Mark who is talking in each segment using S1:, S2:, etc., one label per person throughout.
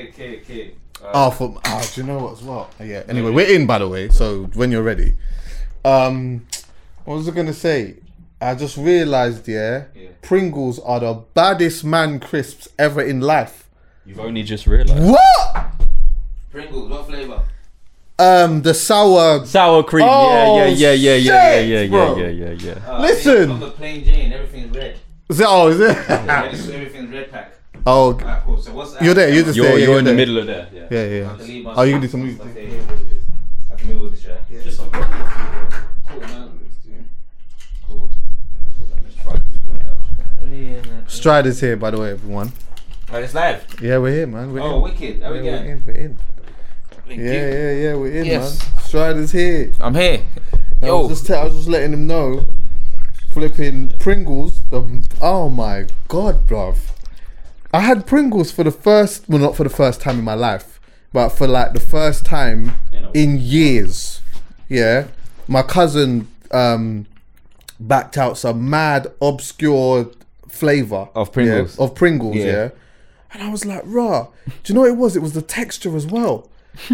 S1: Okay, okay.
S2: Oh, for, oh, do you know what's what? Oh, yeah. Anyway, we're in by the way, so when you're ready. Um, what was I gonna say? I just realised, yeah, Pringles are the baddest man crisps ever in life.
S1: You've only just realised.
S2: What?
S3: Pringles, what flavour?
S2: Um, the sour.
S1: Sour cream.
S2: Oh,
S1: yeah, yeah, yeah, yeah, yeah, yeah,
S2: shit,
S1: yeah,
S2: bro.
S1: yeah, yeah, yeah,
S3: Uh,
S1: yeah.
S3: On
S2: Listen,
S3: the plain Jane, everything's red.
S2: is it, oh, is it?
S3: Red is- everything's red pack.
S2: oh,
S3: Alright, cool. So what's
S2: you're there. You're just
S1: You're,
S2: there. yeah,
S1: you're in the
S2: there.
S1: middle of that. Yeah.
S2: Yeah, yeah.
S3: The lead
S2: Oh, you can do
S3: must-
S2: some music.
S3: must stay here with this. I can move with this, yeah? Just on Cool, man. Cool.
S2: Strider's here, by the way, everyone.
S3: Oh, it's live.
S2: Yeah, we're here, man. We're
S3: Oh,
S2: in.
S3: wicked. Are we
S2: Yeah, we're
S3: going?
S2: in. We're in.
S3: Thank
S2: Yeah,
S3: you.
S2: yeah, yeah. We're in,
S3: Yes.
S2: man. Strider's here.
S3: I'm here.
S2: I was, just te- I was just letting him know. Flipping Pringles. The, oh my god, bruv. I had Pringles for the first, well, not for the first time in my life, but for like the first time
S1: In a-
S2: in years. Yeah. My cousin um, backed out some mad, obscure flavor
S1: Of Pringles.
S2: Of Pringles,
S1: Yeah.
S2: yeah. And I was like, rah. Do you know what it was? It was the texture as well.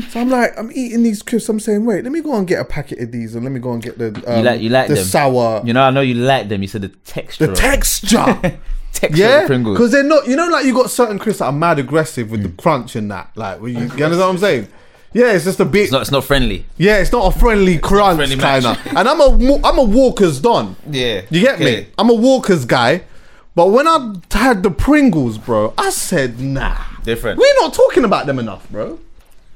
S2: So I'm like, I'm eating these crisps. I'm saying, wait, let me go and get a packet of these, and let me go and get the um,
S3: You like you like
S2: the
S3: them.
S2: sour,
S3: You know, I know you like them. You said the texture.
S2: the
S3: of-
S2: texture.
S3: texture
S2: yeah,
S3: of Pringles. Mm.
S2: because they're not. You know, like you got certain crisps that are mad aggressive with the crunch and that. Like, well, you, you understand what I'm saying? Yeah, it's just a bit.
S3: it's not. It's not friendly.
S2: yeah, it's not a friendly crunch
S3: friendly match.
S2: kind of. And I'm a wa- I'm a Walker's don.
S3: Yeah.
S2: You get
S3: Okay.
S2: me? I'm a Walker's guy. But when I had the Pringles, bro, I said, nah.
S3: Different.
S2: We're not talking about them enough, bro.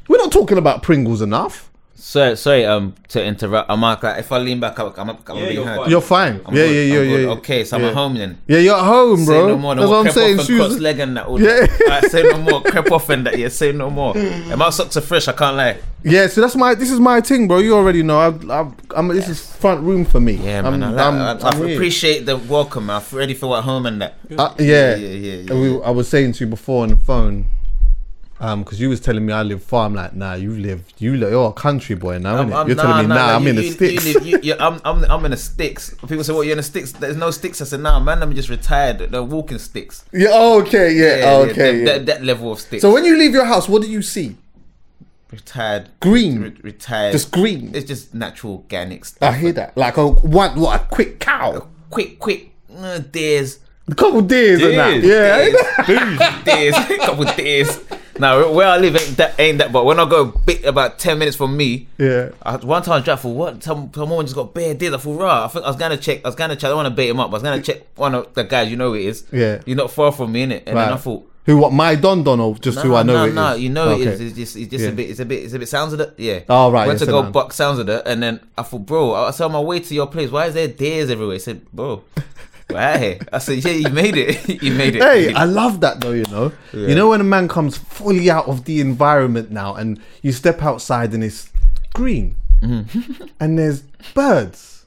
S2: We're not talking about Pringles enough.
S3: Sorry, sorry. Um, to interrupt. I'm like, if I lean back, I'm, I'm, I'm
S1: Yeah,
S3: being
S1: you're
S3: hard.
S1: fine.
S2: You're fine.
S3: I'm
S2: yeah,
S3: good,
S2: yeah,
S3: I'm
S2: yeah,
S3: good.
S2: yeah.
S3: Okay, so I'm
S2: yeah.
S3: at home then.
S2: Yeah, you're at home, bro.
S3: Say no more. No
S2: That's
S3: more.
S2: what I'm
S3: Crep
S2: saying.
S3: off and
S2: Shoes-
S3: cross leg and that. All
S2: Yeah.
S3: that. Alright, say no more. Crep off and that. Yeah, say no more. And my socks are fresh. I can't lie.
S2: Yeah, so that's my. This is my thing, bro. You already know. I, I, I'm. This is front room for me.
S3: Yeah,
S2: I'm,
S3: man. i like-
S2: I'm-
S3: I, I
S2: I'm here.
S3: appreciate the welcome. I already feel at home and that.
S2: Uh,
S3: Yeah,
S2: yeah,
S3: yeah, yeah,
S2: And we- I was saying to you before on the phone, um, because you was telling me I live far. I'm like, nah, you live, you live, you're a country boy now, innit? You're telling me, nah, I'm
S3: you-
S2: in the
S3: you-
S2: sticks.
S3: You, live- you- you- I'm, I'm, I'm in the sticks. People say, "What? You're in the sticks?" There's no sticks. I said, "Nah, man. I'm just retired. They're walking sticks."
S2: yeah, oh, okay, yeah, oh, okay.
S3: that-
S2: yeah.
S3: That, that level of sticks.
S2: so when you leave your house, what do you see?
S3: retired,
S2: Green.
S3: re- retired,
S2: Just green.
S3: It's just natural organic stuff.
S2: I hear that. Like a one, what a quick cow,
S3: quick, quick, uh, days,
S2: a couple days and that.
S1: Days.
S2: Yeah, ain't that-
S3: days, couple days. Now where I live ain't that ain't that, but when I go bit about ten minutes from me,
S2: Yeah.
S3: I, one time I drive for what? Some some woman just got bare days. I thought, rah, I think I was gonna check. I was gonna check. I don't want to bait him up. I was gonna check one of the guys. You know who it is.
S2: Yeah.
S3: You're not far from me, innit? And then I
S2: Right.
S3: thought.
S2: Who? What? My Don Don or just who I know
S3: no,
S2: it is?
S3: no, you know it is.
S2: Okay.
S3: It's just, it's just
S2: Yeah.
S3: a bit, it's a bit, it's a bit sounds of it. Yeah.
S2: Oh, right,
S3: Went
S2: yes,
S3: to go
S2: I know.
S3: buck sounds of it, and then I thought, bro, I was on my way to your place. Why is there deers everywhere? He said, bro, why? I said, yeah, you made it. you made it.
S2: Hey, I love that though, you know. You know when a man comes fully out of the environment now and you step outside and it's green and there's birds.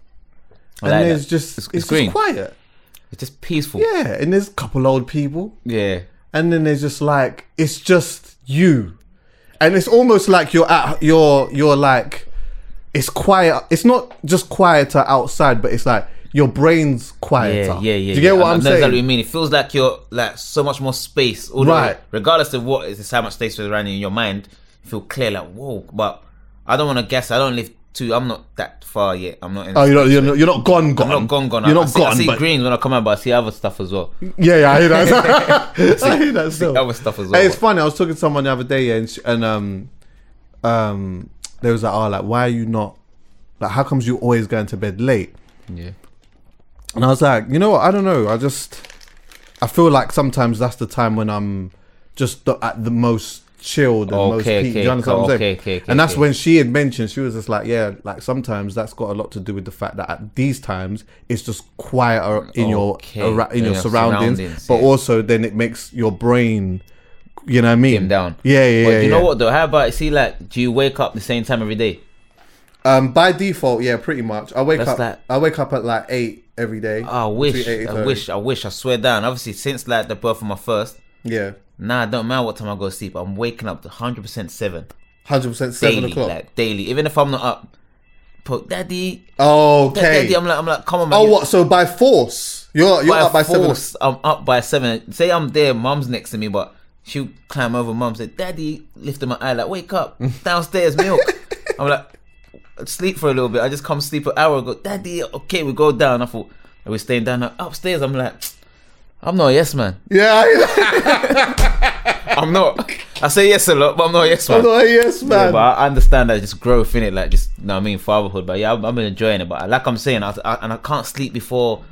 S3: like
S2: and
S3: Mm-hmm.
S2: there's
S3: that.
S2: just
S3: It's-
S2: it's,
S3: it's green.
S2: just quiet.
S3: It's just peaceful.
S2: Yeah, and there's a couple old people,
S3: Yeah.
S2: and then there's just like it's just you, and it's almost like you're at you're you're like it's quiet. It's not just quieter outside, but it's like your brain's
S3: Yeah,
S2: quieter.
S3: yeah, yeah.
S2: Do you
S3: yeah.
S2: get what
S3: I
S2: I'm
S3: know
S2: saying?
S3: Exactly what you mean. It feels like you're like so much more space, all the
S2: Right.
S3: way, regardless of what is how much space is around you in your mind. You feel clear, like whoa. But I don't want to guess. I don't live too. I'm not that far yet. I'm not. In
S2: Oh, you're not, you're not, you're not gone,
S3: I'm
S2: gone.
S3: not gone, gone.
S2: You're
S3: I
S2: not
S3: see,
S2: gone,
S3: I see
S2: but
S3: greens when I come out, but I see other stuff as well.
S2: yeah, yeah, I hear that. I hear that still.
S3: other stuff as
S2: Hey,
S3: well.
S2: it's funny. I was talking to someone the other day, yeah, and, sh and um, um, they was like, "Oh, like why are you not? Like, how comes you always going to bed late?"
S3: Yeah.
S2: And I was like, you know what? I don't know. I just, I feel like sometimes that's the time when I'm just the, at the most chilled and most
S3: Okay,
S2: peak. Do
S3: okay,
S2: you understand what I'm
S3: okay,
S2: saying?
S3: okay, okay,
S2: and that's
S3: okay.
S2: when she had mentioned, she was just like, yeah, like sometimes that's got a lot to do with the fact that at these times it's just quieter in
S3: Okay,
S2: your ara- in
S3: in
S2: your
S3: your
S2: surroundings,
S3: surroundings,
S2: but
S3: yeah.
S2: also then it makes your brain, you know what I mean?
S3: Him down.
S2: Yeah, yeah,
S3: But
S2: yeah.
S3: you know
S2: yeah.
S3: what though? How about see like? Do you wake up the same time every day?
S2: Um, by default, yeah, pretty much. I wake
S3: That's
S2: up.
S3: like-
S2: I wake up at like eight every day.
S3: I wish. I wish. I wish. I swear down. Obviously, since like the birth of my first,
S2: Yeah,
S3: Nah, it don't matter what time I go to sleep. I'm waking up to 100% 7.
S2: hundred percent. Seven
S3: Daily,
S2: o'clock.
S3: like, daily. Even if I'm not up. But daddy, da-
S2: Okay.
S3: daddy, I'm like, I'm like, come on, man.
S2: oh,
S3: you-
S2: what? So by force, you're you're
S3: by
S2: up by seven.
S3: force, I'm up by 7. Say I'm there, mum's next to me, but she'll climb over mum, say, daddy, lifting my eye, like, wake up, downstairs, milk. I'm like, sleep for a little bit. I just come sleep an hour ago. Daddy, okay, we go down. I thought, are we staying down? Like, upstairs, I'm like, I'm not a yes man.
S2: Yeah, I-
S3: I'm not. I say yes a lot, but I'm not a yes man.
S2: I'm not a yes
S3: Yeah,
S2: man.
S3: but I understand that just growth in it, like just you know what I mean, fatherhood. But yeah, I've, I've been enjoying it. But like I'm saying, I, I- and I can't sleep before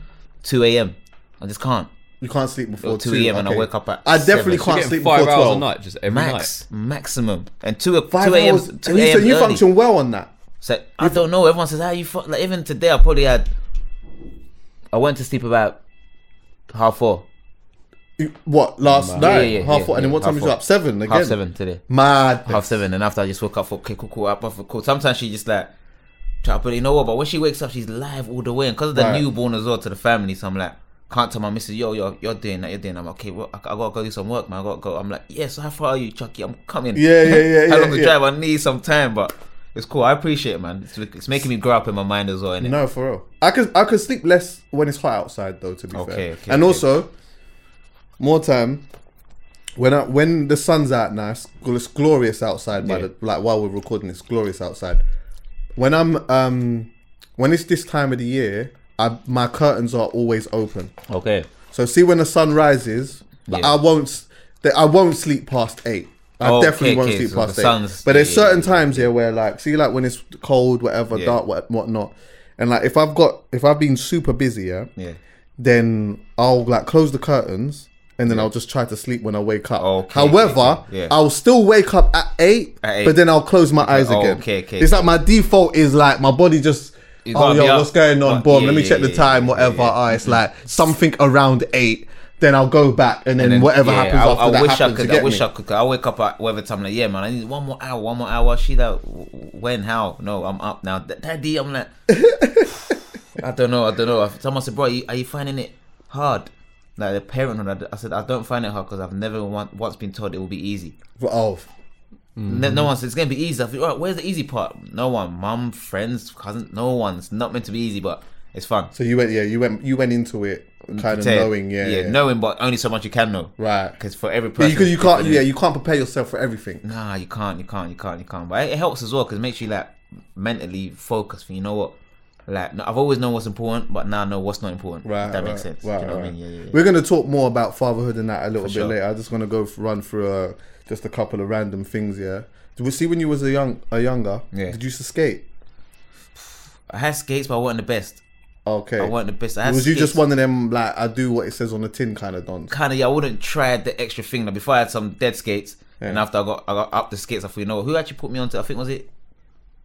S3: two a.m. I just can't.
S2: you can't sleep before
S3: Or
S2: two,
S3: 2 a.m. and I
S2: okay.
S3: wake up at
S2: I
S3: 7.
S2: definitely can't
S1: Getting
S2: sleep
S1: five
S2: before
S1: hours
S2: twelve.
S1: a night, just every
S3: Max, maximum, and two
S2: Five
S3: two a.m.
S2: hours.
S3: two
S2: so
S3: a.m.
S2: you
S3: early.
S2: function well on that.
S3: So I don't know. Everyone says, "How you fuck?" Like even today, I probably had. I went to sleep about half four,
S2: You- What last
S3: Yeah,
S2: night?
S3: yeah, yeah,
S2: half
S3: yeah,
S2: four, and then
S3: yeah,
S2: what time
S3: half
S2: is you
S3: four.
S2: up? Seven again.
S3: half seven today.
S2: Mad.
S3: half seven, and after I just woke up for okay, cool, cool, up, up, cool. Sometimes she just like, try, but you know what? But when she wakes up, she's live all the way, and because of the
S2: Right.
S3: newborn as well to the family, so I'm like, can't tell my missus, yo, yo, you're doing that, you're doing. That. I'm like, okay, well, I, I gotta go do some work, man. I gotta go. I'm like, yeah. So how far are you, Chucky? I'm coming.
S2: Yeah, yeah, yeah,
S3: how
S2: yeah,
S3: long the
S2: yeah.
S3: drive? I need some time, but it's cool. I appreciate it, man. It's, it's making me grow up in my mind as well. Innit?
S2: No, for real. I could I could sleep less when it's hot outside though. To be
S3: Okay,
S2: fair,
S3: okay,
S2: and
S3: okay.
S2: also more time when I, when the sun's out now. It's, gl- it's glorious outside. By
S3: Yeah.
S2: the, like while we're recording, it's glorious outside. When I'm um when it's this time of the year, I, my curtains are always open.
S3: Okay.
S2: So see when the sun rises, but
S3: Yeah.
S2: I won't. s- that I won't sleep past eight. I
S3: Oh,
S2: definitely
S3: okay,
S2: won't
S3: okay,
S2: sleep
S3: so
S2: past
S3: the
S2: eight.
S3: sun's-
S2: but there's
S3: yeah,
S2: certain
S3: yeah, yeah.
S2: times here where like see like when it's cold, whatever,
S3: Yeah.
S2: dark, what whatnot, and like if I've got if I've been super busy, yeah,
S3: Yeah.
S2: then I'll like close the curtains. And then I'll just try to sleep when I wake up.
S3: Okay,
S2: However,
S3: okay, yeah.
S2: I'll still wake up at eight,
S3: At eight.
S2: but then I'll close my eyes
S3: Oh,
S2: again.
S3: okay, okay,
S2: it's like my default is like my body just,
S3: You
S2: oh
S3: gotta be
S2: yo,
S3: up.
S2: what's going on?
S3: But-
S2: Boom,
S3: yeah,
S2: let me
S3: yeah,
S2: check the
S3: yeah,
S2: time,
S3: yeah,
S2: whatever.
S3: yeah. Mm-hmm.
S2: Ah, it's like something around eight. Then I'll go back, and then, whatever
S3: yeah,
S2: happens
S3: I,
S2: after
S3: I
S2: that
S3: wish
S2: happens.
S3: I
S2: you
S3: could. I
S2: get
S3: wish
S2: me?
S3: I could. I wake up at whatever time. Like, yeah, man, I need one more hour. One more hour. She like, w- w- when? How? No, I'm up now. D- Daddy, I'm like, I don't know. I don't know. Someone said, bro, are you, are you finding it hard? Like the parent, and I- I said, I don't find it hard because I've never once, once been told it will be easy.
S2: Oh,
S3: No,
S2: Mm-hmm.
S3: no one said it's gonna be easy. I feel, all right, where's the easy part? No one, mum, friends, cousin, no one. It's not meant to be easy, but it's fun.
S2: so you went, yeah, you went, you went into it kind of
S3: Ted,
S2: knowing, yeah, yeah,
S3: knowing, but only so much you can know,
S2: Right.
S3: Because for Mm, every person,
S2: because you
S3: it's
S2: can't,
S3: different,
S2: yeah,
S3: innit?
S2: you can't prepare yourself for everything.
S3: Nah, you can't, you can't, you can't, you can't. But it, it helps as well because it makes you like mentally focused. For you know what, like no- I've always known what's important, but now I know what's not important.
S2: Right,
S3: if that
S2: right,
S3: makes sense.
S2: Right,
S3: Do you know
S2: right.
S3: what I mean? Yeah, yeah, yeah.
S2: We're gonna talk more about fatherhood and that a little bit
S3: sure.
S2: later. I'm just gonna go f- run through uh, just a couple of random things. Yeah, do we see when you was a young, a younger?
S3: Yeah.
S2: Did you used to skate?
S3: I had skates, but I wasn't the best.
S2: Okay.
S3: I wasn't the best. I had
S2: was you just
S3: skates.
S2: one of them like I do what it says on the tin kind of dons?
S3: kind of yeah, I wouldn't try the extra thing. Like before, I had some dead skates, and after I got I got up the skates, I thought you know what, who actually put me onto? I think was it.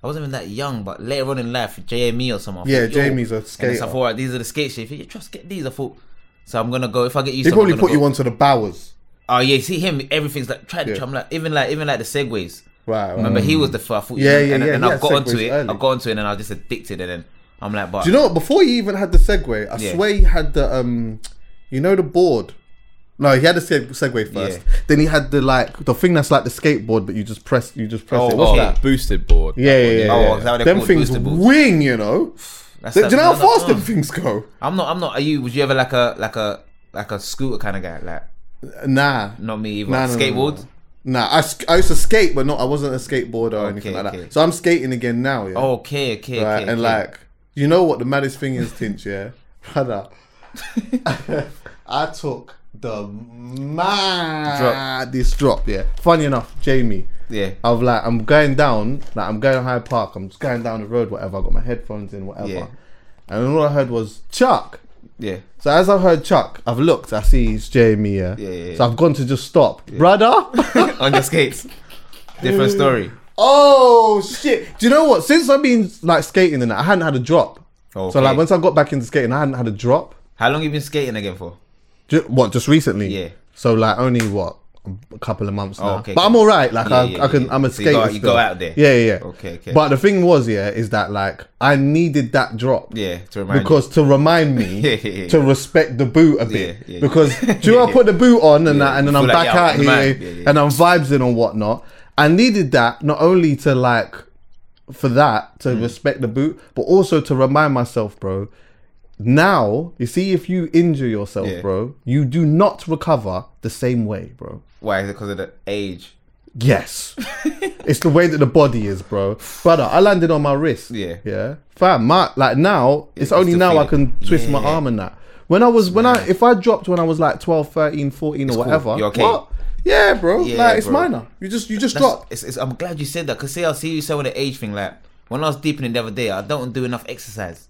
S3: I wasn't even that young, but later on in life, Jamie or someone. I
S2: Yeah,
S3: thought, yo.
S2: Jamie's a
S3: And so
S2: skater.
S3: I thought, all right, these are the skates. If you just get these, I thought. So I'm gonna go. If I get used,
S2: They
S3: to them, I'm
S2: probably
S3: gonna
S2: put
S3: go.
S2: you onto the Bowers.
S3: Oh yeah, see him. Everything's like try to
S2: Yeah.
S3: I'm like even like even like the segways.
S2: Right. right.
S3: Remember he was the first. I thought,
S2: Yeah, yeah,
S3: and,
S2: yeah,
S3: And
S2: he
S3: I
S2: had
S3: got onto
S2: segways
S3: it.
S2: early.
S3: I got onto it, and I was just addicted. And then I'm like, but
S2: Do you know what? Before he even had the segue, I
S3: Yeah.
S2: swear he had the um, you know the board. No, he had the seg- segue first.
S3: Yeah.
S2: Then he had the like the thing that's like the skateboard, but you just press, you just press
S1: Oh,
S2: it. What's
S1: oh,
S2: that?
S1: boosted board.
S2: Yeah, yeah, yeah.
S3: Oh,
S2: yeah.
S3: is that what they're
S2: them
S3: called?
S2: things
S3: Booster boards?
S2: wing, you know.
S3: That's
S2: Do
S3: that-
S2: you know how
S3: no, no,
S2: fast
S3: no.
S2: them things go?
S3: I'm not. I'm not. Are you? Was you ever like a like a like a scooter kind of guy? Like
S2: Nah,
S3: not me either.
S2: Nah, no, no, no,
S3: Skateboard.
S2: no. Nah, I, sk- I used to skate, but not I wasn't a skateboarder or anything like
S3: okay. Oh,
S2: that. So I'm skating again now. Yeah.
S3: Okay, okay,
S2: right?
S3: okay.
S2: and
S3: okay.
S2: like, you know what the maddest thing is, Tinch? Yeah, brother. I took the maddest drop. Yeah. Funny enough, Jamie.
S3: Yeah.
S2: I've like I'm going down, like I'm going High Park. I'm just going down the road, whatever. I got my headphones in, whatever.
S3: Yeah.
S2: And all I heard was Chuck.
S3: yeah,
S2: So as I've heard Chuck, I've looked, I see it's Jamie, yeah.
S3: Yeah, yeah, yeah.
S2: So I've gone to just stop. Brother
S3: on your skates. Different story.
S2: Oh shit! Do you know what? Since I've been like skating and that, I hadn't had a drop. So
S3: Okay.
S2: like once I got back into skating, I hadn't had a drop.
S3: How long you been skating again for?
S2: Ju- what? Just recently?
S3: Yeah. Oh,
S2: So like only what a couple of months now.
S3: okay,
S2: but I'm
S3: cool.
S2: all right. Like
S3: Yeah,
S2: I,
S3: yeah,
S2: I can.
S3: yeah.
S2: I'm a
S3: So you
S2: skater.
S3: go out- you
S2: still.
S3: go out there.
S2: Yeah, yeah. yeah.
S3: Okay, okay.
S2: But the thing was, yeah, is that like I needed that drop.
S3: Yeah, to remind you.
S2: because to remind me
S3: Yeah, yeah, yeah.
S2: to respect the boot a bit.
S3: yeah, yeah.
S2: because do you know I put the boot on and that, and then
S3: You
S2: I'm
S3: feel like,
S2: back
S3: yeah,
S2: out
S3: I'm the
S2: here
S3: man. Yeah, yeah.
S2: and I'm vibes in and whatnot. I needed that not only to like for that to
S3: Mm.
S2: respect the boot, but also to remind myself, bro. Now you see, if you injure yourself,
S3: Yeah.
S2: bro, you do not recover the same way, bro.
S3: Why? Is it because of the age?
S2: Yes. it's the way that the body is, bro. Brother, I landed on my wrist.
S3: Yeah.
S2: Yeah. Fam, my like now, it's
S3: you
S2: only
S3: still
S2: now
S3: feel
S2: I
S3: it.
S2: can twist my arm and that. When I was when I if I dropped when I was like 12, 13, 14 or whatever.
S3: You're okay.
S2: What? Yeah, bro.
S3: Yeah,
S2: like it's
S3: bro.
S2: minor. You just you just
S3: That's-
S2: drop.
S3: It's, it's, I'm glad you said that because see, I see you saying with the age thing. Like when I was deepening the other day, I don't do enough exercise.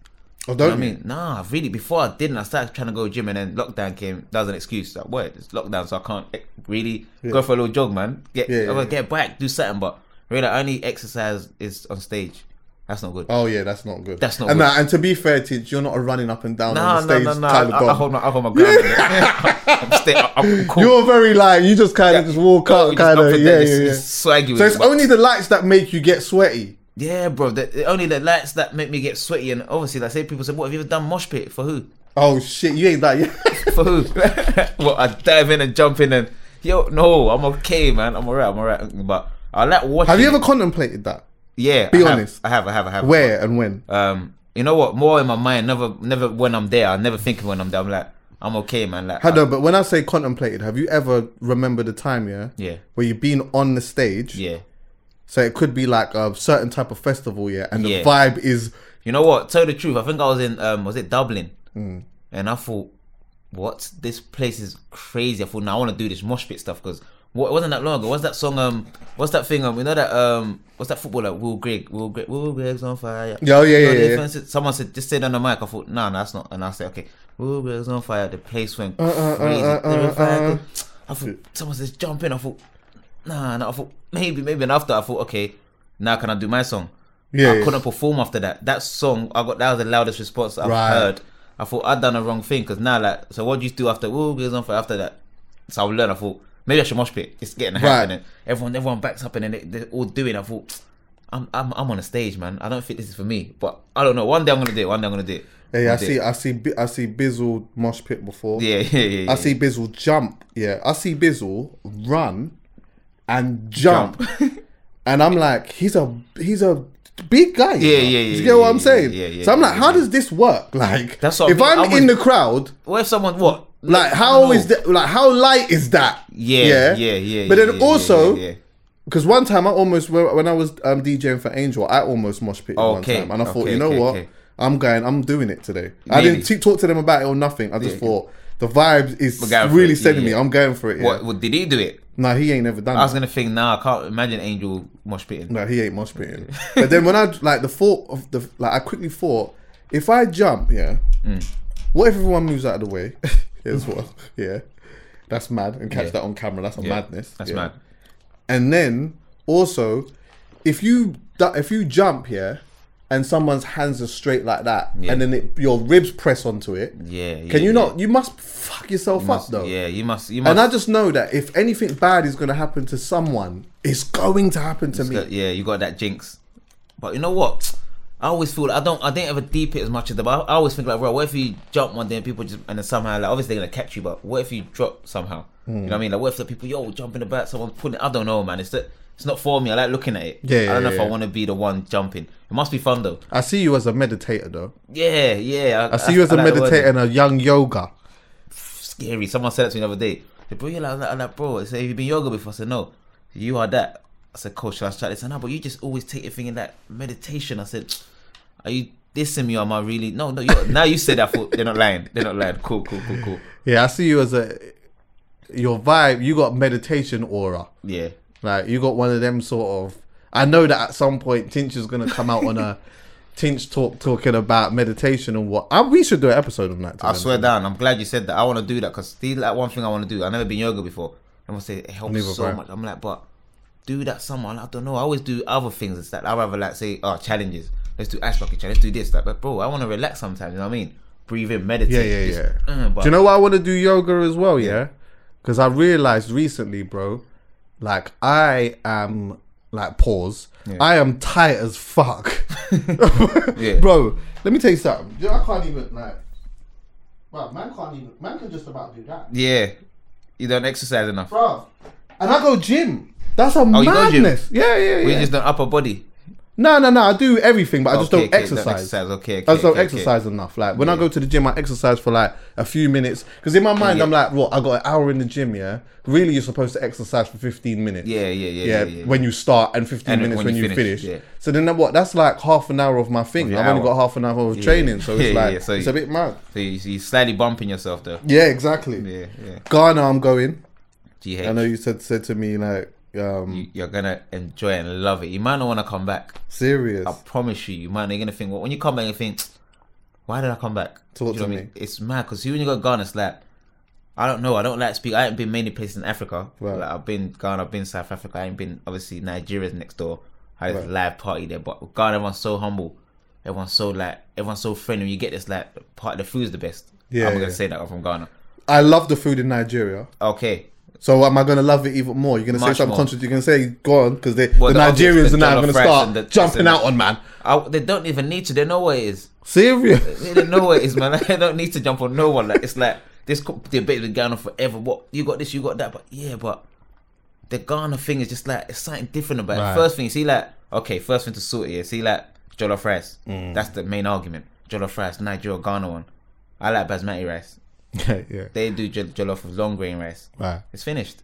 S2: Oh,
S3: You
S2: don't
S3: know what I
S2: you?
S3: mean? Nah, really. Before I didn't, I started trying to go gym, and then lockdown came. That was an excuse. Like, what? It's lockdown, so I can't eh, really go for a little jog, man. Get
S2: Yeah, yeah,
S3: oh,
S2: yeah.
S3: get back, do something. But really, I only exercise is on stage. That's not good.
S2: Oh yeah, that's not good.
S3: That's not
S2: and
S3: good.
S2: that- and to be fair, Tidge, you're not a running up and down
S3: nah, nah,
S2: on the stage.
S3: nah, nah.
S2: kind of
S3: I, I
S2: dog.
S3: hold my, I hold my ground. I'm, stay, I'm cool.
S2: You're very like you just kind of just walk
S3: Oh,
S2: out,
S3: you just
S2: kind
S3: up
S2: of
S3: and
S2: yeah,
S3: down,
S2: yeah,
S3: it's-
S2: yeah.
S3: it's swaggy with
S2: So
S3: it,
S2: it's
S3: but-
S2: only the lights that make you get sweaty.
S3: Yeah, bro. The, the- only the lights that make me get sweaty, and obviously, like say people say, "What have you ever done mosh pit for who?
S2: Oh shit, you ain't that. Yeah.
S3: For who?" well, I dive in and jump in, and yo, no, I'm okay, man. I'm alright. I'm alright. But I like watching.
S2: Have you ever
S3: it.
S2: contemplated that?
S3: Yeah.
S2: Be
S3: I have,
S2: honest.
S3: I have. I have. I have.
S2: Where and when?
S3: Um, you know what? More in my mind. Never, never when I'm there. I never think of when I'm there. I'm like, I'm okay, man. Like,
S2: I know, but when I say contemplated, have you ever remembered a time, yeah?
S3: Yeah.
S2: Where you've been on the stage.
S3: yeah.
S2: So it could be like a certain type of festival, yeah, and
S3: Yeah.
S2: the vibe is
S3: You know what? Tell the truth. I think I was in um was it Dublin,
S2: Hmm.
S3: and I thought, what? This place is crazy. I thought, now I want to do this mosh pit stuff because what it wasn't that long ago. What's that song? Um, what's that thing? Um, you know that um, what's that footballer? Will Greg? Will Greg? Will Greg's on fire?
S2: Yeah, oh, yeah,
S3: You know,
S2: yeah,
S3: the
S2: yeah.
S3: fans- Someone said just said on the mic. I thought, no, no, that's not. And I said, okay, Will Greg's on fire. The place went crazy.
S2: uh,
S3: They were
S2: uh, uh.
S3: I thought someone says jump in. I thought, nah, nah. I thought maybe, maybe. And after I thought, okay, now can I do my song?
S2: Yeah,
S3: I
S2: yeah.
S3: couldn't perform after that. That song, I got that was the loudest response I've
S2: Right.
S3: heard. I thought I'd done the wrong thing because now, like, so what do you do after? Ooh, goes on for after that. So I learned. I thought maybe I should mosh pit. It's getting
S2: Right.
S3: happening. Everyone, everyone backs up and then they, they're all doing. it. I thought. I'm, I'm, I'm on a stage, man. I don't think this is for me, but I don't know. One day I'm gonna do it. One day I'm gonna do it.
S2: Hey, I
S3: One day.
S2: see I see Bi- I see Bizzle mosh pit before.
S3: Yeah, yeah, yeah. yeah.
S2: I see Bizzle jump, yeah. I see Bizzle run and jump. and I'm like, he's a he's a big guy. you
S3: Yeah,
S2: know?
S3: yeah, yeah,
S2: You get what
S3: yeah,
S2: I'm
S3: yeah,
S2: saying?
S3: yeah, yeah,
S2: so I'm
S3: yeah,
S2: like,
S3: yeah,
S2: how
S3: yeah.
S2: does this work? Like
S3: That's what I
S2: if
S3: mean.
S2: I'm
S3: I
S2: in
S3: was-
S2: the crowd,
S3: What if someone what?
S2: Like how
S3: No.
S2: is that? Like how light is that?
S3: Yeah, yeah, yeah, yeah.
S2: But
S3: yeah,
S2: then
S3: yeah,
S2: also,
S3: yeah, yeah.
S2: because one time I almost when when I was um, DJing for Angel, I almost mosh pitted one
S3: Okay,
S2: time, and I thought,
S3: okay,
S2: you know
S3: okay,
S2: what?
S3: okay.
S2: I'm going. I'm doing it today. I
S3: Maybe.
S2: didn't t- talk to them about it or nothing. I just thought the vibe is
S3: We're going for
S2: really
S3: it, yeah,
S2: sending
S3: yeah.
S2: me. I'm going for it.
S3: What,
S2: yeah.
S3: what did he do it?
S2: Nah, he ain't never done.
S3: I was
S2: it.
S3: gonna think, nah, I can't imagine Angel mosh pitting.
S2: No, he ain't mosh pitting. but then when I like the thought of the like, I quickly thought, if I jump, yeah,
S3: Mm.
S2: what if everyone moves out of the way as well? Yeah, that's mad. And catch that on camera. That's a madness.
S3: That's
S2: yeah.
S3: mad.
S2: And then also, if you du- if you jump here. And someone's hands are straight like that, and then it, your ribs press onto it.
S3: Yeah, yeah,
S2: Can you
S3: yeah.
S2: not? You must fuck yourself up though.
S3: Yeah, you must. You must.
S2: And I just know that if anything bad is going to happen to someone, it's going to happen to me.
S3: yeah, you got that jinx. But you know what? I always feel like I don't. I didn't ever deep it as much as that. But I, I always think like, bro, what if you jump one day and people just and then somehow like obviously they're gonna catch you, but what if you drop somehow? You know what I mean? Like, what if the people yo jumping about someone's pulling? I don't know, man. It's that it's not for me. I like looking at it.
S2: Yeah, yeah,
S3: I don't know if
S2: yeah,
S3: I
S2: yeah.
S3: want to be the one jumping. It must be fun though.
S2: I see you as a meditator, though.
S3: Yeah, yeah.
S2: I see you as a
S3: a
S2: meditator and a young yoga.
S3: scary. Someone said that to me the other day. They bro, you're like, like, like, bro, I said, have you been yoga before? I said, no. You are that. I said, coach, should I try this? And no, but you just always take your thing in that meditation. I said, are you dissing me? Or am I really? No, no. You're, now you said that. For, they're not lying. They're not lying. Cool, cool, cool, cool.
S2: Yeah, I see you as a your vibe. You got meditation aura.
S3: Yeah.
S2: Like you got one of them sort of. I know that at some point Tinch is gonna come out on a Tinch talk talking about meditation and what. I, we should do an episode on that. to
S3: I
S2: be
S3: swear
S2: honest.
S3: down. I'm glad you said that. I want to do that because like one thing I want to do. I've never been yoga before. I'm gonna say it helps
S2: Neither
S3: so
S2: have I.
S3: much. I'm like, but do that someone. I don't know. I always do other things and stuff. I rather like say, oh, challenges. Let's do ice bucket challenge. Let's do this. Like, but bro, I want to relax sometimes. You know what I mean? Breathe in, meditate.
S2: Yeah, yeah,
S3: Just,
S2: yeah.
S3: mm, but
S2: do you know why I want to do yoga as well? Yeah, because I realized recently, bro. Like I am like pause. I am tight as fuck, bro. Let me tell you something. You know, I can't even like. Bro, man can't even. Man can just about do that,
S3: Yeah, you don't exercise enough.
S2: bro. And I go gym. That's a
S3: Oh, you go gym?
S2: madness. Yeah, yeah, yeah.
S3: We just don't upper body.
S2: No, no, no. I do everything, but I just
S3: Okay,
S2: don't
S3: okay, don't
S2: exercise.
S3: exercise, okay,
S2: I
S3: okay,
S2: just don't
S3: okay,
S2: exercise enough. Like when I go to the gym, I exercise for like a few minutes because in my mind I'm like, "What? I got an hour in the gym, yeah." Really, you're supposed to exercise for 15 minutes.
S3: Yeah, yeah, yeah, yeah, yeah.
S2: When you start and 15
S3: And
S2: minutes when, you finish.
S3: yeah.
S2: So then that- what? That's like half an hour of my thing.
S3: Of your
S2: I've only
S3: hour.
S2: got half an hour of training, so it's
S3: Yeah,
S2: like
S3: yeah, so
S2: it's
S3: you-
S2: a bit mad.
S3: So you, you slightly bumping yourself though.
S2: Yeah, exactly.
S3: Yeah, yeah.
S2: Ghana, I'm going.
S3: GH.
S2: I know you said said to me like, um,
S3: You're gonna enjoy and love it. You might not want to come back.
S2: serious.
S3: I promise you, you might not gonna think. Well, when you come back, you think, why did I come back?
S2: To what
S3: Do you know
S2: to
S3: what I
S2: me?
S3: mean? It's mad because when you go to Ghana, it's like, I don't know. I don't like to speak. I ain't been many places in Africa.
S2: Right.
S3: Like, I've been Ghana. I've been South Africa. I ain't been obviously Nigeria's next door. I had a live party there, but with Ghana, everyone's so humble. Everyone's so like, everyone's so friendly. When you get this like part, the food's the best.
S2: Yeah,
S3: I'm
S2: yeah.
S3: gonna say that. I'm from Ghana.
S2: I love the food in Nigeria.
S3: Okay.
S2: So am I going to love it even more? You're going to say
S3: Much
S2: something
S3: more.
S2: contrary. You're going to say go on because the
S3: Well, the obvious,
S2: Nigerians
S3: the
S2: are now
S3: jollof
S2: going to
S3: rice
S2: start
S3: and the-
S2: jumping
S3: and-
S2: out on man.
S3: I, they don't even need to. They know what it is.
S2: Serious.
S3: They don't know what it is, man. I don't need to jump on no one. Like it's like this co- debate been going on forever. What you got this, you got that, but yeah, but the Ghana thing is just like it's something different about
S2: Right.
S3: it. First thing, you see, like okay, first thing to sort here, see, like jollof rice. That's the main argument. Jollof rice, Nigeria, Ghana one. I like basmati rice.
S2: yeah, yeah.
S3: They do jo- jollof with long grain rice.
S2: Right.
S3: It's finished.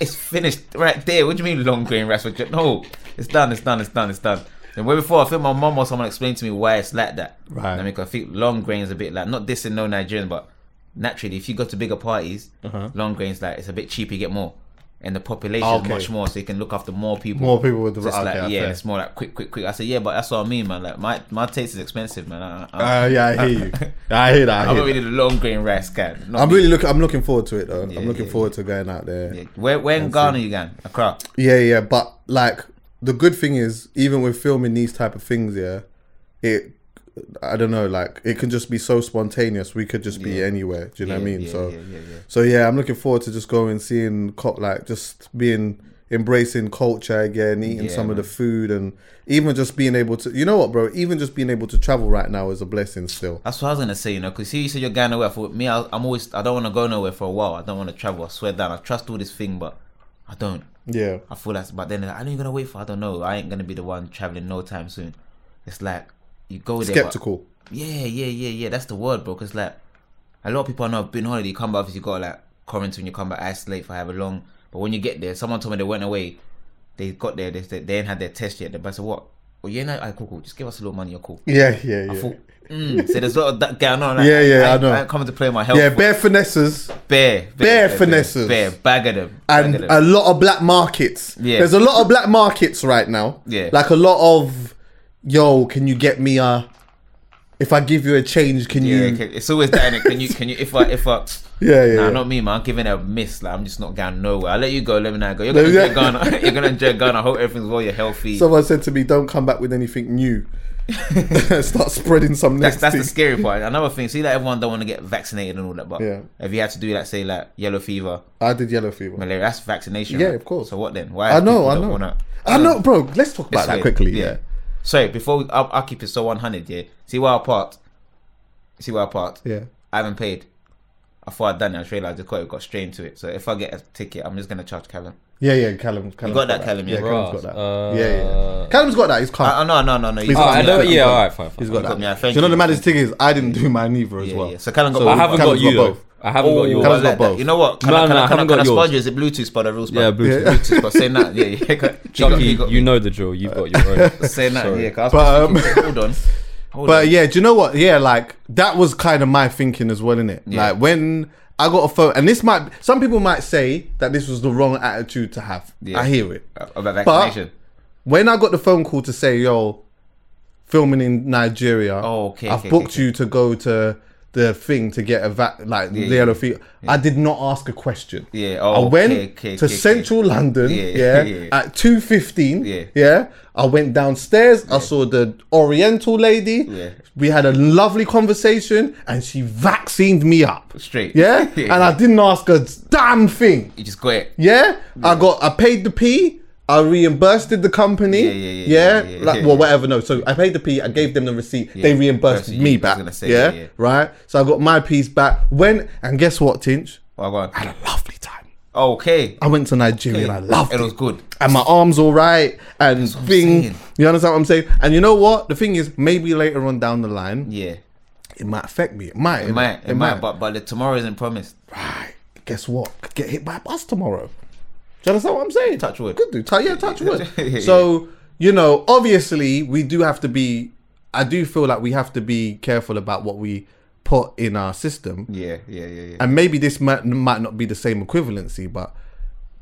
S3: it's finished right there. What do you mean long grain rice? with jo- No, it's done. It's done. It's done. It's done. And way before, I think my mum or someone explained to me why it's like that.
S2: Right.
S3: I mean, 'cause I think long grain's a bit like not this and no Nigerian, but naturally, if you go to bigger parties, long grain's like it's a bit cheaper. You get more, and the population
S2: Uh-huh. Okay.
S3: is much more, so you can look after more people.
S2: More people with the-
S3: So it's
S2: okay,
S3: like,
S2: okay.
S3: yeah, it's more like quick, quick, quick. I said, yeah, but that's what I mean, man. Like my my taste is expensive, man. I, I,
S2: Uh, yeah, I hear you. I hear that. I
S3: I'm not
S2: hear that.
S3: really the long grain rice guy. Not
S2: I'm
S3: me.
S2: really looking. I'm looking forward to it though. I'm looking
S3: yeah,
S2: forward to going out there.
S3: Yeah. Where, where in Ghana you going? Accra.
S2: Yeah, yeah, but like the good thing is, even with filming these type of things, yeah, it, I don't know, like it can just be so spontaneous. We could just be anywhere. Do you know what I
S3: Yeah,
S2: mean?
S3: yeah,
S2: so,
S3: yeah, yeah, yeah.
S2: so yeah, I'm looking forward to just going, seeing, co- like, just being embracing culture again, eating
S3: Yeah,
S2: some of the food, and even just being able to, you know what, bro? Even just being able to travel right now is a blessing. Still,
S3: That's what I was gonna say, you know, because you said you're going away. For me, I, I'm always I don't want to go nowhere for a while. I don't want to travel. I swear down, I trust all this thing, but I don't.
S2: yeah,
S3: I feel like, but then I ain't gonna wait for. I don't know. I ain't gonna be the one traveling no time soon. It's like you go there. but-
S2: skeptical.
S3: yeah, yeah, yeah, yeah. That's the word, bro. Because like a lot of people I know have been on holiday. You come back, obviously you got like quarantine. You come back, isolate for however long. But when you get there, someone told me they went away. They got there. They said they ain't had their test yet. The bus said what? Well, you know, I cool, cool. Just give us a little money. You're cool.
S2: Yeah, yeah, yeah.
S3: I thought, mm. so there's a lot of that going on. Like,
S2: Yeah, yeah,
S3: I,
S2: I know.
S3: I ain't coming to play my health.
S2: yeah,
S3: but
S2: bare finesses.
S3: bare,
S2: bare finesses.
S3: bare bag of them, bag
S2: and
S3: of them.
S2: a lot of black markets.
S3: Yeah.
S2: There's a lot of black markets right now.
S3: Yeah.
S2: Like a lot of yo, can you get me a if I give you a change, can
S3: yeah,
S2: you
S3: okay. it's always that. innit? Can you, can you? If I, if I,
S2: Yeah, yeah,
S3: nah,
S2: yeah.
S3: not me, man. I'm giving it a miss. Like I'm just not going nowhere. I will let you go. Let me now go. You're
S2: Let
S3: gonna
S2: me-
S3: enjoy Ghana. You're gonna enjoy Ghana. I hope everything's well. You're healthy.
S2: Someone said to me, Don't come back with anything new. Start spreading some
S3: that's
S2: next
S3: that's the
S2: thing.
S3: scary part. Another thing, see, like everyone don't want to get vaccinated and all that, but
S2: Yeah.
S3: if you had to do like say like yellow fever,
S2: I did yellow fever.
S3: malaria, that's vaccination.
S2: Yeah,
S3: right?
S2: of course.
S3: So what then? Why?
S2: I know,
S3: people
S2: I
S3: don't
S2: know.
S3: wanna-
S2: I know, bro. Let's talk about
S3: It's
S2: that
S3: weird.
S2: quickly. Yeah.
S3: Yeah. Sorry, before we, I'll, I'll keep it so 100, yeah. See where I parked. See where I parked.
S2: Yeah.
S3: I haven't paid. I thought I'd done it. I just realized the quote got straight into it. So if I get a ticket, I'm just going to charge Callum.
S2: Yeah, yeah, Callum. Callum's
S3: got that, Callum,
S2: Yeah,
S3: yeah.
S2: Callum's got that.
S1: Bruh,
S2: yeah, yeah, yeah. Callum's got that. He's calm.
S3: Uh, no, no, no, no. you
S2: Please
S3: got
S2: ask
S3: me.
S2: me
S1: I don't.
S2: that.
S1: Yeah. All right. Fine. fine.
S2: He's got
S3: got
S2: that.
S3: me, I
S2: Do
S3: thank
S2: you know the
S3: you.
S2: maddest thing is I didn't do mine either as
S3: Yeah,
S2: well.
S3: yeah. So Callum got
S2: So
S3: both.
S1: I haven't
S2: Callum's
S1: got you. though.
S2: both. Oh,
S1: I haven't got
S3: I
S1: yours.
S2: Callum's
S3: like
S2: got
S3: that.
S2: both.
S3: You know what? Can
S1: No,
S3: I,
S1: no,
S3: can
S1: I
S3: I, can I,
S1: haven't
S3: can I
S1: got
S3: spot
S1: yours.
S3: you? Is it Bluetooth spot or real spot?
S1: Yeah, Bluetooth.
S3: Bluetooth spot. Say that. Yeah, yeah. He got-
S1: Chucky,
S3: he got
S1: you
S3: me.
S1: know the drill. You've got your own.
S3: Say that.
S1: Sorry.
S3: Yeah, 'cause I was
S2: But, um,
S3: thinking, hold on. Hold
S2: But
S3: on.
S2: yeah, do you know what? Yeah, like that was kind of my thinking as well, innit?
S3: Yeah.
S2: Like when I got a photo, and this might some people might say that this was the wrong attitude to have.
S3: Yeah.
S2: I hear it.
S3: About vaccination.
S2: when I got the phone call to say, "Yo, filming in Nigeria,
S3: Oh, okay,
S2: I've
S3: okay,
S2: booked
S3: okay, okay.
S2: you to go to the thing to get a vac, like the
S3: yeah.
S2: yellow fever," I did not ask a question.
S3: Yeah, oh,
S2: I went
S3: okay, okay, okay,
S2: to
S3: okay.
S2: Central London.
S3: Yeah,
S2: Yeah,
S3: yeah.
S2: at two fifteen.
S3: Yeah.
S2: yeah. I went downstairs. I saw the Oriental lady.
S3: Yeah.
S2: we had a lovely conversation, and she vaccinated me up
S3: Straight.
S2: Yeah, and I didn't ask a damn thing.
S3: You just got it.
S2: Yeah, I got I paid the P. I reimbursed the company.
S3: Yeah, yeah, yeah, yeah, yeah,
S2: like,
S3: yeah.
S2: well, whatever. No, so I paid the P. I gave them the receipt. They reimbursed
S3: That's what
S2: me
S3: you- I was
S2: back.
S3: gonna say,
S2: yeah,
S3: yeah, yeah.
S2: right. So I got my piece back. When and guess what, Tinch?
S3: Oh, go on.
S2: I had a lovely time.
S3: Okay.
S2: I went to Nigeria and I loved it.
S3: It was good.
S2: And my arms all right and
S3: what I'm
S2: thing.
S3: saying.
S2: You understand what I'm saying? And you know what? The thing is, maybe later on down the line,
S3: Yeah.
S2: it might affect me. It might.
S3: It might, it might, but but the tomorrow isn't promised.
S2: Right. Guess what? Could get hit by a bus tomorrow. Do you understand what I'm saying?
S3: Touch wood.
S2: Could do. Tou- yeah, touch wood.
S3: Yeah.
S2: so, you know, obviously, we do have to be. I do feel like we have to be careful about what we put in our system.
S3: Yeah, yeah, yeah, yeah.
S2: And maybe this might, might not be the same equivalency, but,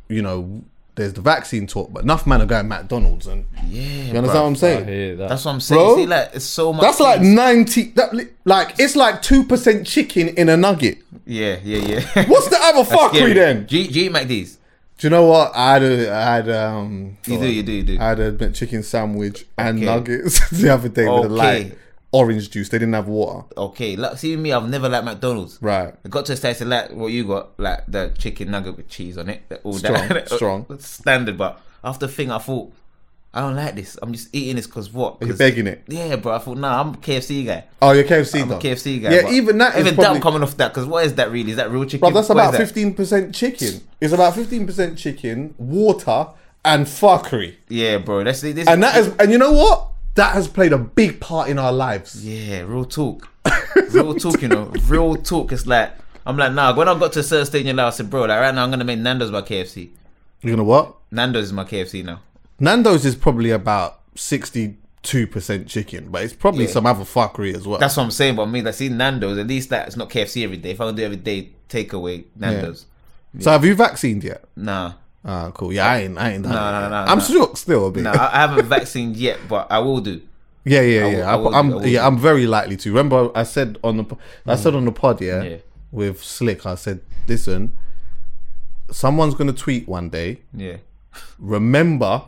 S2: you know, there's the vaccine talk, but enough man are going McDonald's and. Yeah. You understand what I'm saying?
S1: Yeah, that.
S3: That's what I'm saying.
S2: Bro,
S3: See, like it's so much.
S2: That's like
S3: things.
S2: 90. That, li- like, it's like 2% chicken in a nugget.
S3: yeah, yeah, yeah.
S2: What's the other
S3: That's
S2: fuckery
S3: scary.
S2: then?
S3: Do you, do you eat McD's?
S2: Do you know what? I had a, I had um.
S3: You do, you do, you do.
S2: I had a chicken sandwich and
S3: Okay.
S2: nuggets the other day with a
S3: Okay.
S2: light orange juice. They didn't have water.
S3: Okay, look, see me, I've never liked McDonald's.
S2: Right.
S3: I got to a station like what you got, like the chicken nugget with cheese on it, all that
S2: Strong, strong.
S3: standard. But after thing, I thought I don't like this. I'm just eating this because what?
S2: You're
S3: 'Cause-
S2: begging it.
S3: Yeah, bro. I thought nah, I'm a KFC guy.
S2: Oh, you're KFC
S3: I'm
S2: though.
S3: a KFC guy.
S2: Yeah,
S3: but
S2: even that is
S3: Even
S2: probably.
S3: that coming off that because what is that really? Is that real chicken?
S2: Bruv, that's
S3: What is
S2: about
S3: that?
S2: fifteen percent chicken. It's about fifteen percent chicken, water, and fuckery.
S3: Yeah, bro. That's this.
S2: And that is, and you know what? That has played a big part in our lives.
S3: Yeah, real talk. Real talk, you know. Real talk. It's like I'm like, nah, when I got to a certain stage in life, I said, bro, like right now I'm gonna make Nando's my KFC.
S2: You know what?
S3: Nando's is my KFC now.
S2: Nando's is probably about sixty-two percent chicken, but it's probably some other fuckery as well.
S3: That's what I'm saying, but I mean I see Nando's, at least that it's not KFC every day. If I can do every day takeaway Nando's.
S2: so. Have you vaccinated yet?
S3: Nah.
S2: Ah, cool. Yeah, I ain't. I ain't. No,
S3: no, no,
S2: I'm
S3: no.
S2: shook still a bit.
S3: Nah, I, I haven't vaccinated yet, but I will do.
S2: yeah, yeah,
S3: will-
S2: yeah.
S3: I will
S2: I, am
S3: do, I will
S2: yeah.
S3: do.
S2: I'm very likely to. Remember, I said on the, po- I said on the pod, yeah,
S3: Yeah.
S2: with Slick, I said, listen, someone's gonna tweet one day.
S3: Yeah.
S2: Remember.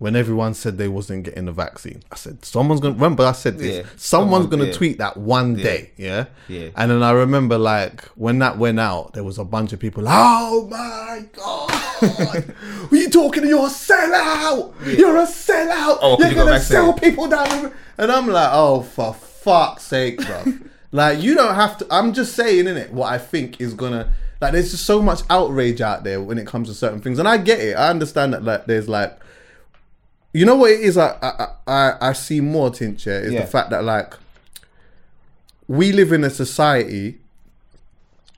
S2: When everyone said they wasn't getting the vaccine, I said someone's gonna remember. I said this.
S3: Yeah,
S2: someone's
S3: someone-
S2: gonna
S3: yeah.
S2: tweet that one day, yeah.
S3: Yeah.
S2: And then I remember like when that went out, there was a bunch of people. Oh my god, were you talking? You're a sellout. You're a sellout.
S3: Oh,
S2: You're
S3: you got
S2: gonna sell
S3: vaccinated.
S2: people down. The... And I'm like, oh for fuck's sake, bro. like you don't have to. I'm just saying in it what I think is gonna. Like there's just so much outrage out there when it comes to certain things, and I get it. I understand that like there's like you know what it is I I I, I see more tincture is
S3: Yeah.
S2: the fact that like we live in a society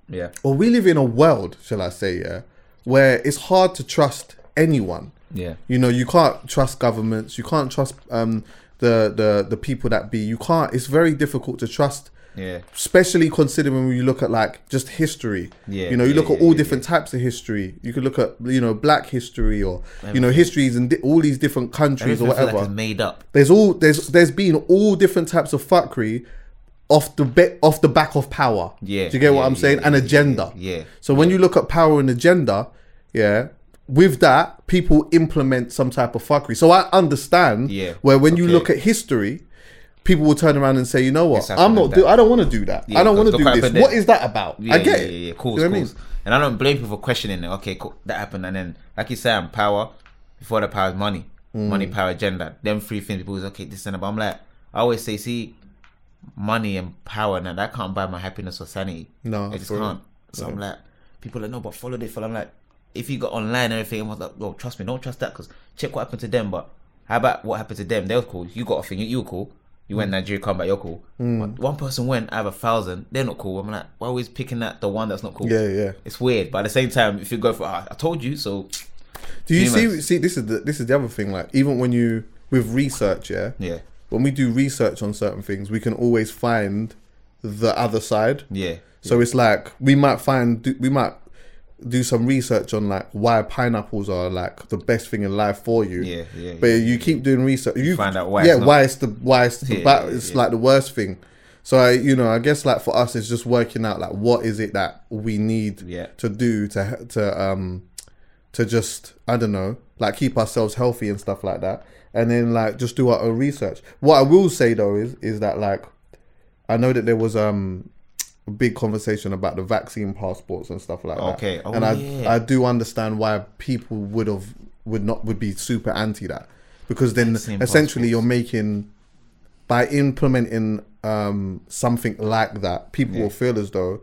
S3: Yeah.
S2: or we live in a world, shall I say, yeah, where it's hard to trust anyone.
S3: Yeah.
S2: You know, you can't trust governments, you can't trust um the the the people that be. You can't it's very difficult to trust
S3: Yeah.
S2: especially considering when you look at like just history.
S3: Yeah,
S2: You know, you
S3: yeah,
S2: look at
S3: yeah,
S2: all
S3: yeah,
S2: different types of history. You could look at you know black history or you know histories in di- all these different countries
S3: Everything
S2: or
S3: I feel
S2: whatever.
S3: like is made up.
S2: there's all there's there's been all different types of fuckery off the be- off the back of power.
S3: Yeah,
S2: Do you get what
S3: yeah,
S2: I'm
S3: yeah,
S2: saying?
S3: yeah,
S2: An
S3: yeah,
S2: agenda.
S3: yeah, yeah.
S2: So when you look at power and agenda, yeah, with that people implement some type of fuckery. So I understand
S3: Yeah,
S2: where when you
S3: okay.
S2: look at history, people will turn around and say, you know what,
S3: Yes, I've
S2: I'm
S3: heard
S2: not do-
S3: that.
S2: I don't want to do that. I don't
S3: go-
S2: want to
S3: go
S2: do
S3: crap
S2: this.
S3: in there.
S2: What is that about?
S3: Yeah,
S2: I get
S3: yeah,
S2: it.
S3: yeah, yeah.
S2: Do
S3: Cool,
S2: you know what I
S3: cool.
S2: mean?
S3: And I don't blame people for questioning it. Okay, cool. that happened, and then like you say, I'm power. Before the power is money. money,
S2: Mm.
S3: power, gender. Them three things people was okay, this and that. But I'm like, I always say, see, money and power now that can't buy my happiness or sanity.
S2: No,
S3: I just
S2: for real.
S3: can't. So I'm like, people are like, no, but follow this. Follow. I'm like, if you got online and everything, everyone's like, well, trust me, don't trust that because check what happened to them. But how about what happened to them? They were cool. You got a thing. You, you were cool. You went Nigeria, come back, you're cool. But One person went, I have a thousand. They're not cool. I'm like, why always picking at the one that's not cool?
S2: Yeah, yeah.
S3: It's weird. But at the same time, if you go for, ah, I told you, so
S2: Do you see?
S3: Humans.
S2: See, this is the this is the other thing. Like, even when you with research, yeah,
S3: Yeah.
S2: When we do research on certain things, we can always find the other side.
S3: yeah.
S2: So it's like we might find do- we might do some research on like why pineapples are like the best thing in life for you.
S3: Yeah, yeah,
S2: But you keep doing research, you
S3: Find out why
S2: Yeah,
S3: it's not.
S2: why it's the why it's the
S3: Yeah,
S2: ba-
S3: yeah,
S2: it's
S3: yeah.
S2: like the worst thing. So I, you know, I guess like for us, it's just working out like what is it that we need
S3: Yeah.
S2: to do to ha- to um to just I don't know, like keep ourselves healthy and stuff like that, and then like just do our own research. What I will say though is is that like I know that there was um a big conversation about the vaccine passports and stuff like that.
S3: Okay. Oh,
S2: and I
S3: yeah.
S2: I do understand why people would have would not would be super anti that because then
S3: Vaccine
S2: essentially you're making by implementing um something like that people will feel as though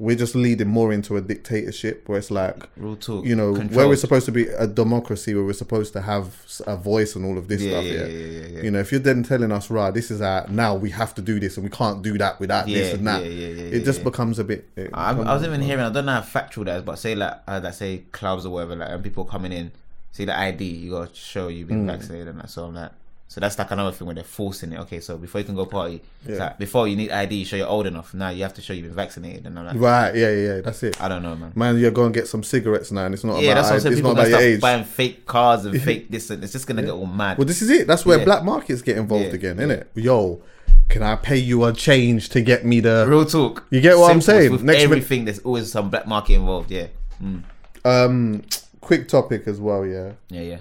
S2: we're just leading more into a dictatorship where it's like
S3: Real talk.
S2: you know where we're
S3: Controlled.
S2: supposed to be a democracy where we're supposed to have s- a voice and all of this
S3: Yeah,
S2: stuff
S3: yeah,
S2: yeah,
S3: yeah, yeah, yeah.
S2: you know if you're then telling us right this is our now we have to do this and we can't do that without this
S3: Yeah,
S2: and that
S3: yeah, yeah, yeah,
S2: it
S3: yeah,
S2: just
S3: yeah.
S2: becomes a bit eh, it
S3: I, I
S2: becomes-
S3: was even hearing, I don't know how factual that is, but say like, uh, like say clubs or whatever, like, and people coming in, see the ID, you gotta show you've
S2: Hmm.
S3: been vaccinated and that. So I'm like, so that's like another thing where they're forcing it. Okay, so before you can go party, it's
S2: Yeah.
S3: like, before you need ID, you show you're old enough. Now you have to show you've been vaccinated, and I'm like,
S2: right yeah yeah yeah, that's it
S3: I don't know, man.
S2: man you're going to get some cigarettes now and it's not
S3: yeah,
S2: about
S3: that's what I'm saying.
S2: it's not
S3: People
S2: about
S3: gonna
S2: your
S3: start
S2: age
S3: buying fake cars and fake this, and it's just gonna get all mad.
S2: Well, this is it. That's where
S3: Yeah.
S2: black markets get involved
S3: Yeah,
S2: again,
S3: yeah.
S2: innit? Yo, can I pay you a change to get me the?
S3: Real talk.
S2: You get what
S3: Simple.
S2: I'm
S3: It's
S2: saying?
S3: With
S2: Next minute-
S3: everything, there's always some black market involved. Yeah, mm.
S2: Um, quick topic as well, yeah.
S3: yeah, yeah.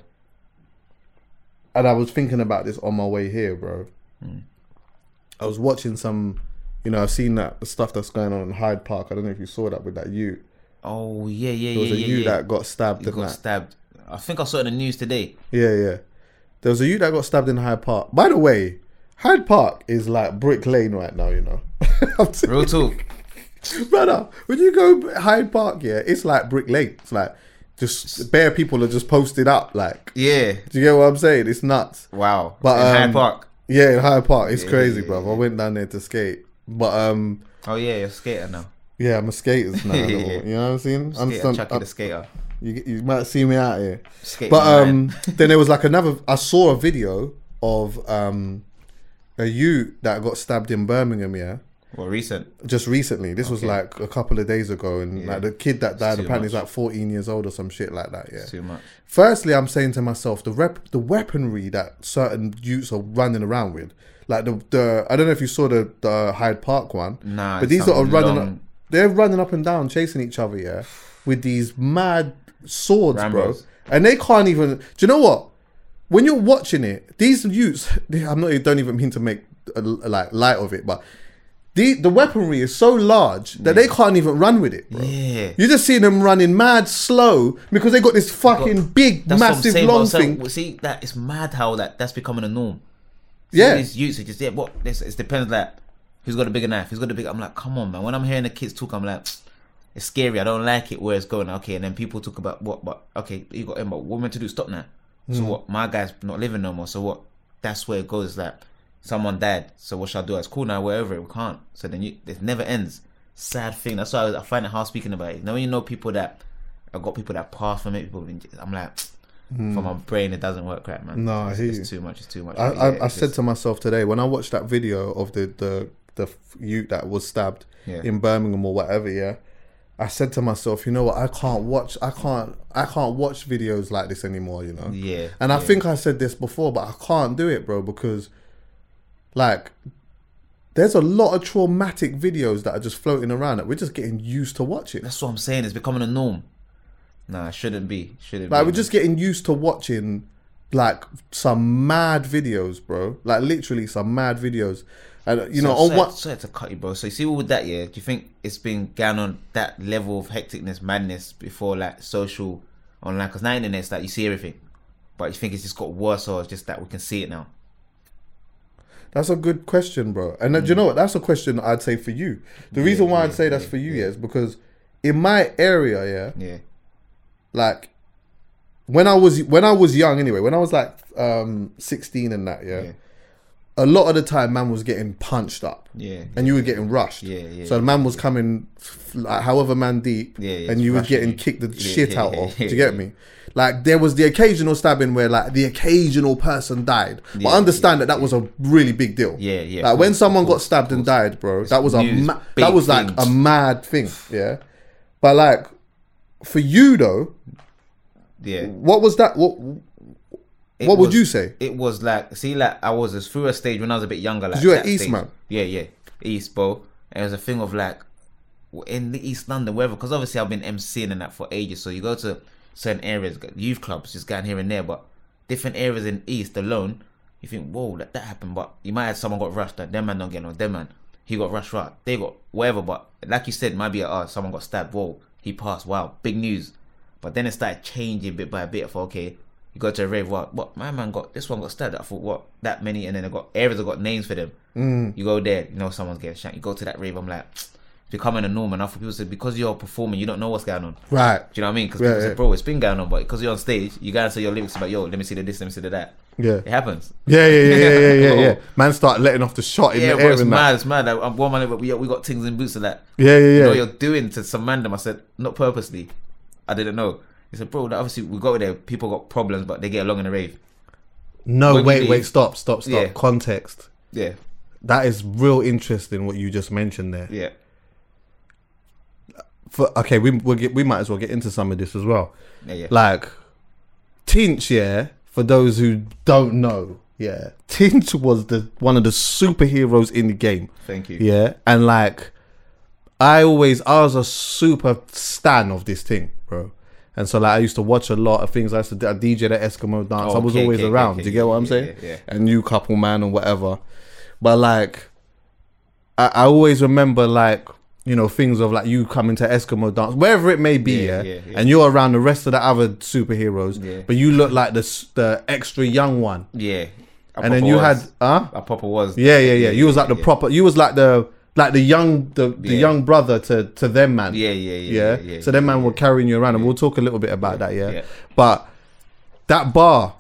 S2: And I was thinking about this on my way here, bro.
S3: Hmm.
S2: I was watching some, you know, I've seen that the stuff that's going on in Hyde Park. I don't know if you saw that with that you.
S3: Oh yeah, yeah,
S2: There was
S3: yeah,
S2: a
S3: yeah.
S2: you
S3: yeah.
S2: that got stabbed.
S3: You
S2: and
S3: got
S2: that.
S3: stabbed. I think I saw it in the news today.
S2: Yeah, yeah. There was a you that got stabbed in Hyde Park. By the way, Hyde Park is like brick lane right now. You know, I'm serious.
S3: Real talk.
S2: brother. When you go Hyde Park, yeah, it's like brick lane. It's like just bare people are just posted up. Like,
S3: Yeah.
S2: do you get what I'm saying? It's nuts.
S3: Wow.
S2: But
S3: in
S2: um,
S3: Hyde Park.
S2: yeah, in Hyde Park, it's crazy,
S3: yeah,
S2: bruv. I went down there to skate, but um,
S3: Oh yeah, you're a skater now.
S2: yeah, I'm a skater's now.
S3: Yeah.
S2: You know what I'm saying? I'm
S3: Skater,
S2: some-
S3: Chucky
S2: I'm-
S3: the skater.
S2: you, you might see me out here.
S3: Skating
S2: but um,
S3: man.
S2: then there was like another. I saw a video of um, a you that got stabbed in Birmingham. Yeah.
S3: Well, recent.
S2: just recently. This was like a couple of days ago, and like the kid that died apparently is like 14 years old or some shit like that. Yeah.
S3: Too much.
S2: Firstly, I'm saying to myself, the rep, the weaponry that certain youths are running around with, like the the I don't know if you saw the the Hyde Park one,
S3: Nah,
S2: but
S3: it's
S2: these that are
S3: some
S2: running, up,
S3: long-
S2: they're running up and down chasing each other, yeah, with these mad swords,
S3: Rambos.
S2: bro, and they can't even. Do you know what? when you're watching it, these youths, they- I'm not, don't even mean to make uh, like light of it, but the the weaponry is so large that they can't even run with it. Bro.
S3: Yeah.
S2: You're just seeing them running mad slow because they got this fucking big,
S3: That's what I'm
S2: massive,
S3: saying, but
S2: long
S3: so-
S2: thing.
S3: well, See that it's mad how that that's becoming a norm. See,
S2: Yeah.
S3: These youths are just yeah. What this it depends like who's got a bigger knife, who's got a big. I'm like, come on, man. When I'm hearing the kids talk, I'm like. It's scary. I don't like it where it's going. Okay, and then people talk about what, but okay, you got him. But what we meant to do? Stop now. So
S2: Mm.
S3: what? My guy's not living no more. So what? That's where it goes. Like someone died. So what shall I do? It's cool now. Wherever it, we can't. So then you, it never ends. Sad thing. That's why I, I find it hard speaking about it. Now when you know people that I got people that pass from it. People, have been- I'm like, for my brain, it doesn't work right, man.
S2: Mm. No, I
S3: it's,
S2: hear
S3: it's
S2: you.
S3: too much. It's too much.
S2: I,
S3: But
S2: I,
S3: yeah,
S2: I
S3: it's
S2: said
S3: just-
S2: to myself today when I watched that video of the the the f- youth that was stabbed
S3: Yeah.
S2: in Birmingham or whatever, yeah. I said to myself, you know what? I can't watch. I can't. I can't watch videos like this anymore. You know.
S3: Yeah,
S2: And I think I said this before, but I can't do it, bro, because like there's a lot of traumatic videos that are just floating around that we're just getting used to watching.
S3: that's what I'm saying. It's becoming a norm. Nah, it shouldn't be. Shouldn't
S2: Like
S3: be.
S2: we're just getting used to watching like some mad videos, bro. Like literally some mad videos, and you know
S3: so,
S2: on
S3: sorry,
S2: what?
S3: sorry to cut you, bro. So you see, all with that, yeah. Do you think it's been going on that level of hecticness, madness before like social online? Because now in the internet, it's like you see everything. But you think it's just got worse, or it's just that we can see it now?
S2: That's a good question, bro. And that- do you know what? That's a question I'd say for you. The reason why I'd say that's for you, Mm. yeah, is because in my area, yeah,
S3: Yeah,
S2: like when I was when I was young, anyway, when I was like um sixteen and that, yeah.
S3: Yeah.
S2: A lot of the time, man was getting punched up,
S3: Yeah.
S2: and you were getting rushed.
S3: Yeah, yeah,
S2: so the man was coming, f- like however man deep,
S3: Yeah, yeah,
S2: and you were
S3: rushing
S2: getting
S3: you.
S2: kicked the
S3: Yeah,
S2: shit
S3: yeah,
S2: out
S3: yeah,
S2: of.
S3: yeah,
S2: do you get
S3: yeah.
S2: me? Like there was the occasional stabbing where like the occasional person died, but understand that that was a really big deal.
S3: Yeah, yeah,
S2: Like
S3: of
S2: when
S3: course,
S2: someone got stabbed and died, bro, that was a
S3: news,
S2: ma-
S3: big
S2: that was like
S3: things.
S2: a mad thing. Yeah, but like for you though,
S3: yeah.
S2: what was that? What
S3: It
S2: What would
S3: was-
S2: you say?
S3: It was like see, like I was as through a stage when I was a bit younger. Like
S2: you were
S3: that
S2: East,
S3: stage.
S2: man.
S3: Yeah, yeah, East, bro. And it was a thing of like w- in the East London, wherever. Because obviously I've been emceeing and that for ages. So you go to certain areas, g- youth clubs, just going here and there, but different areas in East alone. You think, whoa, that, that happened, but you might have someone got rushed. Like, them man don't get on. Them man, he got rushed. Right, they got whatever. But like you said, might be uh, someone got stabbed. Whoa, he passed. Wow, big news. But then it started changing bit by bit. For okay, you go to a rave, what? What? My man got this one got stabbed. I thought what that many, and then I got areas. I got names for them.
S2: Mm.
S3: You go there, you know someone's getting shanked. You go to that rave, I'm like, it's becoming a norm. And I thought people said because you're performing, you don't know what's going on.
S2: Right.
S3: Do you know what I mean? Because
S2: Yeah,
S3: people
S2: yeah.
S3: say, bro, it's been going on, but because you're on stage, you gotta say your lyrics about yo. Let me see the this, let me see the that.
S2: Yeah.
S3: it happens.
S2: Yeah, yeah, yeah, yeah, yeah, yeah, yeah.
S3: Whoa.
S2: Man, start letting off the shot in
S3: Oh. Yeah,
S2: the
S3: bro,
S2: air
S3: it's
S2: and
S3: mad,
S2: that.
S3: it's mad. Like, I'm one man, but we, we got things in boots and that.
S2: Yeah, yeah,
S3: You know
S2: yeah.
S3: what you're doing to some random. I said, not purposely. I didn't know. He said, bro, like, obviously we go there. People got problems, but they get along in the rave.
S2: no,
S3: when you
S2: wait, wait,
S3: leave-
S2: stop, stop, stop.
S3: Yeah.
S2: Context.
S3: Yeah,
S2: That is real interesting what you just mentioned there.
S3: yeah,
S2: For, okay, we we'll get, we might as well get into some of this as well.
S3: yeah, yeah.
S2: Like, Tinch, yeah. For those who don't know, yeah, Tinch was the one of the superheroes in the game.
S3: Thank you.
S2: Yeah, and like I always I was a super stan of this thing, bro. And so like I used to watch a lot of things. I used to d- I DJ the Eskimo dance.
S3: Oh,
S2: I was
S3: okay,
S2: always
S3: okay, okay,
S2: around.
S3: okay.
S2: Do you get what I'm
S3: Yeah,
S2: saying?
S3: yeah, yeah.
S2: And new couple man and whatever. But like I, I always remember like you know things of like you coming to Eskimo dance, wherever it may be,
S3: Yeah,
S2: yeah,
S3: yeah, yeah.
S2: and you're around the rest of the other superheroes,
S3: Yeah.
S2: but you look like the s- the extra young one,
S3: yeah. I
S2: and then
S3: proper
S2: you
S3: was.
S2: had huh?
S3: I proper was.
S2: Yeah, yeah, yeah. You was
S3: yeah,
S2: like the
S3: yeah.
S2: proper. You was like the like the young the, the
S3: Yeah.
S2: young brother to to them man.
S3: Yeah, yeah, yeah, yeah, yeah,
S2: so them
S3: yeah,
S2: man were carrying you around, and we'll talk a little bit about that. Yeah,
S3: yeah.
S2: but that bar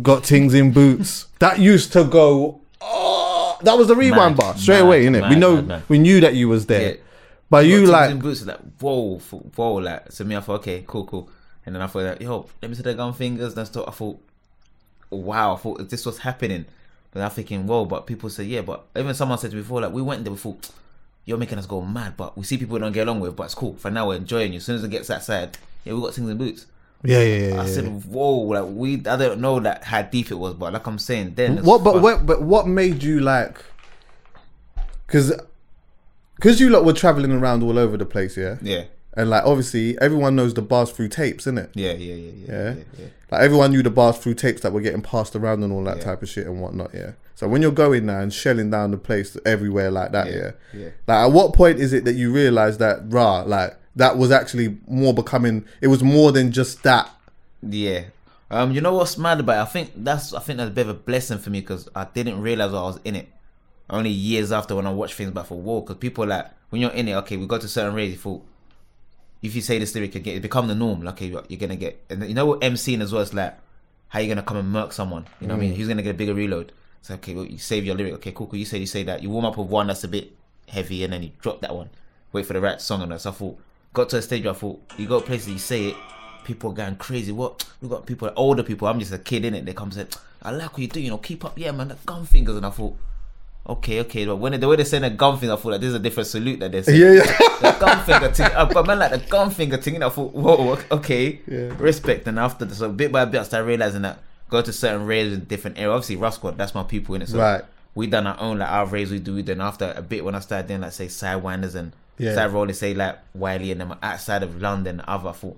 S2: got things in boots. that used to go. Oh, that was the
S3: Mad,
S2: rewind bar straight
S3: mad,
S2: away. innit? we
S3: mad,
S2: know
S3: mad, mad.
S2: we knew that you was there,
S3: Yeah.
S2: but
S3: got
S2: you
S3: Timbs
S2: like
S3: and boots like whoa, f- whoa, like so me. I thought okay, cool, cool, and then I thought like, yo, let me see the gun fingers. That's what I thought. Wow, I thought if this was happening. But I'm thinking, whoa, but people say, yeah, but even someone said to me before, like, we went there, we thought, you're making us go mad, but we see people we don't get along with, but it's cool. For now, we're enjoying you. As soon as it gets outside, yeah, we got things in boots.
S2: yeah, yeah, yeah. yeah,
S3: I
S2: yeah.
S3: said, whoa, like, we, I don't know that how deep it was, but like I'm saying, then. it's
S2: What? But
S3: fun.
S2: what? But what made you like? Because, because you lot were traveling around all over the place. Yeah.
S3: Yeah,
S2: And like obviously everyone knows the bars through tapes, isn't it?
S3: yeah, yeah, yeah, yeah,
S2: Yeah.
S3: yeah, yeah.
S2: Like everyone knew the bars through tapes that were getting passed around and all that type of shit and whatnot, yeah. So when you're going now and shelling down the place everywhere like that, yeah.
S3: yeah.
S2: Like at what point is it that you realise that rah, like that was actually more becoming it was more than just that.
S3: Yeah. Um, you know what's mad about it? I think that's I think that's a bit of a blessing for me because I didn't realize I was in it. Only years after when I watched things back for war, because people like when you're in it, okay, we go to certain raves, you thought if you say this lyric, you get it become the norm. Like okay, you're, you're gonna get, and you know what MCing as well is like, how you gonna come and murk someone? You know what I mean? Who's gonna get a bigger reload? It's like, okay, well, you save your lyric. Okay, cool, cool. You say you say that. You warm up with one that's a bit heavy, and then you drop that one. Wait for the right song and that. So I thought, got to a stage where I thought you go to places you say it, people are going crazy. What we got people, older people. I'm just a kid in it. They come and say, I like what you do. You know, keep up, yeah, man. The gun fingers, and I thought. Okay, okay. But when they, the way they're saying the gun finger, I thought like this is a different salute that they're saying
S2: Yeah, yeah.
S3: the gun finger thing. I've got man like the gun finger thing, and I thought, whoa, okay, respect. And after this, so bit by bit, I started realizing that go to certain raves in different areas. Obviously, Rough Squad, that's my people in it. So
S2: Right.
S3: we done our own like our raves we do. Then after a bit, when I started doing like say sidewinders and
S2: Yeah.
S3: side rolling, say like Wiley and them outside of London, and other I thought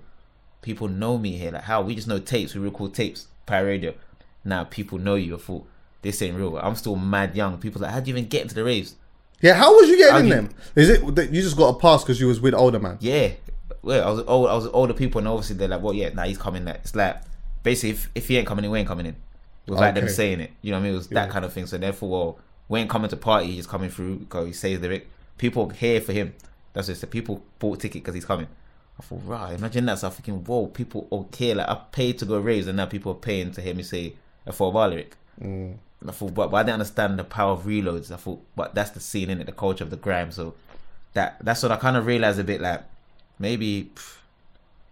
S3: people know me here. Like how we just know tapes, we record tapes, pirate radio. Now people know you. I thought this ain't real. I'm still mad young. People like, how do you even get into the raves?
S2: Yeah, how was you getting
S3: How
S2: in
S3: you-
S2: them? Is it that you just got a pass because you was with older man?
S3: oh, Yeah, well, I was old. I was older people, and obviously they're like, "Well, yeah, now he's coming." Like, it's like basically if, if he ain't coming in, we ain't coming in. It was like them
S2: Okay.
S3: saying it. You know what I mean? It was that kind of thing. So therefore, well, we ain't coming to party. He's coming through because he says the lyric. People here for him. That's just the people bought ticket because he's coming. I thought, right, imagine that. So I'm thinking, whoa, people okay. Like I paid to go raves, and now people are paying to hear me say a four bar lyric. And I thought, but, but I didn't understand the power of reloads. I thought, but that's the scene in it, the culture of the grime. So that that's what I kind of realized a bit. Like maybe pff,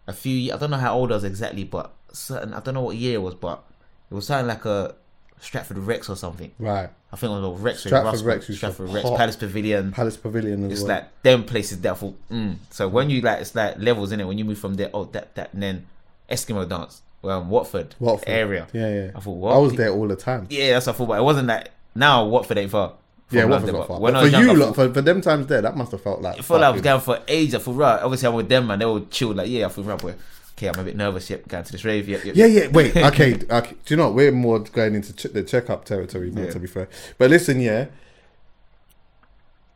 S3: a few. ye- I don't know how old I was exactly, but certain. I don't know what year it was, but it was something like a Stratford Rex or something.
S2: Right.
S3: I think it was a Rex.
S2: Stratford
S3: Russell,
S2: Rex was
S3: Stratford Rex.
S2: hot.
S3: Palace Pavilion.
S2: Palace Pavilion as
S3: It's
S2: well.
S3: like them places that I thought. Mm. So when you like, it's like levels in it. When you move from there, oh that that, and then Eskimo dance. Well, Watford,
S2: Watford.
S3: area.
S2: Yeah, yeah.
S3: I thought what?
S2: I was there all the time.
S3: Yeah, that's what I thought. But it wasn't that. Now Watford ain't far. from
S2: Yeah,
S3: London,
S2: Watford's
S3: but
S2: not far.
S3: when I
S2: But
S3: was
S2: for
S3: young, I
S2: you,
S3: thought-
S2: lot, for, for them times there, that must have felt like.
S3: I felt like I was
S2: fucking-
S3: going for ages. I thought, right, obviously I'm with them, man. They were chill, like, yeah, I thought, right, boy. Okay, I'm a bit nervous. Yep, going to this rave. Yep, yep.
S2: Yeah, yeah. Wait, okay, okay. Do you know what? we're more going into ch- the checkup territory now? To be fair, but listen, yeah.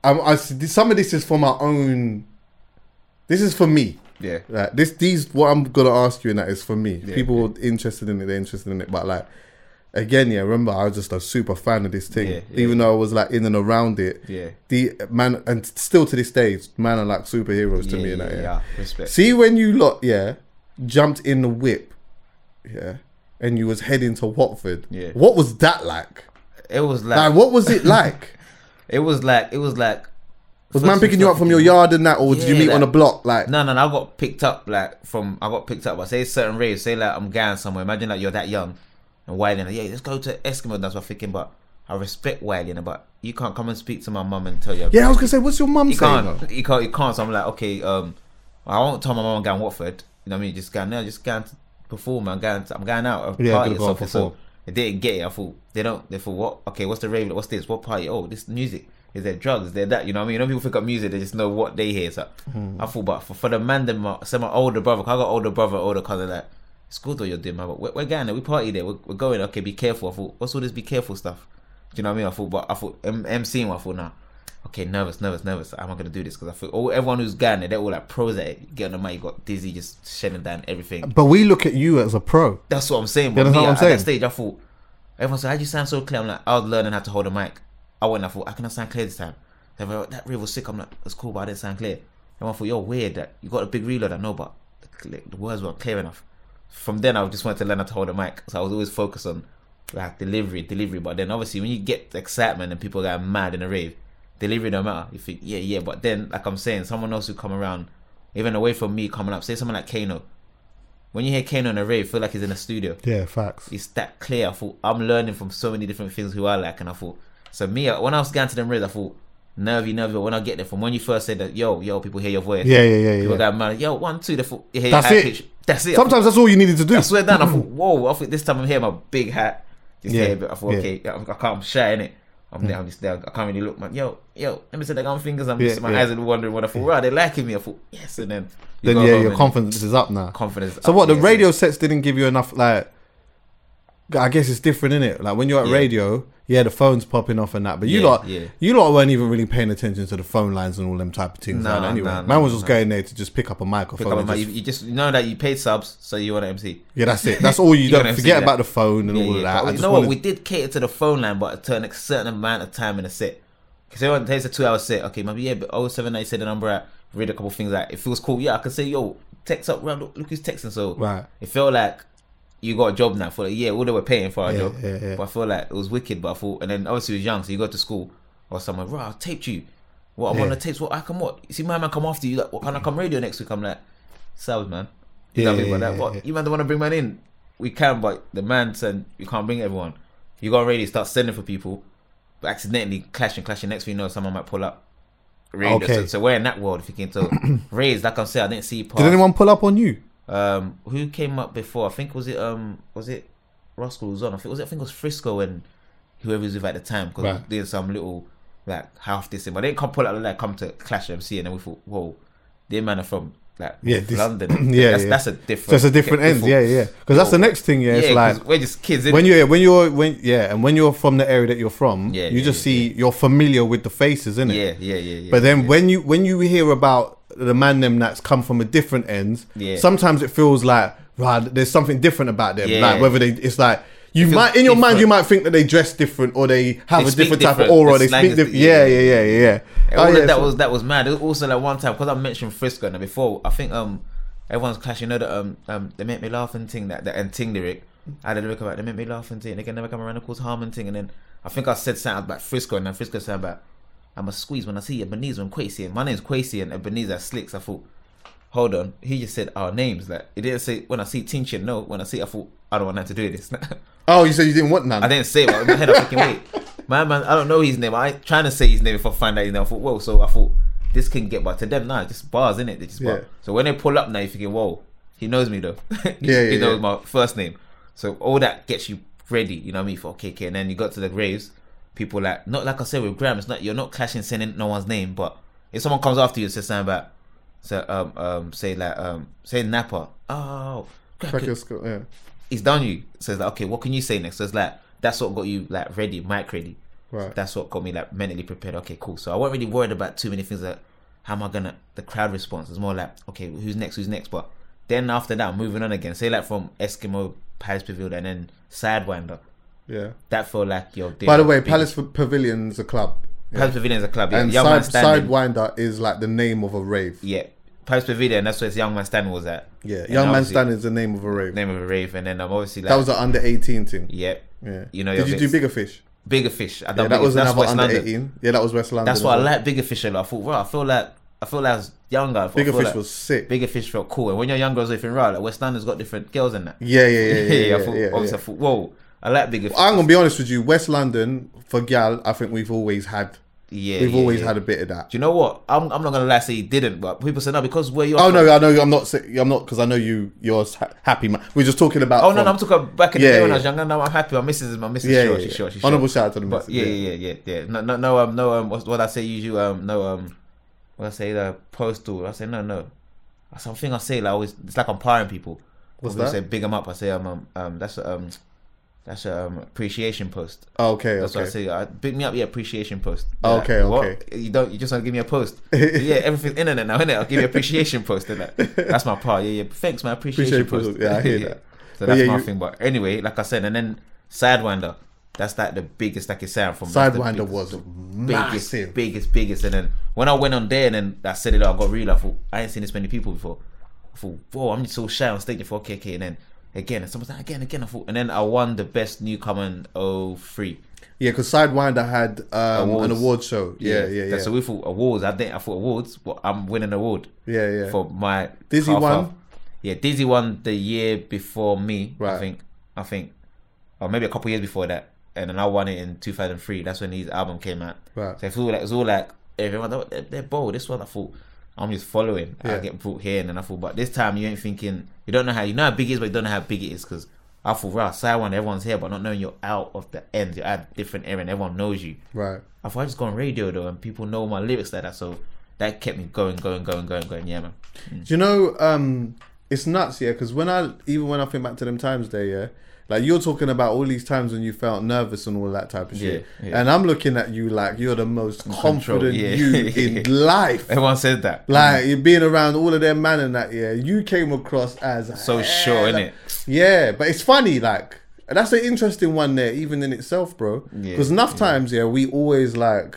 S2: Um, I s- some of this is for my own. This is for me.
S3: Yeah.
S2: Like this, these what I'm gonna ask you in that is for me. People are interested in it, they're interested in it, but like. Again, yeah. Remember, I was just a super fan of this thing,
S3: Yeah, yeah.
S2: even though I was like in and around it.
S3: Yeah.
S2: the man, and still to this day, man are like superheroes to
S3: Yeah,
S2: me. in
S3: yeah,
S2: that, yeah.
S3: yeah, respect.
S2: See when you lot, yeah, jumped in the whip, yeah, and you was heading to Watford.
S3: Yeah.
S2: What was that like?
S3: It was like,
S2: Like, what was it like?
S3: it was like, it was like.
S2: was man picking you up from your yard and that, or did you
S3: Yeah,
S2: meet on a
S3: like-
S2: block? Like,
S3: No, no, no. I got picked up like from. I got picked up. I say certain raves. Say like I'm going somewhere. Imagine like you're that young and wilding. Yeah, let's go to Eskimo. That's what I'm thinking. But I respect wilding, but you can't come and speak to my mum and tell you.
S2: yeah, I was gonna say, what's your mum
S3: you
S2: saying?
S3: can't, you can't, you can't. So I'm like, okay, um, I won't tell my mum I'm going Watford. You know what I mean? Just going there, just going to perform. I'm going, to, I'm going out. A
S2: Yeah,
S3: party
S2: gotta
S3: or
S2: go out
S3: something. So
S2: perform.
S3: they didn't get it. I thought they don't. They thought what? Okay, what's the rave? What's this? What party? Oh, this music. Is there drugs? Is there that? You know what I mean? You know people think of music, they just know what they hear. So I thought, but for, for the man, them, uh, so my older brother, 'cause I got older brother, older cousin, like it's good what you're doing, man. But we're, we're going there, we party there, we're, we're going. Okay, be careful. I thought, what's all this? Be careful stuff. Do you know what I mean? I thought, but I thought, M- MCing, I thought, nah okay, nervous, nervous, nervous. Am I gonna do this? Because I feel all everyone who's gone, they're all like pros at it. Get on the mic, you got dizzy, just shedding down everything.
S2: But we look at you as a pro.
S3: That's what I'm saying. But
S2: that's
S3: me,
S2: what I'm
S3: at,
S2: saying.
S3: that stage, I thought everyone said, "How do you sound so clear?" I'm like, I was learning how to hold a mic. I went, I thought, "I cannot sound clear this time." They were like, that reel was sick. I'm like, "It's cool, but I didn't sound clear." Everyone thought, "You're weird. That you got a big reload." I know, but the, cl- the words weren't clear enough. From then, I just wanted to learn how to hold a mic. So I was always focused on like delivery, delivery. But then, obviously, when you get the excitement and people get mad in a rave, delivery don't matter. You think, yeah, yeah. But then, like I'm saying, someone else who come around, even away from me, coming up, say someone like Kano. When you hear Kano in a rave, feel like he's in a studio
S2: Yeah, facts.
S3: it's that clear. I thought I'm learning from so many different things who I like, and I thought so. Me I- when I was going to them raves, I thought nervy, nervy. But when I get there, from when you first said that, yo, yo, people hear your voice.
S2: Yeah, yeah, yeah,
S3: People
S2: yeah.
S3: got mad. Yo, one, two. They thought you hear
S2: That's
S3: your
S2: it.
S3: high pitch. That's it. I
S2: Sometimes that's all you needed to do.
S3: I swear down. I thought, whoa. I think this time I'm here, my big hat. Just
S2: Yeah,
S3: yeah, but I thought,
S2: yeah.
S3: okay, I can't. I'm shy in it. I'm there. I'm just there. I can't really look, man. Yo, yo. Let me set the gun fingers. I'm
S2: Yeah,
S3: just my
S2: yeah.
S3: eyes are wondering what I thought. Right, they're liking me. I thought yes, and then you
S2: then
S3: go
S2: yeah,
S3: home
S2: your
S3: and
S2: confidence is up now.
S3: confidence.
S2: So
S3: up,
S2: what? The
S3: yeah,
S2: radio
S3: yeah.
S2: sets didn't give you enough. Like, I guess it's different, in it? Like when you're at
S3: Yeah.
S2: radio, yeah, the phone's popping off and that. But you
S3: Yeah,
S2: lot,
S3: yeah.
S2: you lot weren't even really paying attention to the phone lines and all them type of things.
S3: Nah,
S2: like that anyway,
S3: nah,
S2: man
S3: nah,
S2: was just
S3: nah.
S2: going there to just pick up a microphone.
S3: Pick up a
S2: and
S3: mic.
S2: just-
S3: You, you just know that you paid subs, so you want to MC.
S2: yeah, that's it. That's all you
S3: You
S2: don't
S3: gotta
S2: forget
S3: see that.
S2: about the phone and all of that.
S3: but
S2: I
S3: you
S2: just
S3: know
S2: wanted-
S3: what? We did cater to the phone line, but to a certain amount of time in a set. Because everyone takes a two-hour set. Okay, maybe yeah, but 079 said the number out. Read a couple things out. It feels cool. Yeah, I can say yo, text up. round Look look who's texting. So
S2: Right.
S3: it felt like you got a job now. For like, yeah, all they were paying for our
S2: Yeah,
S3: job.
S2: yeah, yeah.
S3: But I feel like it was wicked. But I thought, and then obviously it was young, so you go to school or somewhere. Right, I taped you. What I'm on the tapes. What I can what? You see my man come after you. Like, what can I come radio next week? I'm like, subs man. You
S2: Yeah,
S3: know what I mean?
S2: yeah,
S3: But that,
S2: yeah,
S3: what,
S2: yeah.
S3: you man don't want to bring man in. We can, but the man said you can't bring everyone. You got to really start sending for people, but accidentally clashing, clashing. Next thing you know, someone might pull up. Raiders.
S2: Okay.
S3: So, so we're in that world. If you can tell, raised like I said, I didn't see. Past.
S2: did anyone pull up on you?
S3: Um, who came up before? I think was it um was it Roscoe was on. I think was it, I think it was Frisco and whoever was with at the time because
S2: Right.
S3: there's some little like half this thing, but they didn't come pull out like come to Clash MC and then we thought, whoa, they man are from like
S2: Yeah, this-
S3: London.
S2: yeah,
S3: that's,
S2: yeah.
S3: that's a different.
S2: So it's a different
S3: yeah,
S2: end. Yeah, yeah. Because that's the next thing. Yeah, it's
S3: 'cause
S2: like
S3: we're just kids. innit?
S2: when you're when you're when yeah, and when you're from the area that you're from,
S3: Yeah,
S2: you
S3: yeah,
S2: just
S3: yeah,
S2: see you're familiar with the faces, innit?
S3: yeah, yeah, yeah, yeah.
S2: But then when you when you hear about the man them that's come from a different end,
S3: Yeah.
S2: sometimes it feels like right, there's something different about them.
S3: Yeah.
S2: Like whether they, it's like you
S3: feel
S2: might in your mind you
S3: different.
S2: might think that they dress different or they have
S3: They
S2: a
S3: speak
S2: different type of
S3: different.
S2: aura.
S3: The
S2: They
S3: slang
S2: speak
S3: is
S2: different.
S3: di-
S2: Yeah,
S3: yeah,
S2: yeah, yeah, yeah. yeah.
S3: All
S2: Oh,
S3: of
S2: yeah,
S3: that
S2: so-
S3: was that was mad. Also, like one time because I mentioned Frisco now before, I think um everyone's clashing. You know that um um they make me laugh and ting that, that and ting lyric. I had a lyric about they make me laugh and ting. They can never come around and cause harm and ting. And then I think I said something about Frisco and then Frisco said about I'm a squeeze when I see Ebenezer and Quasi. My name's Quasi and Ebenezer Slicks. I thought, hold on, he just said our names. Like it didn't say when I see Tinchin. No, when I see, it, I thought I don't want that to do this.
S2: oh, you said you didn't want none.
S3: I didn't say it, but in my head I'm thinking, wait, my man, I don't know his name. I ain't trying to say his name if I find out his name. I thought, whoa, so I thought this can get by to them now. Nah, just bars, innit? They just bar.
S2: Yeah.
S3: So when they pull up now, you're thinking, whoa, he knows me though.
S2: Yeah, yeah,
S3: he knows
S2: yeah.
S3: my first name. So all that gets you ready, you know what I mean, for KK. And then you got to the graves, people like, not like I said with Graham, it's not, you're not clashing, saying no one's name, but if someone comes after you and says something about, so, um, um, say like, um, say Napa, oh, crack
S2: Crack
S3: your
S2: your skull, yeah.
S3: he's done you. So it's like, okay, what can you say next? So it's like that's what got you like ready, mic ready.
S2: Right.
S3: That's what got me like mentally prepared. Okay, cool. So I wasn't really worried about too many things like how am I gonna the crowd response. It's more like, okay, who's next, who's next? But then after that, moving on again. Say like from Eskimo Palace Pavilion and then Sidewinder.
S2: yeah.
S3: That felt like your
S2: By the way, Palace Pavilion's a club. Yeah.
S3: Palace Pavilion is a club.
S2: and
S3: young
S2: side,
S3: man standing.
S2: Sidewinder is like the name of a rave. Yeah,
S3: yeah. Palace Pavilion, that's where his young man standing was at. And
S2: Young Man
S3: obviously,
S2: Standing is the name of a rave.
S3: Name of a rave, and then I'm obviously like
S2: that was the under 18 thing.
S3: yeah,
S2: Yeah.
S3: You know, your
S2: did you do
S3: bits.
S2: Bigger Fish?
S3: bigger fish. I
S2: Yeah,
S3: done
S2: that
S3: Bigger-
S2: was
S3: that's
S2: another
S3: West
S2: under
S3: London.
S2: 18. Yeah, that was West London.
S3: That's why I
S2: as well.
S3: like bigger fish a lot. I thought, wow, I feel like I feel like I was younger. I thought- I
S2: Bigger
S3: feel
S2: Fish
S3: like
S2: was sick.
S3: Bigger fish felt cool. And when you're younger, I was different, right? Like West London's got different girls in that.
S2: Yeah, yeah, yeah, yeah, yeah,
S3: I thought,
S2: yeah,
S3: obviously,
S2: yeah.
S3: I thought, whoa, I like bigger. Fish.
S2: I'm gonna be honest with you. West London for gal, I think we've always had.
S3: yeah,
S2: we've
S3: yeah,
S2: always
S3: yeah.
S2: had a bit of that.
S3: Do you know what? I'm, I'm not gonna lie, say he didn't, but people say no because where you're.
S2: Oh
S3: from-
S2: no, I know I'm not. sick- I'm not because I know you. You're s- ha- happy. Man. We're just talking about.
S3: Oh no,
S2: from-
S3: no, I'm talking back in the
S2: Yeah,
S3: day when
S2: yeah.
S3: I was younger. Now I'm happy. My missus is my missus.
S2: Yeah,
S3: sure,
S2: yeah,
S3: she's
S2: yeah.
S3: sure, she's
S2: Honourable
S3: sure.
S2: shout out to the
S3: But
S2: missus,
S3: yeah,
S2: yeah.
S3: yeah, yeah, yeah, yeah. No, no, no, um, no, um, what's what I say usually, um, no, um, what I say the postal. I say no, no. That's Something I say like I always. It's like I'm powering people.
S2: What's
S3: People
S2: that?
S3: Say big them up. I say um, um, um that's a, um, that's a, um appreciation post.
S2: Oh, okay,
S3: That's what I
S2: okay.
S3: say. Uh, big me up, yeah, appreciation post.
S2: Okay,
S3: what?
S2: okay.
S3: You don't. You just want to give me a post. yeah, everything's internet now, innit? I'll give you appreciation post, innit? That's my part. Yeah, yeah. Thanks, man. Appreciation
S2: Appreciate
S3: post.
S2: post. Yeah, I hear that.
S3: So
S2: But
S3: that's
S2: yeah,
S3: my
S2: you-
S3: thing. But anyway, like I said, and then Sidewinder. That's like the biggest. Like it sound from That's the
S2: Sidewinder
S3: biggest-
S2: was
S3: biggest,
S2: massive.
S3: biggest, biggest. And then when I went on there, and then I said it, I got real. I thought I ain't seen this many people before. I thought, whoa, I'm just so shy on stage before KK. And then again, and someone's like, again, again. I thought, and then I won the best newcomer in 03.
S2: Yeah, because Sidewinder had um, an
S3: Awards.
S2: award show. Yeah, yeah, yeah.
S3: So we thought awards. I think I thought awards. Well, I'm winning an award.
S2: Yeah, yeah.
S3: For my
S2: Dizzy
S3: half
S2: won?
S3: half. Yeah, Dizzy won the year before me.
S2: Right.
S3: I think. I think, or maybe a couple years before that, and then I won it in 2003. That's when his album came out.
S2: Right.
S3: So it was all like, it was all like everyone. oh, They're, they're bold. This one, I thought. I'm just following.
S2: Yeah.
S3: I get brought here, and then I thought, but this time you ain't thinking. You don't know how you know how big it is, but you don't know how big it is because I thought, right, side one, everyone's here, but not knowing you're out of the ends, you're at a different area, and everyone knows you.
S2: Right.
S3: I thought I just go on radio though, and people know my lyrics like that, so that kept me going, going, going, going, going. Yeah, man.
S2: Do you know? Um, it's nuts, yeah. Because when I even when I think back to them times there, yeah, like you're talking about all these times when you felt nervous and all that type of shit,
S3: Yeah, yeah.
S2: and I'm looking at you like you're the most
S3: control,
S2: confident
S3: yeah.
S2: you in life.
S3: Everyone said that.
S2: Like you're being around all of their man and that, yeah. You came across as
S3: so sure, innit?
S2: Yeah, but it's funny, like that's an interesting one there, even in itself, bro.
S3: Yeah,
S2: Because enough times, yeah, we always like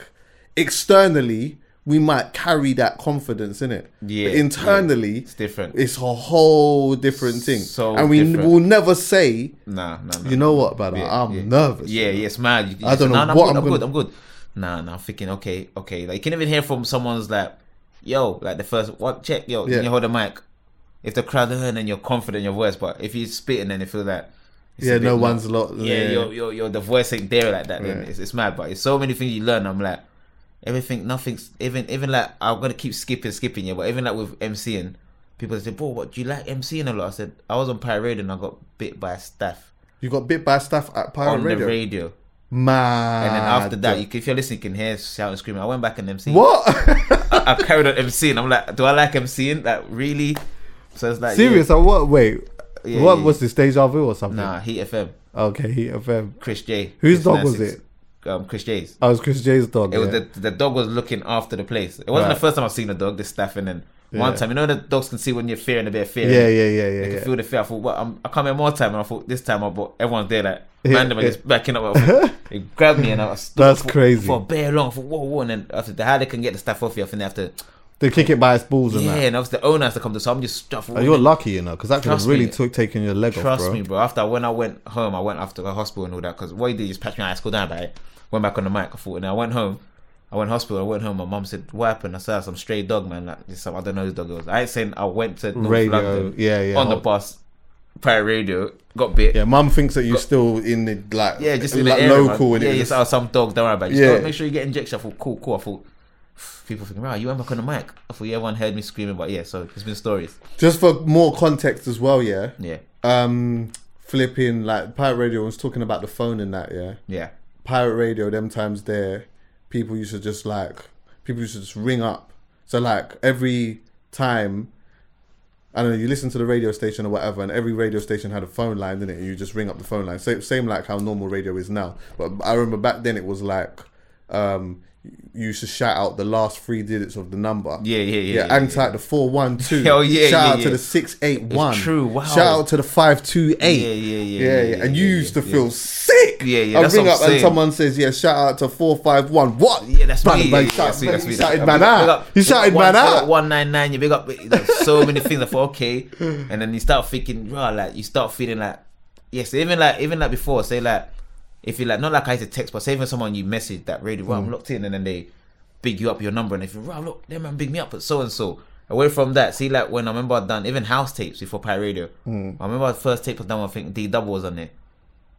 S2: externally we might carry that confidence in it.
S3: Yeah, yeah.
S2: internally,
S3: It's different.
S2: It's a whole different thing.
S3: So
S2: and we n-
S3: different.
S2: will never say,
S3: Nah, nah, nah.
S2: you know what, brother?
S3: Yeah,
S2: I'm
S3: yeah.
S2: nervous.
S3: Yeah, yeah, it's mad. You- you
S2: I
S3: say,
S2: don't know
S3: nah,
S2: what
S3: I'm,
S2: I'm
S3: good,
S2: gonna-
S3: I'm good. I'm good. Nah, nah. I'm thinking, okay, okay. Like you can even hear from someone's like, yo, like the first what check, yo.
S2: Yeah.
S3: Then you hold the mic. If the crowd heard, then you're confident in your voice. But if you're spitting, then it feels like it's
S2: Yeah,
S3: a bit
S2: no
S3: low.
S2: one's lot.
S3: yeah, You're, you're, you're, the voice ain't there like that. Then
S2: Yeah.
S3: it's, it's mad, but it's so many things you learn. I'm like, everything, nothing's even, even like I'm gonna keep skipping, skipping yeah. But even like with MCing, people say, "Bro, what do you like MCing a lot?" I said, "I was on Pirate and I got bit by a staff
S2: You got bit by staff at Pirate
S3: on
S2: Radio.
S3: the radio."
S2: Man.
S3: And then after that, you, if you're listening, you can hear shouting, screaming. I went back and MC.
S2: Ah, what?
S3: I, I carried on MCing. I'm like, do I like MCing? Like really? So it's like
S2: Serious?
S3: Yeah,
S2: Or what? Wait,
S3: Yeah,
S2: what
S3: yeah.
S2: was this? Deja vu or something?
S3: nah, Heat FM,
S2: Okay, Heat FM.
S3: Chris J.
S2: Whose
S3: Chris
S2: dog was
S3: Nassib's- Um, Chris J's.
S2: I was Chris J's dog.
S3: It was
S2: yeah.
S3: the the dog was looking after the place. It wasn't
S2: Right.
S3: the first time I've seen a dog. This staff and then One
S2: Yeah.
S3: time, you know, the dogs can see when you're fearing a bit of fear.
S2: Yeah, yeah, yeah, yeah,
S3: They
S2: yeah.
S3: can feel the fear. I thought, well, I'm, I come in more time, and I thought this time, I bought everyone's there, like
S2: Yeah,
S3: randomly
S2: yeah.
S3: just backing up. I thought, they grabbed me, and I stood
S2: That's
S3: for,
S2: crazy.
S3: for bare long. I thought, whoa, whoa, and then after the, how they can get the stuff off you, I think they have to.
S2: They kick it by its balls and
S3: yeah,
S2: that.
S3: and obviously the owner has to come to. So I'm just stuff.
S2: Oh, you're lucky, you know, because that could have
S3: Trust
S2: really
S3: me.
S2: took taking your leg
S3: Trust
S2: off, bro.
S3: me, bro. After when I went home, I went after the hospital and all that because what he did is patch me high school down about it. Went back on the mic. I thought, and I went home. I went hospital. I went home. My mum said, "What happened?" I said, "Some stray dog, man. Like, this some, I don't know whose dog it was." I ain't saying I went to North
S2: Radio,
S3: London.
S2: yeah, yeah.
S3: On the bus, pirate radio, got bit.
S2: Yeah, mum thinks that you're still in the like,
S3: Yeah, just in
S2: like,
S3: the area,
S2: local.
S3: Man.
S2: and
S3: Yeah,
S2: it
S3: yes,
S2: just-
S3: oh, some dogs. Don't worry about it. Just
S2: Yeah.
S3: go- make sure you get injection. I thought, cool, cool. I thought people thinking, right, you went back on the mic. I thought yeah, everyone heard me screaming, but yeah. So it's been stories.
S2: just for more context as well, yeah.
S3: Yeah,
S2: Um, flipping like pirate radio was talking about the phone and that, yeah.
S3: yeah,
S2: pirate radio them times there people used to just like people used to just ring up so like every time I don't know. You listen to the radio station or whatever, and every radio station had a phone line, didn't it? And you just ring up the phone line. Same, same like how normal radio is now. But I remember back then it was like um, you used to shout out the last three digits of the number.
S3: Yeah, yeah, yeah,
S2: Yeah,
S3: yeah,
S2: hang
S3: yeah.
S2: tight the four one two.
S3: Oh, yeah,
S2: Shout
S3: yeah,
S2: out to
S3: yeah.
S2: the six eight one.
S3: It's true, wow.
S2: Shout out to the five two eight.
S3: Yeah, yeah, yeah,
S2: yeah,
S3: yeah,
S2: yeah.
S3: yeah,
S2: And you
S3: yeah,
S2: used to
S3: yeah.
S2: feel sick.
S3: Yeah, yeah,
S2: I
S3: that's
S2: ring
S3: what I'm
S2: up and
S3: saying.
S2: someone says, "Yeah, shout out to four five one." What?
S3: Yeah, that's
S2: Brother,
S3: me.
S2: man,
S3: yeah,
S2: shout-
S3: yeah, that's me, that's
S2: man,
S3: me,
S2: He
S3: that's
S2: shouted
S3: me.
S2: man
S3: Big up-
S2: out. He
S3: big up
S2: shouted
S3: one-
S2: man out.
S3: One nine nine. You big up you know, so many things. I thought okay, and then you start thinking, bro, like you start feeling like, yes, even like even like before, say like if you like not like I used to text, but say even someone you message that really, well,
S2: Mm.
S3: I'm locked in, and then they big you up your number, and if you, right, look, them man big me up at so and so. Away from that, see like when I remember I'd done even house tapes before Pirate Radio.
S2: Mm.
S3: I remember the first tape I done. I think D Double was on it.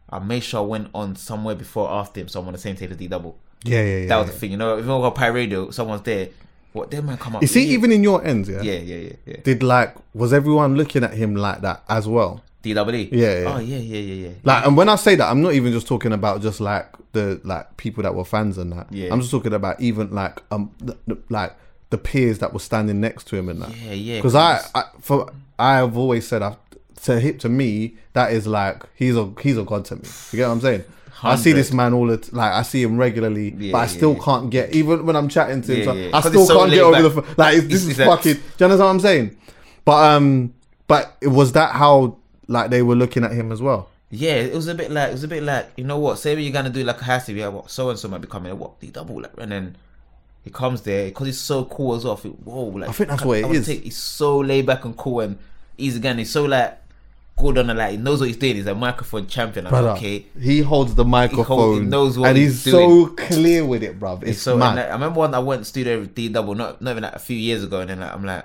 S3: I made sure I went on somewhere before or after him, so I'm on the same tape as D Double.
S2: Yeah, yeah, yeah.
S3: That was the thing, you know. If you got pirate radio, someone's there. What them man come up?
S2: Is he
S3: yeah.
S2: even in your ends? Yeah.
S3: Yeah, yeah, yeah, yeah.
S2: Did like was everyone looking at him like that as well?
S3: D double E.
S2: Yeah, yeah.
S3: Oh yeah, yeah, yeah, yeah.
S2: Like, and when I say that, I'm not even just talking about just like the like people that were fans and that.
S3: Yeah.
S2: I'm just talking about even like um the, the, like the peers that were standing next to him and that.
S3: Yeah, yeah,
S2: Because
S3: 'cause
S2: I, I for I have always said I to hip to me that is like he's a he's a god to me. You get what I'm saying? I see this man all the t- like I see him regularly,
S3: Yeah,
S2: but I
S3: yeah,
S2: still
S3: yeah.
S2: can't get even when I'm chatting to him.
S3: Yeah,
S2: so-
S3: yeah, yeah.
S2: I
S3: 'Cause
S2: still
S3: it's so
S2: can't get
S3: laid
S2: over
S3: back.
S2: the f- like it's, this
S3: It's-
S2: is
S3: it's like-
S2: fucking. Do you understand what I'm saying? But um, but was that how like they were looking at him as well?
S3: Yeah, it was a bit like it was a bit like you know what? Say you're gonna do like a house yeah, what so and so might be coming. What D double like, and then he comes there because he's so cool as well. I think, whoa, like
S2: I think that's
S3: can-
S2: what it
S3: wanna
S2: is.
S3: take- he's so laid back and cool and easy again. He's so like good on the like he knows what he's doing. He's a microphone champion. I'm
S2: Brother,
S3: like, okay.
S2: He holds the microphone.
S3: knows what
S2: and he's,
S3: he's
S2: so clear with it, bruv. It's
S3: so
S2: mad.
S3: and, like, I remember one I went studio with D Double, not not even like a few years ago, and then like, I'm like,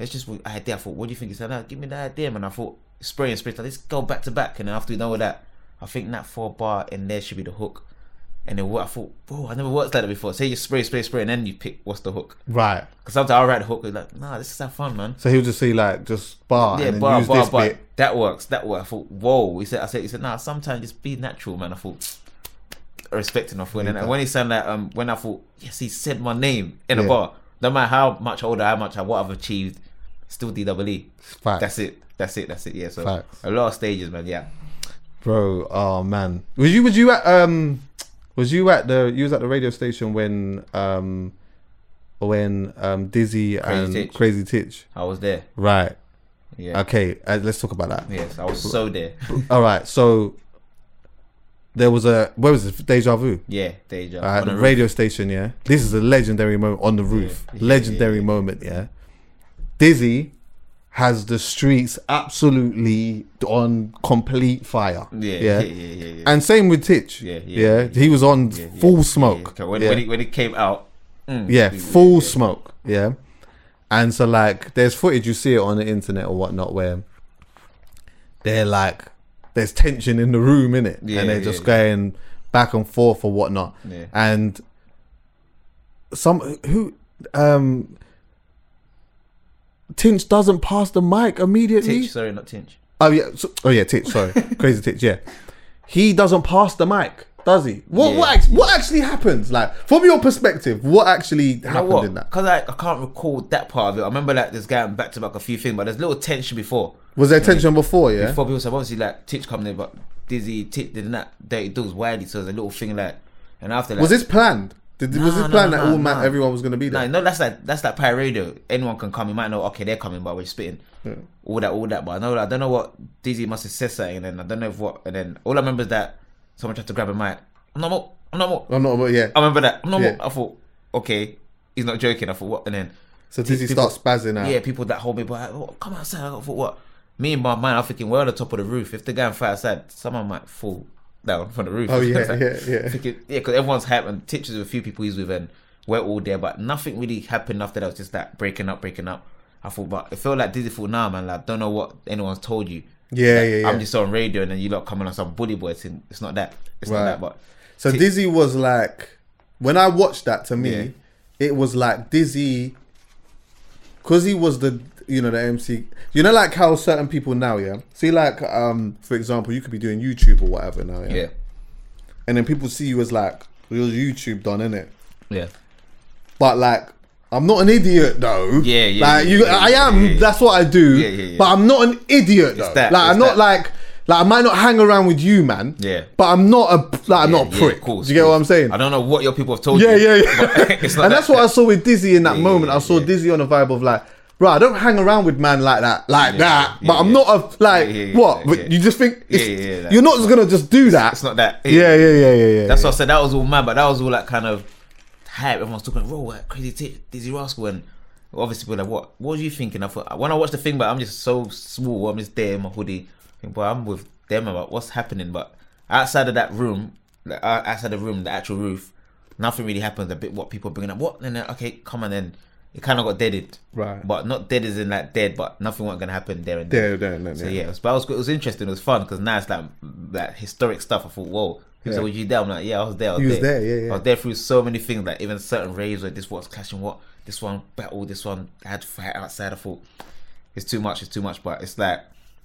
S3: let's just I had idea. I thought, what do you think? He said, no, give me that idea, man. I thought spray and spray. Like, let's go back to back, and then after we done with that, I think that four bar in there should be the hook. And then what I thought, bro, I never worked like that before. Say you spray, spray, spray, and then you pick what's the hook.
S2: right.
S3: Because sometimes I'll write the hook, it's like, nah, this is have fun, man.
S2: So he'll just see like just bar
S3: Yeah,
S2: and then
S3: bar,
S2: use
S3: bar,
S2: this
S3: bar.
S2: bit.
S3: That works. That works. I thought, whoa. He said, I said, he said, nah. Sometimes just be natural, man. I thought, I respect him. I thought, and then when he said that, um, when I thought, yes, he said my name in
S2: Yeah.
S3: a bar. No matter how much older, how much, I what I've achieved, still DWE.
S2: Facts.
S3: That's it. That's it. That's it. Yeah. So
S2: Facts.
S3: a lot of stages, man. Yeah.
S2: Bro, oh man. Was you was you at um was you at the you was at the radio station when um when um Dizzy and
S3: Titch.
S2: Crazy Titch?
S3: I was there.
S2: Right.
S3: Yeah.
S2: Okay, uh, let's talk about that.
S3: Yes, I was so there.
S2: All right. So there was a where was it? Deja vu.
S3: Yeah, deja.
S2: uh,
S3: On
S2: the
S3: a roof.
S2: radio station, yeah. This is a legendary moment on the roof. legendary moment, yeah. Dizzy has the streets absolutely on complete fire.
S3: Yeah, yeah, yeah, yeah, yeah.
S2: And same with Titch.
S3: Yeah, yeah,
S2: He was on full smoke.
S3: Okay, when,
S2: yeah.
S3: when, it, when it came out, mm,
S2: Yeah, full smoke. Yeah. And so like there's footage you see it on the internet or whatnot where they're like there's tension in the room, innit?
S3: Yeah,
S2: and they're
S3: yeah,
S2: just
S3: yeah.
S2: going back and forth or whatnot.
S3: Yeah.
S2: And some who um Tinch doesn't pass the mic immediately.
S3: Tinch, sorry, not Tinch.
S2: Oh yeah, so, oh yeah, Titch. Sorry, crazy Titch. Yeah, he doesn't pass the mic, does he? What
S3: Yeah.
S2: what act- what actually happens? Like from your perspective, what actually happened
S3: know what?
S2: in that?
S3: Because I, I can't recall that part of it. I remember like this guy back to back a few things, but there's little tension before.
S2: Was there tension before? Yeah,
S3: Before people said obviously like Titch coming in, but Dizzy Titch did not Dirty Dogs Wiley, so there's a little thing like. And after that,
S2: was this planned? Did, was
S3: No,
S2: this
S3: no,
S2: plan
S3: no,
S2: that
S3: no,
S2: all man,
S3: no.
S2: everyone was going to be
S3: No,
S2: there?
S3: no, that's like that's like pirate radio. Anyone can come. You might know, okay, they're coming, but we're spitting. All that, all that. But I know, I don't know what Dizzy must have said something, and then I don't know if what, and then all I remember is that someone tried to grab a mic. I'm not more. I'm not more.
S2: I'm not, but yeah.
S3: I remember that. I'm not
S2: Um, Yeah.
S3: more. I thought, okay, he's not joking. I thought what, and then
S2: so Dizzy
S3: people-
S2: starts spazzing out.
S3: yeah, people that hold me back. Oh, come outside. I thought what? Me and my mind, I'm thinking we're on the top of the roof. If they go and fight outside, someone might fall down from the roof.
S2: Oh, yeah,
S3: It's like-
S2: yeah, yeah.
S3: Thinking, yeah, because everyone's hyped and pictures of a few people he's with, and we're all there, but nothing really happened after that. It was just that breaking up, breaking up. I thought, but it felt like Dizzy thought, nah, man, like don't know what anyone's told you.
S2: Yeah,
S3: Like,
S2: yeah, yeah.
S3: I'm just on radio, and then you lot coming on some bully boy thing. It's not that. It's
S2: Right.
S3: not that. But
S2: So
S3: Ti-
S2: Dizzy was like, when I watched that to me,
S3: Yeah.
S2: it was like Dizzy, because he was the you know the MC. You know, like how certain people now, yeah. See, like um, for example, you could be doing YouTube or whatever now, yeah.
S3: yeah,
S2: And then people see you as like you're YouTube done, innit?
S3: yeah.
S2: But like. I'm not an idiot though.
S3: Yeah, yeah,
S2: Like
S3: yeah,
S2: you,
S3: yeah,
S2: I
S3: yeah,
S2: am.
S3: yeah, yeah.
S2: That's what I do.
S3: Yeah, yeah, yeah.
S2: But I'm not an idiot though.
S3: that,
S2: like I'm
S3: it's
S2: not
S3: that.
S2: like, like I might not hang around with you, man.
S3: Yeah.
S2: But I'm not a like I'm
S3: Yeah,
S2: not a
S3: yeah,
S2: prick.
S3: of course,
S2: do you get
S3: of
S2: what
S3: course.
S2: I'm saying?
S3: I don't know what your people have told
S2: Yeah,
S3: you.
S2: yeah,
S3: Oh, but
S2: yeah.
S3: it's not
S2: and
S3: that-
S2: that's what I saw with Dizzy in that moment. I saw
S3: yeah.
S2: Dizzy on a vibe of like, bro, I don't hang around with man like that, like
S3: Yeah,
S2: that.
S3: yeah,
S2: But I'm
S3: yeah.
S2: not a like
S3: Yeah, yeah, yeah,
S2: what?
S3: yeah,
S2: but
S3: yeah.
S2: you just think
S3: Yeah,
S2: it's,
S3: yeah, yeah, like,
S2: you're not just gonna just do that.
S3: It's not that.
S2: Yeah, yeah, yeah, yeah, yeah.
S3: That's
S2: yeah.
S3: what I said. That was all mad, but that was all that kind of hype. Everyone's talking, roll that crazy t- Dizzy Rascal. And obviously, people are like, what? What was you thinking? I thought, when I watched the thing, but I'm just so small. I'm just there in my hoodie. I think, But I'm with them about what's happening. But outside of that room, like, uh, outside the room, the actual roof, nothing really happens. A bit what people are bringing up. What? And then, okay, come on then. It kind of got deaded.
S2: Right.
S3: But not dead as in like dead, but nothing wasn't going to happen there and
S2: There,
S3: there.
S2: there, there,
S3: So
S2: there.
S3: yeah, it was, but it was, it was interesting. It was fun because now it's like that historic stuff. I thought, whoa.
S2: Yeah.
S3: So were you there? I'm like, yeah, I was there. I was
S2: You was
S3: there.
S2: there, yeah, yeah.
S3: I was there through so many things, like even certain raves where this was clashing what, this one battle, this one had fight outside. I thought it's too much, it's too much. But it's like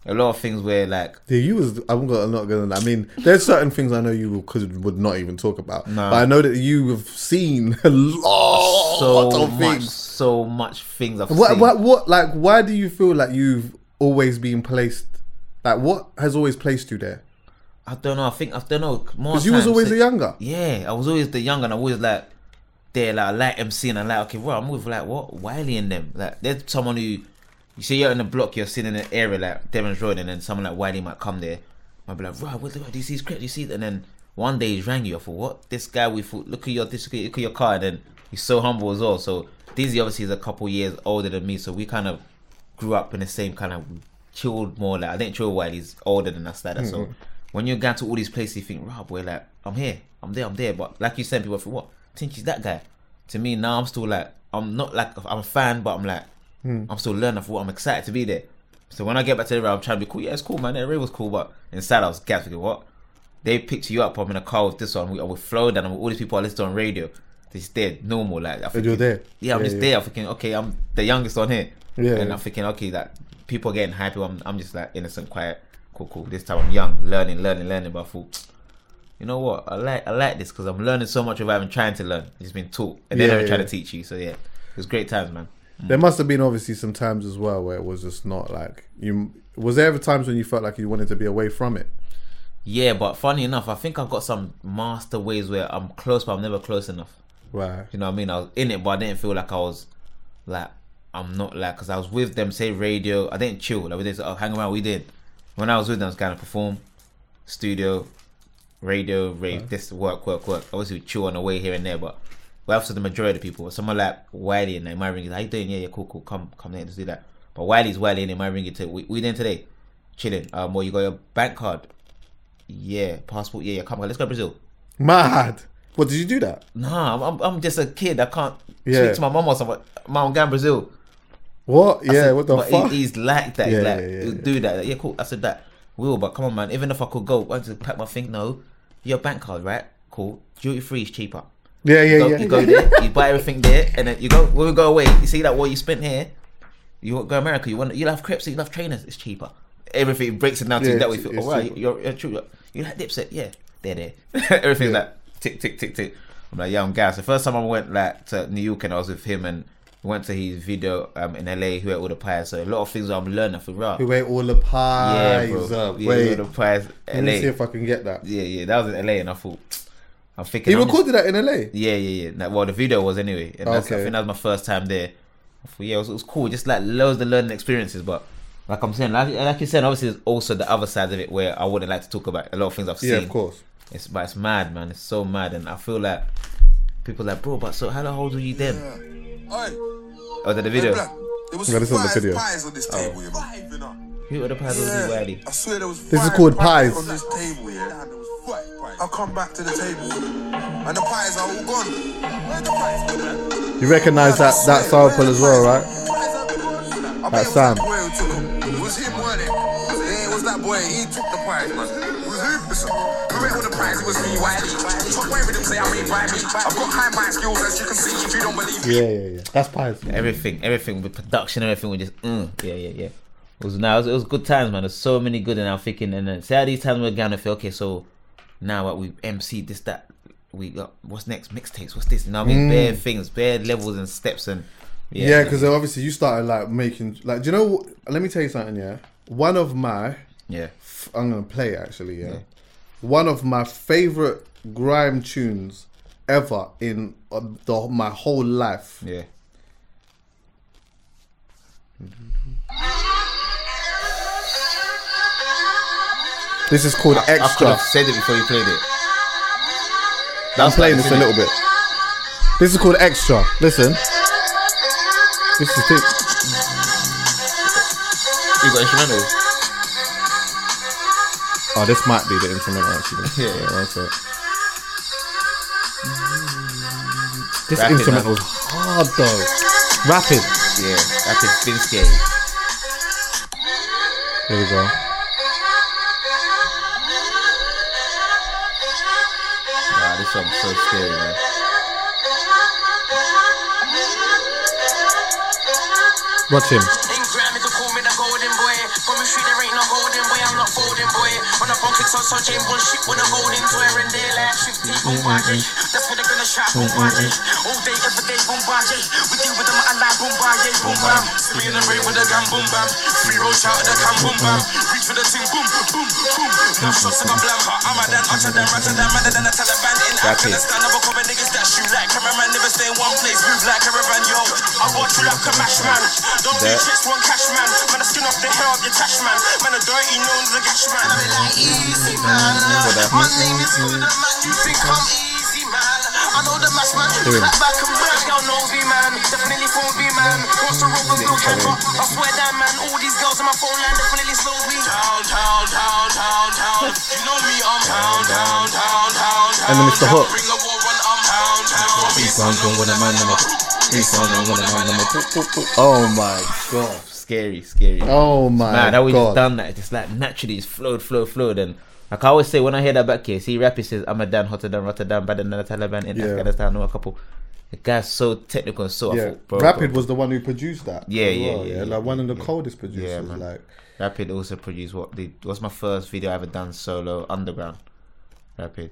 S3: a lot of things where like
S2: Yeah, you was. I'm gonna I'm not gonna. I mean, there's certain things I know you could would not even talk about.
S3: No.
S2: But I know that you have seen a lot
S3: so
S2: of
S3: much,
S2: things.
S3: so much things. I've
S2: What,
S3: seen.
S2: what, what, like, why do you feel like you've always been placed? Like, what has always placed you there?
S3: I don't know. I think I don't know. More
S2: Because you was
S3: times,
S2: always
S3: it-
S2: the younger.
S3: Yeah, I was always the young and I was like there, like I like MC and I like okay, well I'm with like what Wiley and them. Like there's someone who you see you're in the block, you're sitting in an area like Devon's Road, and then someone like Wiley might come there. Might be like, right, what the what, do you see his crap? Do you see? it?" And then one day he rang you. I thought, what? This guy we thought, look at your this, look at your car, and then he's so humble as well. So Dizzy obviously is a couple years older than me, so we kind of grew up in the same kind of chilled more like I didn't chill while he's older than us like that. So when you're going to all these places you think, Rob, we're like, I'm here, I'm there, I'm there. But like you said, people think, What? Think he's that guy. To me now I'm still like I'm not like I'm a fan, but I'm like I'm still learning for what I'm excited to be there. So when I get back to the rave, I'm trying to be cool. Yeah, it's cool, man. That rave was cool, but inside I was gassed. Thinking, what? They picked you up. I'm in a car with this one. I'm with Flo, and I'm with all these people I listen to on radio. They're dead, normal. Like I think
S2: you're there.
S3: Yeah, I'm
S2: Yeah,
S3: just
S2: yeah.
S3: there. I'm thinking, okay, I'm the youngest on here.
S2: Yeah,
S3: and
S2: yeah.
S3: I'm thinking, okay, that people are getting hyper. I'm, I'm just like innocent, quiet, cool, cool. This time I'm young, learning, learning, learning. But I thought, you know what? I like, I like this because I'm learning so much without even trying to learn. It's been taught, and
S2: Yeah,
S3: then I'm trying
S2: yeah.
S3: to teach you. So yeah, it was great times, man.
S2: There must have been obviously some times as well where it was just not like you. Was there ever times when you felt like you wanted to be away from it?
S3: Yeah, but funny enough, I think I've got some master ways where I'm close, but I'm never close enough.
S2: Right.
S3: You know what I mean? I was in it, but I didn't feel like I was like I'm not like because I was with them. Say radio, I didn't chill. Like we did oh, hang around. We did when I was with them. I was kind of perform, studio, radio, rave. This work, work, work. Obviously, we chill on the way here and there, but well, after the majority of the people, someone like Wiley and they might ring you. How you doing? Yeah, yeah, cool, cool. Come, come in, let's do that. But Wiley's Wiley and they might ring you to we, we then today, chilling. Um, well, you got your bank card. Yeah, passport. Yeah, yeah. Come on, let's go to Brazil.
S2: Mad. What did you do that?
S3: Nah, I'm, I'm, I'm just a kid. I can't
S2: Yeah.
S3: speak to my mum or someone. Mum, go in Brazil.
S2: What?
S3: I
S2: Yeah.
S3: said,
S2: what the
S3: but he-
S2: fuck?
S3: he's like that.
S2: Yeah,
S3: he's like,
S2: yeah, yeah,
S3: he'll
S2: yeah.
S3: do that. Like, yeah, cool. I said that. Will, but come on, man. Even if I could go, I want to pack my thing. No, your bank card, right? Cool. Duty free is cheaper.
S2: yeah, yeah,
S3: Go,
S2: yeah.
S3: You go there, you buy everything there, and then you go. When we go away, you see that what you spent here. You want to go to America. You want you'll have crepes, you'll have trainers. It's cheaper. Everything breaks it down to
S2: Yeah,
S3: you that way.
S2: it's-
S3: You
S2: it's
S3: feel, all right,
S2: cheaper.
S3: you're, you're true. You like Dipset? Yeah, there, there. Everything's
S2: Yeah.
S3: like tick, tick, tick, tick. I'm like, yeah, I'm gas. The first time I went like to New York and I was with him and we went to his video um, in LA. Who ate all the pies? So a lot of things I'm learning for real.
S2: Who ate all the
S3: yeah,
S2: pies?
S3: bro.
S2: up?
S3: Yeah,
S2: Wait.
S3: all the pies.
S2: Let me see
S3: LA.
S2: if I can get that.
S3: Yeah, yeah, that was in LA, and I thought I'm thinking.
S2: He
S3: I'm just-
S2: recorded that in LA.
S3: Yeah, yeah, yeah. That, well, the video was anyway. And that's, I
S2: Okay.
S3: think that was my first time there. I thought, yeah, it was, it was cool. Just like loads of learning experiences. But like I'm saying, like, like you said, obviously there's also the other side of it where I wouldn't like to talk about a lot of things I've seen.
S2: Yeah, of course.
S3: It's but it's mad, man. It's so mad, and I feel like people are like, bro, but so how the old were you then? Oh, the, the video.
S2: Yeah, this is on the video.
S4: on this table, yeah, man.
S3: Who are the pies
S4: Yeah,
S3: yeah. Wiley?
S4: I swear there was
S2: This is
S4: five
S2: called
S4: pies.
S2: pies.
S4: on this table, yeah. I come back to the table, and the pies are all gone. Where the pies go, man?
S2: You recognize that that sample as well, right?
S4: right?
S2: That Sam.
S4: Boy who took 'em. It was him, wasn't it? Yeah, it was that boy. He took the prize, man. It was him. Listen, remember the prize was me, Wiley. Fuck away with them, say I mean by me. I've got high mind skills, as you can see. If you don't believe me,
S2: Yeah, yeah, yeah. That's pies.
S3: Everything, everything with production, everything with just, mm, yeah, yeah, yeah. It was now, it was, it was good times, man. There's so many good, and I'm thinking, and then see how these times we're going to feel. Okay, so now what we MC this that we got what's next mixtapes? What's this? You know, what I mean,
S2: Mm.
S3: bare things, bare levels and steps, and
S2: Yeah, because obviously you started like making like. Do you know? what- Let me tell you something. Yeah, one of my
S3: yeah,
S2: f- I'm gonna play actually. Yeah, one of my favorite grime tunes ever in uh, the my whole life.
S3: yeah.
S2: This is called
S3: I could
S2: Extra.
S3: have said it before you played it.
S2: I'm playing this a
S3: isn't it?
S2: little bit. This is called Extra. Listen. This is it.
S3: You got instrumental.
S2: Oh, this might be the instrumental actually.
S3: Yeah.
S2: one sec.
S3: Mm.
S2: This
S3: Rapid,
S2: instrumental is
S3: man.
S2: hard though. Rapid.
S3: Yeah, that's a spin scale.
S2: Here we go.
S3: Nah, this song's so scary, man.
S2: Watch him.
S4: In grand, nigga call me the golden boy. From the street, there ain't no golden boy. I'm not folding boy. When I bunk it, so Jane bullshit with a golden toy. And they like 50 bombarded. That's when they're gonna shot bombarded. All day, every day, bombarded. We deal with them alive, bombarded. Boom bam. See me in the rain with a gun, boom bam. Free roll shout at the can, boom bam. Reach for the thing, boom, boom, boom. Now shots of a blanca. I'm a dan, utter than, rather than, rather than a Taliban. In Afghanistan, I'm a couple niggas that shoot like cameraman. Never stay in one place, move like caravan, yo. I watch you like a mash man. Don't do
S3: That-
S4: chicks, one cash man. Man, I skin off the hair of your tash man. Man, a dirty nose, a gash man. I be like, easy man.
S3: that-
S4: My name is Huda, man. You think I'm easy, man. I know the mash man. Clap back and back. Y'all know me, man. Definitely phone me, man. Wants to roll with Bill Cooper. I swear that, man. All these girls on my phone line definitely slows me. Down, down, down, down, down. You know me, I'm down, down, down, down, down.
S2: And then it's the hook.
S4: Bring a war on, I'm down, down. Peace, I'm going with a man, I'm
S2: Oh my god.
S3: Scary, scary.
S2: Oh my
S3: man, how we just
S2: god.
S3: done that. It's just like naturally, it's flowed, flowed, flowed. And like I always say, when I hear that back here, see, rap, he says, I'm a Dan, hotter than Rotterdam, better than the Taliban in
S2: Yeah.
S3: Afghanistan, know a couple. The guy's so technical and so. I
S2: yeah.
S3: thought, bro,
S2: Rapid
S3: bro,
S2: was the one who produced that.
S3: Yeah,
S2: as
S3: yeah,
S2: well,
S3: yeah, yeah,
S2: Like one of the
S3: yeah.
S2: coldest producers.
S3: man.
S2: like
S3: Rapid also produced what the what's my first video I ever done solo underground. Rapid,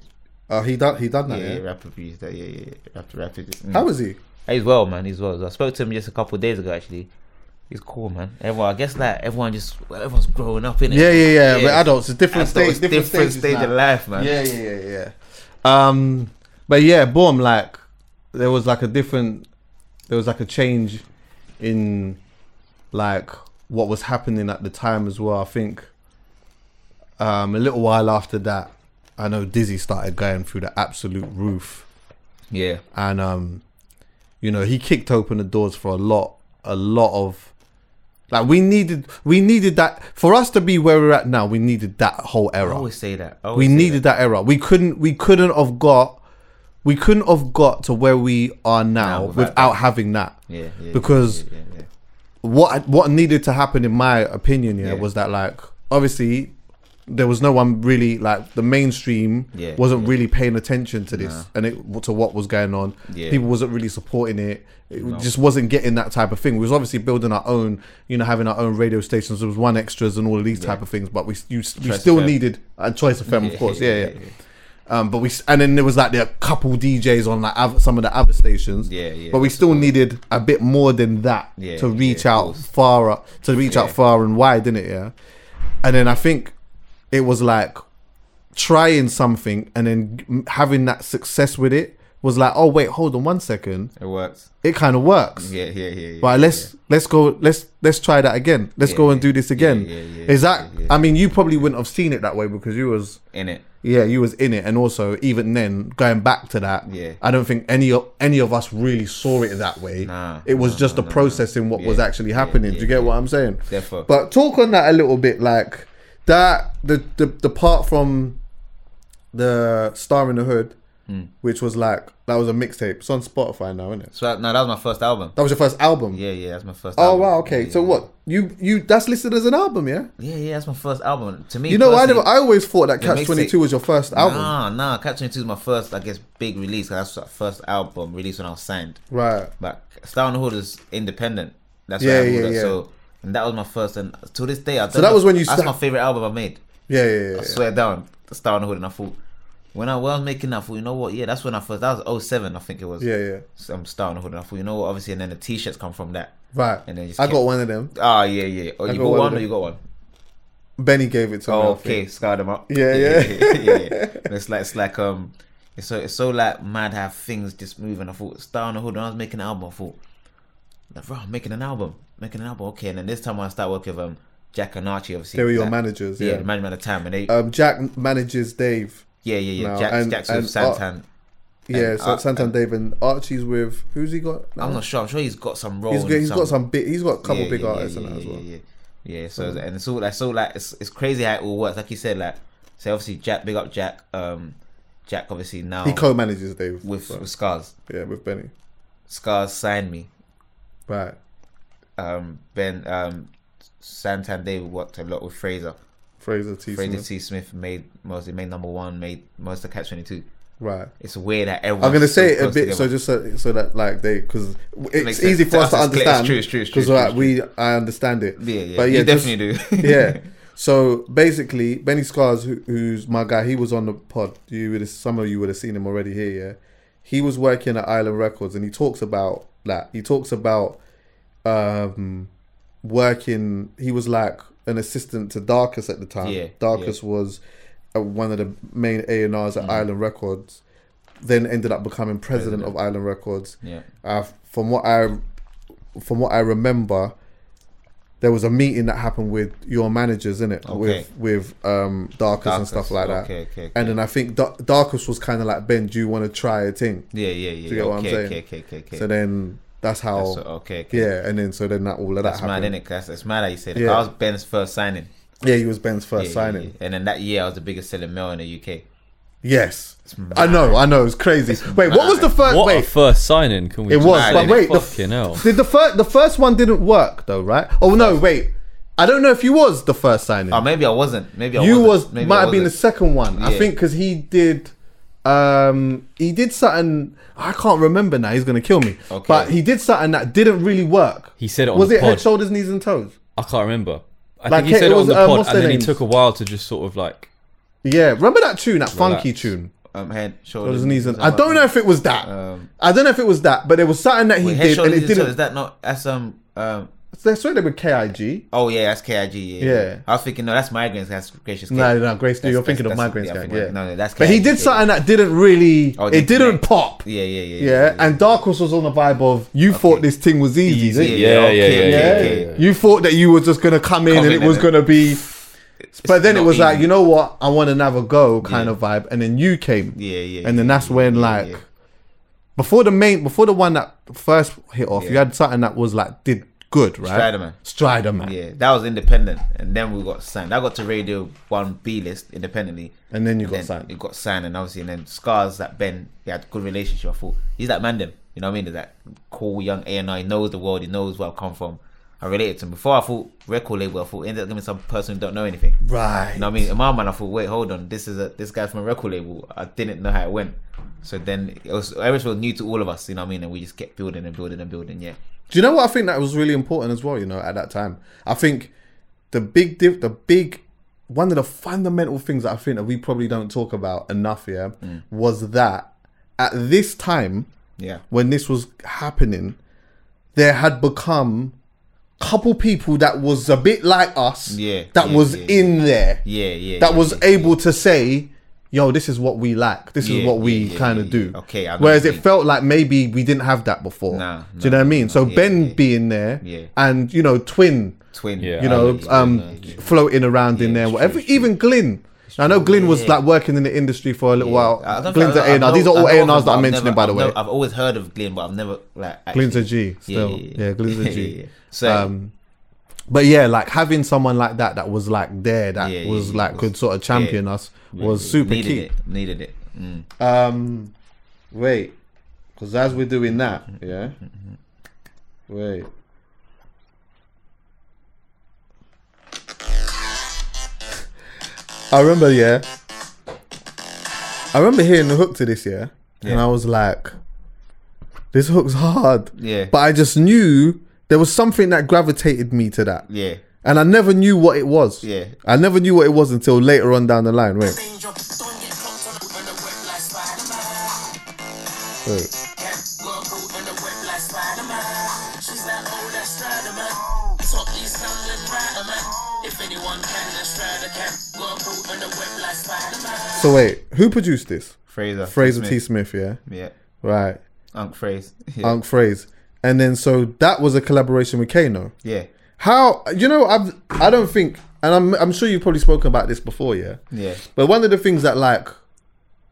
S2: oh he done he done
S3: yeah,
S2: that,
S3: yeah,
S2: yeah.
S3: Rapid produced that. Yeah, yeah, yeah. Rapid, Rapid. Mm.
S2: How is he?
S3: He's well, man. He's well. I spoke to him just a couple of days ago, actually. He's cool, man. Everyone, I guess like everyone just well, everyone's growing up in it.
S2: Yeah, yeah, yeah. But adults, it's different stage,
S3: Adults,
S2: different,
S3: different
S2: stages
S3: stage
S2: now.
S3: of life, man.
S2: Yeah, yeah, yeah, yeah. Um, but yeah, boom. Like there was like a different, there was like a change in like what was happening at the time as well. I think um, a little while after that, I know Dizzy started going through the absolute roof
S3: yeah.
S2: and um, you know he kicked open the doors for a lot, a lot of like we needed, we needed that for us to be where we're at now. We needed that whole era.
S3: I always say that. I
S2: we
S3: always say
S2: needed that. era. We couldn't, we couldn't have got, we couldn't have got to where we are now
S3: Now,
S2: without,
S3: without
S2: having that.
S3: Yeah, yeah, yeah,
S2: because
S3: yeah, yeah.
S2: what what needed to happen in my opinion yeah,
S3: Yeah.
S2: was that like obviously there was no one really like the mainstream
S3: Yeah,
S2: wasn't
S3: yeah.
S2: really paying attention to this and it to what was going on
S3: Yeah.
S2: people wasn't really supporting it it just wasn't getting that type of thing we was obviously building our own you know having our own radio stations there was one extras and all of these type of things but we you, we
S3: Choice
S2: still
S3: FM.
S2: needed and choice of of
S3: Yeah,
S2: course
S3: yeah,
S2: yeah yeah,
S3: yeah,
S2: Um, but we s- and then there was like the couple DJs on like other- some of the other stations.
S3: Yeah, yeah,
S2: But we
S3: that's
S2: still needed a bit more than that
S3: Yeah,
S2: to
S3: yeah,
S2: reach
S3: of
S2: out
S3: course.
S2: far up to reach out far and wide, didn't it? Yeah. And then I think it was like trying something and then having that success with it was like, oh wait, hold on one second,
S3: It works.
S2: it kind of works.
S3: Yeah, yeah, yeah. yeah
S2: But let's let's go let's let's try that again. Let's go and do this again.
S3: yeah, yeah,
S2: Is that? I mean, you probably wouldn't have seen it that way because you was
S3: in it.
S2: yeah, you was in it, and also even then, going back to that,
S3: Yeah.
S2: I don't think any of any of us really saw it that way.
S3: Nah,
S2: it was just the processing what was actually happening. Do you get what I'm saying?
S3: Defo.
S2: But talk on that a little bit, like that the the, the part from the Star in the Hood,
S3: Hmm.
S2: which was like that was a mixtape. It's on Spotify now, isn't it?
S3: So that, no, that was my first album.
S2: That was your first album.
S3: Yeah, yeah, that's my first.
S2: Oh
S3: album.
S2: wow, okay.
S3: Yeah,
S2: so
S3: yeah.
S2: what you you that's listed as an album, yeah?
S3: Yeah, yeah, that's my first album. To me,
S2: You know, I
S3: personally-
S2: never, I always thought that
S3: Yeah,
S2: Catch Twenty Two
S3: mixtape.
S2: was your first album,
S3: Nah, nah, Catch 22 is my first, I guess, big release. 'cause that's the first album released when I was signed.
S2: right?
S3: But Star on the Hood is independent. That's
S2: Yeah,
S3: yeah, yeah,
S2: yeah, yeah.
S3: So and that was my first, and to this day, I don't
S2: So that
S3: know-
S2: was when you
S3: That's
S2: sta-
S3: my favorite album I made.
S2: Yeah, yeah, yeah.
S3: I swear down, Star on the Hood, and I thought when I, when I was making that, I thought you know what? Yeah, that's when I first. That was 07, I think it was.
S2: Yeah, yeah.
S3: So I'm Star on the Hood, and I thought you know what? Obviously, and then the T-shirts come from that.
S2: Right.
S3: And then just
S2: I
S3: kept-
S2: got one of them.
S3: Ah, yeah, yeah. Oh, you
S2: got
S3: got,
S2: one of
S3: one, or
S2: them.
S3: you got one?
S2: Benny gave it to me.
S3: Oh,
S2: I
S3: okay,
S2: think.
S3: scarred them up.
S2: Yeah, yeah.
S3: yeah, yeah. And it's like it's like um, it's so it's so like mad how things just move. And I thought Star on the Hood when I was making an album, I thought, like, bro, I'm making an album, making an album, okay. And then this time when I started working with um Jack and Archie, obviously
S2: They were your
S3: like,
S2: managers, yeah.
S3: the management at the time, and they
S2: Um, Jack manages Dave.
S3: yeah, yeah, yeah.
S2: no,
S3: Jack,
S2: and-
S3: Jack's
S2: and uh,
S3: with Santan.
S2: Yeah,
S3: And,
S2: so
S3: uh,
S2: Santan Dave and Archie's with who's he got? now?
S3: I'm not sure. I'm sure he's got some role.
S2: uh, He's,
S3: in
S2: got, he's got some big. He's got a couple big artists
S3: yeah,
S2: in that as
S3: yeah,
S2: well.
S3: Yeah, yeah. Yeah, so and it's all like so like it's, it's crazy how it all works. Like you said, like so obviously Jack, big up Jack. Um, Jack obviously now
S2: He co-manages Dave
S3: with,
S2: so,
S3: with Scars.
S2: yeah with Benny.
S3: Scars signed me.
S2: Right.
S3: Um, Ben um, Santander worked a lot with Fraser.
S2: Fraser T.
S3: Fraser
S2: Smith.
S3: T. Smith made mostly made number one, made most of Catch Twenty Two.
S2: Right.
S3: It's weird that everyone.
S2: I'm gonna say it a bit so just so, so that like they because
S3: makes
S2: it's
S3: sense.
S2: easy for
S3: To us,
S2: us to
S3: it's clear. It's
S2: understand.
S3: true, it's true, it's true,
S2: Because
S3: it's
S2: like
S3: true,
S2: we, I understand it.
S3: Yeah, yeah. You definitely do.
S2: yeah. So basically, Benny Scars, who, who's my guy, he was on the pod. You would have, some of you would have seen him already here. Yeah, he was working at Island Records, and he talks about that. He talks about um working. He was like an assistant to Darkus at the time.
S3: Yeah, Mm-hmm.
S2: Darkus was uh, one of the main A and R's at Island Records. Then ended up becoming president, of Island Records.
S3: Yeah.
S2: Uh, from what I, from what I remember, there was a meeting that happened with your managers, in it, with with um, Darkus, and
S3: Darkus,
S2: stuff like that.
S3: okay, okay,
S2: And then I think da- Darkus was kind of like Ben, do you want to try a thing?
S3: Yeah, yeah, yeah.
S2: Do you get
S3: okay,
S2: what I'm saying?
S3: Okay, okay, okay, okay.
S2: So then that's how.
S3: That's- okay, okay.
S2: Yeah, and then so then that all of
S3: That's
S2: that
S3: mad,
S2: happened.
S3: innit? That's, that's mad how you said it.
S2: Yeah.
S3: I was Ben's first signing.
S2: Yeah, he was Ben's
S3: Yeah,
S2: first
S3: yeah,
S2: signing.
S3: yeah. And then that year, I was the biggest selling male in the UK.
S2: Yes, I know, I know, it's crazy. wait, what was the first?
S5: What
S2: wait,
S5: a first signing! Can we?
S2: it
S5: just
S2: was,
S5: say?
S2: but wait, the,
S5: fucking hell.
S2: did the first the first one didn't work though, right? Oh no, wait, I don't know if you was the first signing.
S3: Oh, maybe I wasn't. Maybe I
S2: you
S3: wasn't.
S2: was
S3: Maybe I
S2: might have been the
S3: wasn't.
S2: second one, I
S3: Yeah.
S2: think, because he did. Um, he did something I can't remember now. He's gonna kill me.
S3: Okay.
S2: But he did something that didn't really work.
S5: He said it on
S2: was
S5: the
S2: it head,
S5: pod.
S2: shoulders, knees, and toes?
S5: I can't remember. I
S2: Like,
S5: think
S2: it
S5: he said it,
S2: was,
S5: on the
S2: uh,
S5: pod,
S2: what's
S5: and
S2: their
S5: then he
S2: names?
S5: took a while to just sort of like.
S2: Yeah, remember that tune, that funky
S5: Relax.
S2: tune.
S3: Um, head,
S2: Shoulders,
S3: shoulders,
S2: knees, and I don't know if it was that. I don't know if it was that, but there was something that
S3: um,
S2: he
S3: Wait, head,
S2: did, and
S3: shoulders,
S2: it
S3: and toes.
S2: didn't.
S3: Is that not? That's um um.
S2: They swear they were KIG.
S3: Oh yeah, that's KIG. Yeah.
S2: Yeah.
S3: I was thinking, no, that's migraines. That's gracious.
S2: No, no, no, Grace.
S3: That's-
S2: you're
S3: that's-
S2: thinking of
S3: that's-
S2: migraines,
S3: yeah, I
S2: yeah,
S3: think-
S2: yeah.
S3: No, no, that's.
S2: But he
S3: KIG,
S2: did
S3: yeah.
S2: something that didn't really.
S3: Oh,
S2: it
S3: didn't
S2: didn't
S3: connect.
S2: pop.
S3: Yeah, yeah, yeah,
S2: Yeah,
S3: yeah, yeah.
S2: and Darkus was on the vibe of you thought this thing was easy.
S5: Easy,
S2: didn't you?
S5: yeah, yeah,
S3: okay,
S5: yeah,
S3: okay,
S5: yeah,
S3: okay.
S5: yeah,
S2: You thought that you were just gonna come in
S3: Come
S2: and
S3: in
S2: it was
S3: and then-
S2: gonna be. But then it
S3: not
S2: was like
S3: easy.
S2: you know what I want another go kind of vibe, and then you came.
S3: Yeah, yeah,
S2: And then
S3: yeah,
S2: that's when like.
S3: yeah.
S2: Before the main, before the one that first hit off, you had something that was like did good, right?
S3: Striderman.
S2: Strider man.
S3: Yeah, that was independent, and then we got signed. I got to Radio One B list independently,
S2: And then you got signed.
S3: We got signed, and obviously, and then Scars that Ben, he had a good relationship. I thought he's that man, them. You know what I mean? He's that cool young A and I knows the world. He knows where I come from. I related to him before. I thought record label. I thought ended up giving some person who don't know anything.
S2: Right.
S3: You know what I mean? In my mind, I thought, wait, hold on, this is a this guy from a record label. I didn't know how it went. So then it was everything was new to all of us. You know what I mean? And we just kept building and building and building. Yeah.
S2: Do you know what I think that was really important as well? You know, at that time, I think the big diff, the big one of the fundamental things that I think that we probably don't talk about enough here
S3: Mm.
S2: was that at this time
S3: Yeah.
S2: when this was happening, there had become couple people that was a bit like us
S3: Yeah,
S2: that
S3: yeah,
S2: was
S3: yeah,
S2: in there
S3: Yeah. Yeah.
S2: that
S3: yeah,
S2: was
S3: yeah.
S2: able to say yo, this is what we like. This is
S3: Yeah,
S2: what we
S3: yeah, yeah,
S2: kind
S3: yeah,
S2: of
S3: yeah.
S2: do.
S3: Okay, I know
S2: Whereas
S3: what you
S2: it
S3: mean.
S2: felt like maybe we didn't have that before.
S3: Nah,
S2: do you know
S3: nah,
S2: what I mean?
S3: nah,
S2: So
S3: yeah,
S2: Ben
S3: yeah.
S2: being there,
S3: Yeah.
S2: and you know, Twin,
S3: Twin.
S5: Yeah,
S2: you
S5: I
S2: know,
S5: know Twin,
S2: um,
S5: uh,
S2: floating around in
S3: Yeah,
S2: there,
S3: it's
S2: whatever.
S3: true, it's true.
S2: Even Glyn. I know Glyn was
S3: yeah.
S2: like working in the industry for a little
S3: I
S2: while.
S3: don't
S2: Glyn's
S3: think I- I
S2: an A&R.
S3: know-
S2: These are all
S3: I know of
S2: A&Rs
S3: him,
S2: that
S3: but
S2: I'm
S3: I've
S2: mentioning,
S3: never-
S2: by the
S3: I've
S2: way.
S3: never- I've always heard of Glyn, but I've never like. actually-
S2: Glyn's a G still. Yeah, Glyn's a
S3: Yeah,
S2: G.
S3: yeah, yeah. So
S2: Um, But yeah, like having someone like that that was like there, that
S3: Yeah, yeah,
S2: was
S3: yeah,
S2: like
S3: was-
S2: could sort of champion
S3: yeah.
S2: us was super
S3: needed
S2: key.
S3: it. Needed it. Mm.
S2: Um, wait, because as we're doing that, yeah. Wait. I remember, yeah. I remember hearing the hook to this, yeah, and
S3: Yeah.
S2: I was like, "This hook's hard."
S3: Yeah.
S2: But I just knew there was something that gravitated me to that.
S3: Yeah.
S2: And I never knew what it was.
S3: Yeah.
S2: I never knew what it was until later on down the line. Wait.
S4: danger. Don't get caught on the when the web like Spider-Man.
S2: wait.
S4: Get work root on the web like Spider-Man. She's like, oh, that's Strider, man. Top East London, Rider, man. If anyone can, that's Strider can. Work root on the web like Spider-Man.
S2: So wait, who produced this?
S3: Fraser.
S2: Fraser T. Smith, yeah,
S3: Yeah.
S2: right,
S3: Unc Fraser. Yeah.
S2: Unc Fraser, and then so that was a collaboration with Kano.
S3: yeah.
S2: How you know? I've I don't think, and I'm I'm sure you've probably spoken about this before, yeah.
S3: Yeah.
S2: But one of the things that like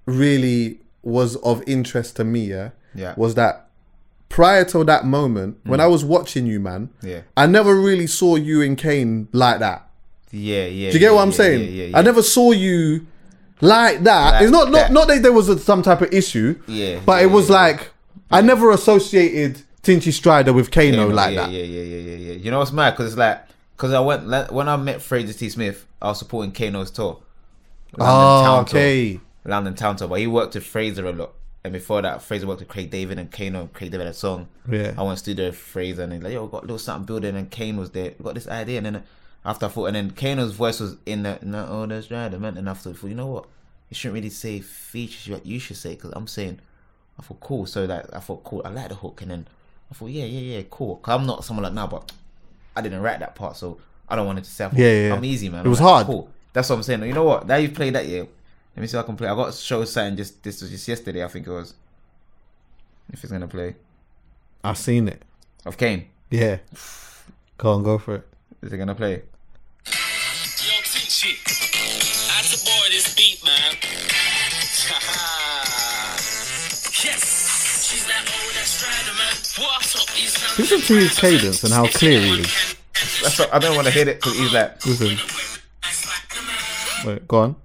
S2: really was of interest to me, yeah,
S3: Yeah. Mm.
S2: was that prior to that moment when I was watching you, man,
S3: Yeah.
S2: I never really saw you and Kane like that.
S3: Yeah. Yeah.
S2: Do you get what I'm
S3: yeah,
S2: saying?
S3: Yeah. Yeah. yeah.
S2: I never saw you like that.
S3: Like
S2: it's not not
S3: that.
S2: not that there was a, some type of issue.
S3: Yeah,
S2: But it
S3: yeah,
S2: was
S3: yeah.
S2: like I never associated Tinchy Strider with Kano
S3: Yeah, no,
S2: like
S3: yeah,
S2: that.
S3: Yeah, yeah, yeah, yeah, yeah. You know what's mad? Because it's like, because I went like, when I met Fraser T. Smith, I was supporting Kano's tour, London
S2: Oh,
S3: Town tour.
S2: okay.
S3: London Town tour. But he worked with Fraser a lot, and before that, Fraser worked with Craig David and Kano. Craig David had a song.
S2: Yeah.
S3: I went to studio with Fraser, and he's like, "Yo, we got a little something building," and Kane was there. We got this idea, and then after I thought, and then Kano's voice was in the no, oh, that's right, I meant, and after I thought, you know what? You shouldn't really say features. What you should say, because I'm saying, I thought cool. So like, I thought cool. I like the hook, and then I thought, yeah, yeah, yeah, cool. Cause I'm not someone like now, but I didn't write that part, so I don't want it to sound.
S2: Yeah, yeah, yeah.
S3: I'm easy, man.
S2: It was
S3: I'm like,
S2: hard.
S3: Cool. That's what I'm saying. You know what? Now you've played that, yeah. Let me see if I can play. I got a show sign just this was just yesterday. I think it was. If it's gonna play
S2: I seen it.
S3: of Kane,
S2: Yeah. Go on, go for it.
S3: is it gonna play?
S4: Yo, teach it. I support this beat, man. yes. She's like, oh, that's Strider, man. What? Top East London,
S2: Listen to his
S4: Rider, man.
S2: cadence and how
S4: If
S2: clear he
S4: anyone
S2: is.
S4: can,
S3: That's what, I don't want to hit it because he's like,
S2: Listen.
S4: that's Spider-Man.
S2: Wait, go on.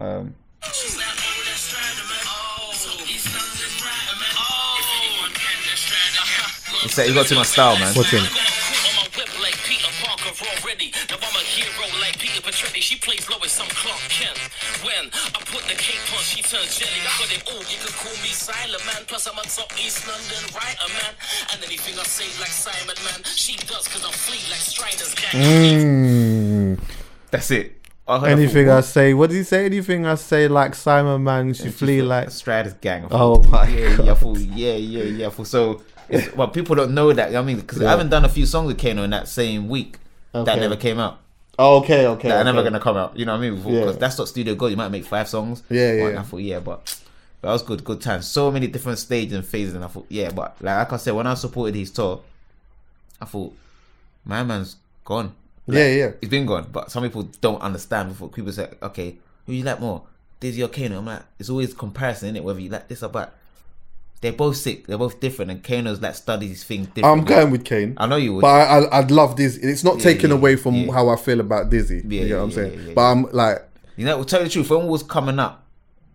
S3: um,
S4: She's like, oh, that's Strider, man. Top East London, Rider, man. If anyone can, that's Strider, man.
S3: he said he got too much style, man.
S2: What's in?
S4: I'm gonna cool on my whip like Peter Parker already. Now I'm a hero like Peter Petretti. She plays low as some Clark Kent. When I put the cape on, she turned jelly. I put it all. You can call me Silent Man. Plus I'm a top East London writer, man. And anything I say like Simon, man, she does because I flee like Strider's gang.
S3: Mm. That's it. I heard- I
S2: Anything
S3: thought,
S2: I say, what did he say? Anything I say like Simon Man, she flee like
S3: Strider's gang. I
S2: Oh
S3: thought,
S2: my
S3: yeah,
S2: God.
S3: yeah, I thought, yeah, yeah, yeah. I thought, so, it's, well, people don't know that. You know what I mean, because I haven't done a few songs with Kano in that same week that
S2: Okay.
S3: never came out.
S2: Oh, Okay, okay.
S3: that are never
S2: okay.
S3: gonna come out. You know what I mean? Because
S2: Yeah.
S3: that's what studio goes. You might make five songs.
S2: Yeah, yeah,
S3: But
S2: yeah.
S3: I thought, yeah, but but that was good, good time. So many different stages and phases, and I thought, yeah, but like, I said, when I supported his tour, I thought, my man's gone.
S2: Yeah, yeah.
S3: He's been gone. But some people don't understand. Before people say, okay, who you like more, Dizzy or Kano? I'm like, it's always comparison, isn't it? Whether you like this or that. They're both sick. They're both different, and Kano's like studies his thing different.
S2: I'm going with Kane.
S3: I know you would.
S2: But I, I, I'd love Dizzy. It's not taken
S3: yeah,
S2: away from
S3: yeah.
S2: how I feel about Dizzy.
S3: Yeah,
S2: you know
S3: yeah,
S2: what I'm
S3: yeah,
S2: saying?
S3: yeah, yeah,
S2: but I'm like,
S3: You know, to tell you the truth, when we was coming up,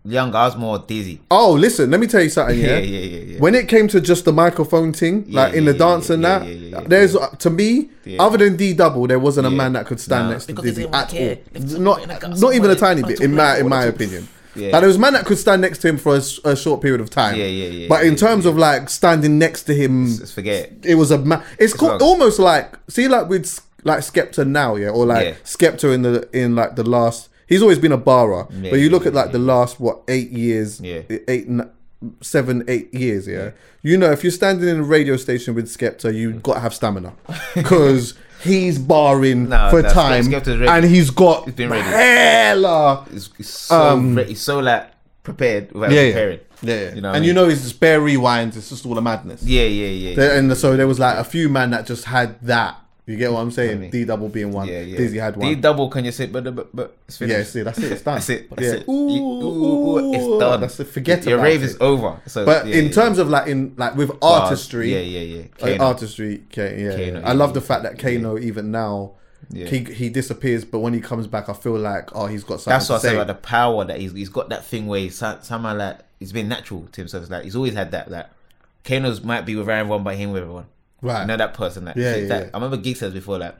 S3: younger, I was more dizzy.
S2: oh, listen, let me tell you something.
S3: Yeah,
S2: Yeah,
S3: yeah, yeah, yeah.
S2: When it came to just the microphone thing,
S3: Yeah,
S2: like in
S3: yeah,
S2: the
S3: yeah,
S2: dance
S3: yeah,
S2: and
S3: yeah,
S2: that,
S3: yeah, yeah, yeah.
S2: there's uh, to me,
S3: Yeah.
S2: other than D Double, there wasn't a man that could stand
S3: Nah.
S2: next to
S3: Because they
S2: Dizzy
S3: didn't
S2: at
S3: care. They
S2: all.
S3: took it and I
S2: Not,
S3: got
S2: not
S3: some
S2: even a
S3: money.
S2: tiny
S3: I
S2: bit,
S3: took
S2: in my
S3: money.
S2: in my
S3: What a-
S2: opinion.
S3: Yeah.
S2: Like, there was man that could stand next to him for a, s- a short period of time.
S3: Yeah, yeah, yeah,
S2: But in
S3: yeah,
S2: terms of like standing next to him,
S3: Just forget it.
S2: it was a ma- it's called
S3: long.
S2: almost like see like with S- like Skepta now yeah or like
S3: Yeah.
S2: Skepta in the in like the last he's always been a barra
S3: Yeah,
S2: but you
S3: yeah,
S2: look at
S3: yeah,
S2: like the last what eight years
S3: Yeah.
S2: eight n- seven, eight years, yeah, you know, if you're standing in a radio station with Skepta,
S3: Mm.
S2: you've got to have stamina because he's barring
S3: No,
S2: for
S3: that's-
S2: time
S3: Skepta's ready.
S2: and he's got
S3: He's been ready.
S2: hella.
S3: It's, it's so
S2: Um,
S3: ready, so like prepared without
S2: Yeah, yeah.
S3: preparing.
S2: Yeah, yeah.
S3: You know what
S2: and
S3: I mean?
S2: you know, it's just bare rewinds. It's just all a madness.
S3: Yeah, yeah, yeah. yeah.
S2: There- and so there was like a few man that just had that. You get what I'm saying? D double being one.
S3: yeah, yeah.
S2: Dizzy had one.
S3: D double, can you say, but, but, but it's
S2: yeah,
S3: finished.
S2: see, that's it. It's done.
S3: That's it. That's
S2: yeah.
S3: it. You-
S2: Ooh,
S3: ooh, ooh, it's done.
S2: That's it. Forget
S3: Your
S2: about
S3: rave
S2: it.
S3: is over. So,
S2: But
S3: yeah,
S2: in
S3: yeah,
S2: terms of like in like with
S3: yeah.
S2: artistry,
S3: yeah, yeah, yeah.
S2: like oh,
S3: Kano.
S2: artistry, Kano, yeah,
S3: Kano,
S2: I love the
S3: yeah,
S2: fact that Kano even now.
S3: Yeah.
S2: He, he disappears, but when he comes back, I feel like oh he's got something.
S3: That's
S2: to
S3: what I
S2: say.
S3: say about the power that he's he's got that thing where he's so- somehow like he's been natural to himself. It's like he's always had that. Like Kano's might be with everyone, but him with everyone.
S2: Right.
S3: You know that person. Like,
S2: Yeah,
S3: so
S2: yeah,
S3: that,
S2: yeah.
S3: I remember Geek says before like,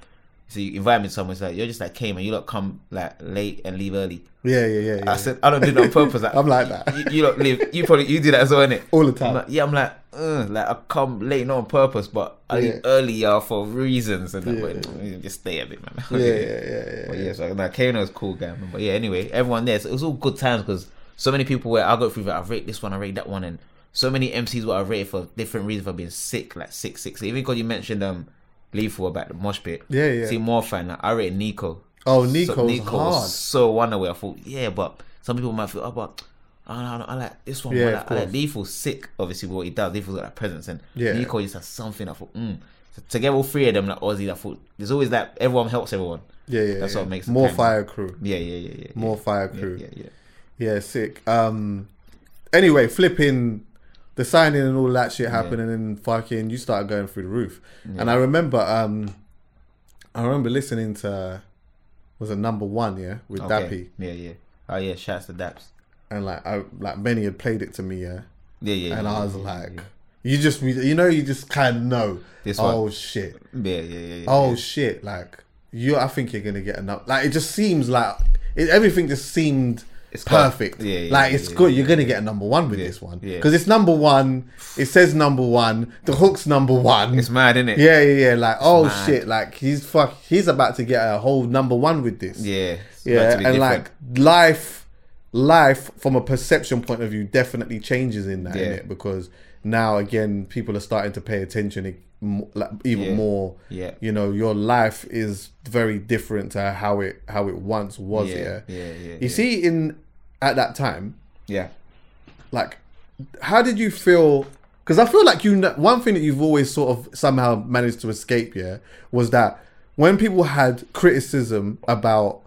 S3: so you invite me to someone, it's like you're just like Kano. You lot come like late and leave early.
S2: yeah yeah yeah. yeah.
S3: I said I don't do that on purpose. Like,
S2: I'm like that.
S3: You, you lot live. You probably you do that as well, innit?
S2: All the time.
S3: I'm like, yeah, I'm like, "Ugh," like I come late not on purpose, but I
S2: Yeah.
S3: leave early yeah, for reasons and like, but you just stay a bit, man.
S2: yeah yeah yeah yeah.
S3: But yeah, so like Kano's cool guy, man. But yeah, anyway, everyone there. So it was all good times because so many people where I go through that I've rated this one, I rated that one, and so many MCs were I rated for different reasons for being sick, like sick, sick. So even because you mentioned um Lethal about the mosh pit.
S2: Yeah, yeah.
S3: See more fan, like, I rated Nico.
S2: Oh,
S3: So-
S2: Nico's hard.
S3: was so one away. I thought, yeah, but some people might feel, oh, but I, I, I like this one.
S2: Yeah,
S3: but I
S2: of
S3: like, I like
S2: course.
S3: Lethal's sick, obviously, what he does. Lethal's got that presence, and
S2: Yeah.
S3: Nico just has something. I thought, mm. So together, all three of them, like Aussie, I thought there's always that everyone helps everyone.
S2: yeah, yeah,
S3: That's
S2: yeah.
S3: what makes it
S2: more
S3: kind of-
S2: fire crew.
S3: Yeah, yeah, yeah, yeah.
S2: More fire
S3: yeah,
S2: crew.
S3: Yeah, yeah.
S2: Yeah, sick. Um, anyway, flipping the signing and all that shit happened, and then fucking you started going through the roof. And I remember, um, I remember listening to was a number one, yeah, with Dappy,
S3: Okay. Yeah, yeah. Oh yeah, shouts to Daps.
S2: and like I like many had played it to me, yeah,
S3: Yeah, yeah.
S2: and
S3: yeah,
S2: I was
S3: yeah,
S2: like, you just you know you just kind of know.
S3: This one.
S2: oh shit!
S3: yeah, yeah, yeah. yeah
S2: Oh
S3: yeah.
S2: shit! Like you, I think you're gonna get enough. Like it just seems like it, everything just seemed
S3: It's got-
S2: perfect.
S3: yeah, yeah,
S2: like
S3: yeah,
S2: it's
S3: yeah,
S2: good. You're gonna get a number one with this one
S3: yeah.
S2: because it's number one. It says number one. The hook's number one.
S3: it's mad, isn't it?
S2: yeah, yeah, yeah. Like oh shit! Like he's fuck. He's about to get a whole number one with this.
S3: yeah. It's
S2: yeah.
S3: meant
S2: And
S3: to be
S2: like
S3: different.
S2: life, life from a perception point of view definitely changes in that
S3: Yeah.
S2: innit? because now again people are starting to pay attention e- m- like, even
S3: Yeah.
S2: more
S3: Yeah.
S2: you know your life is very different to how it how it once was yeah
S3: Yeah, yeah, yeah,
S2: you
S3: yeah.
S2: see in at that time
S3: yeah,
S2: like how did you feel because i feel like you know one thing that you've always sort of somehow managed to escape yeah was that when people had criticism about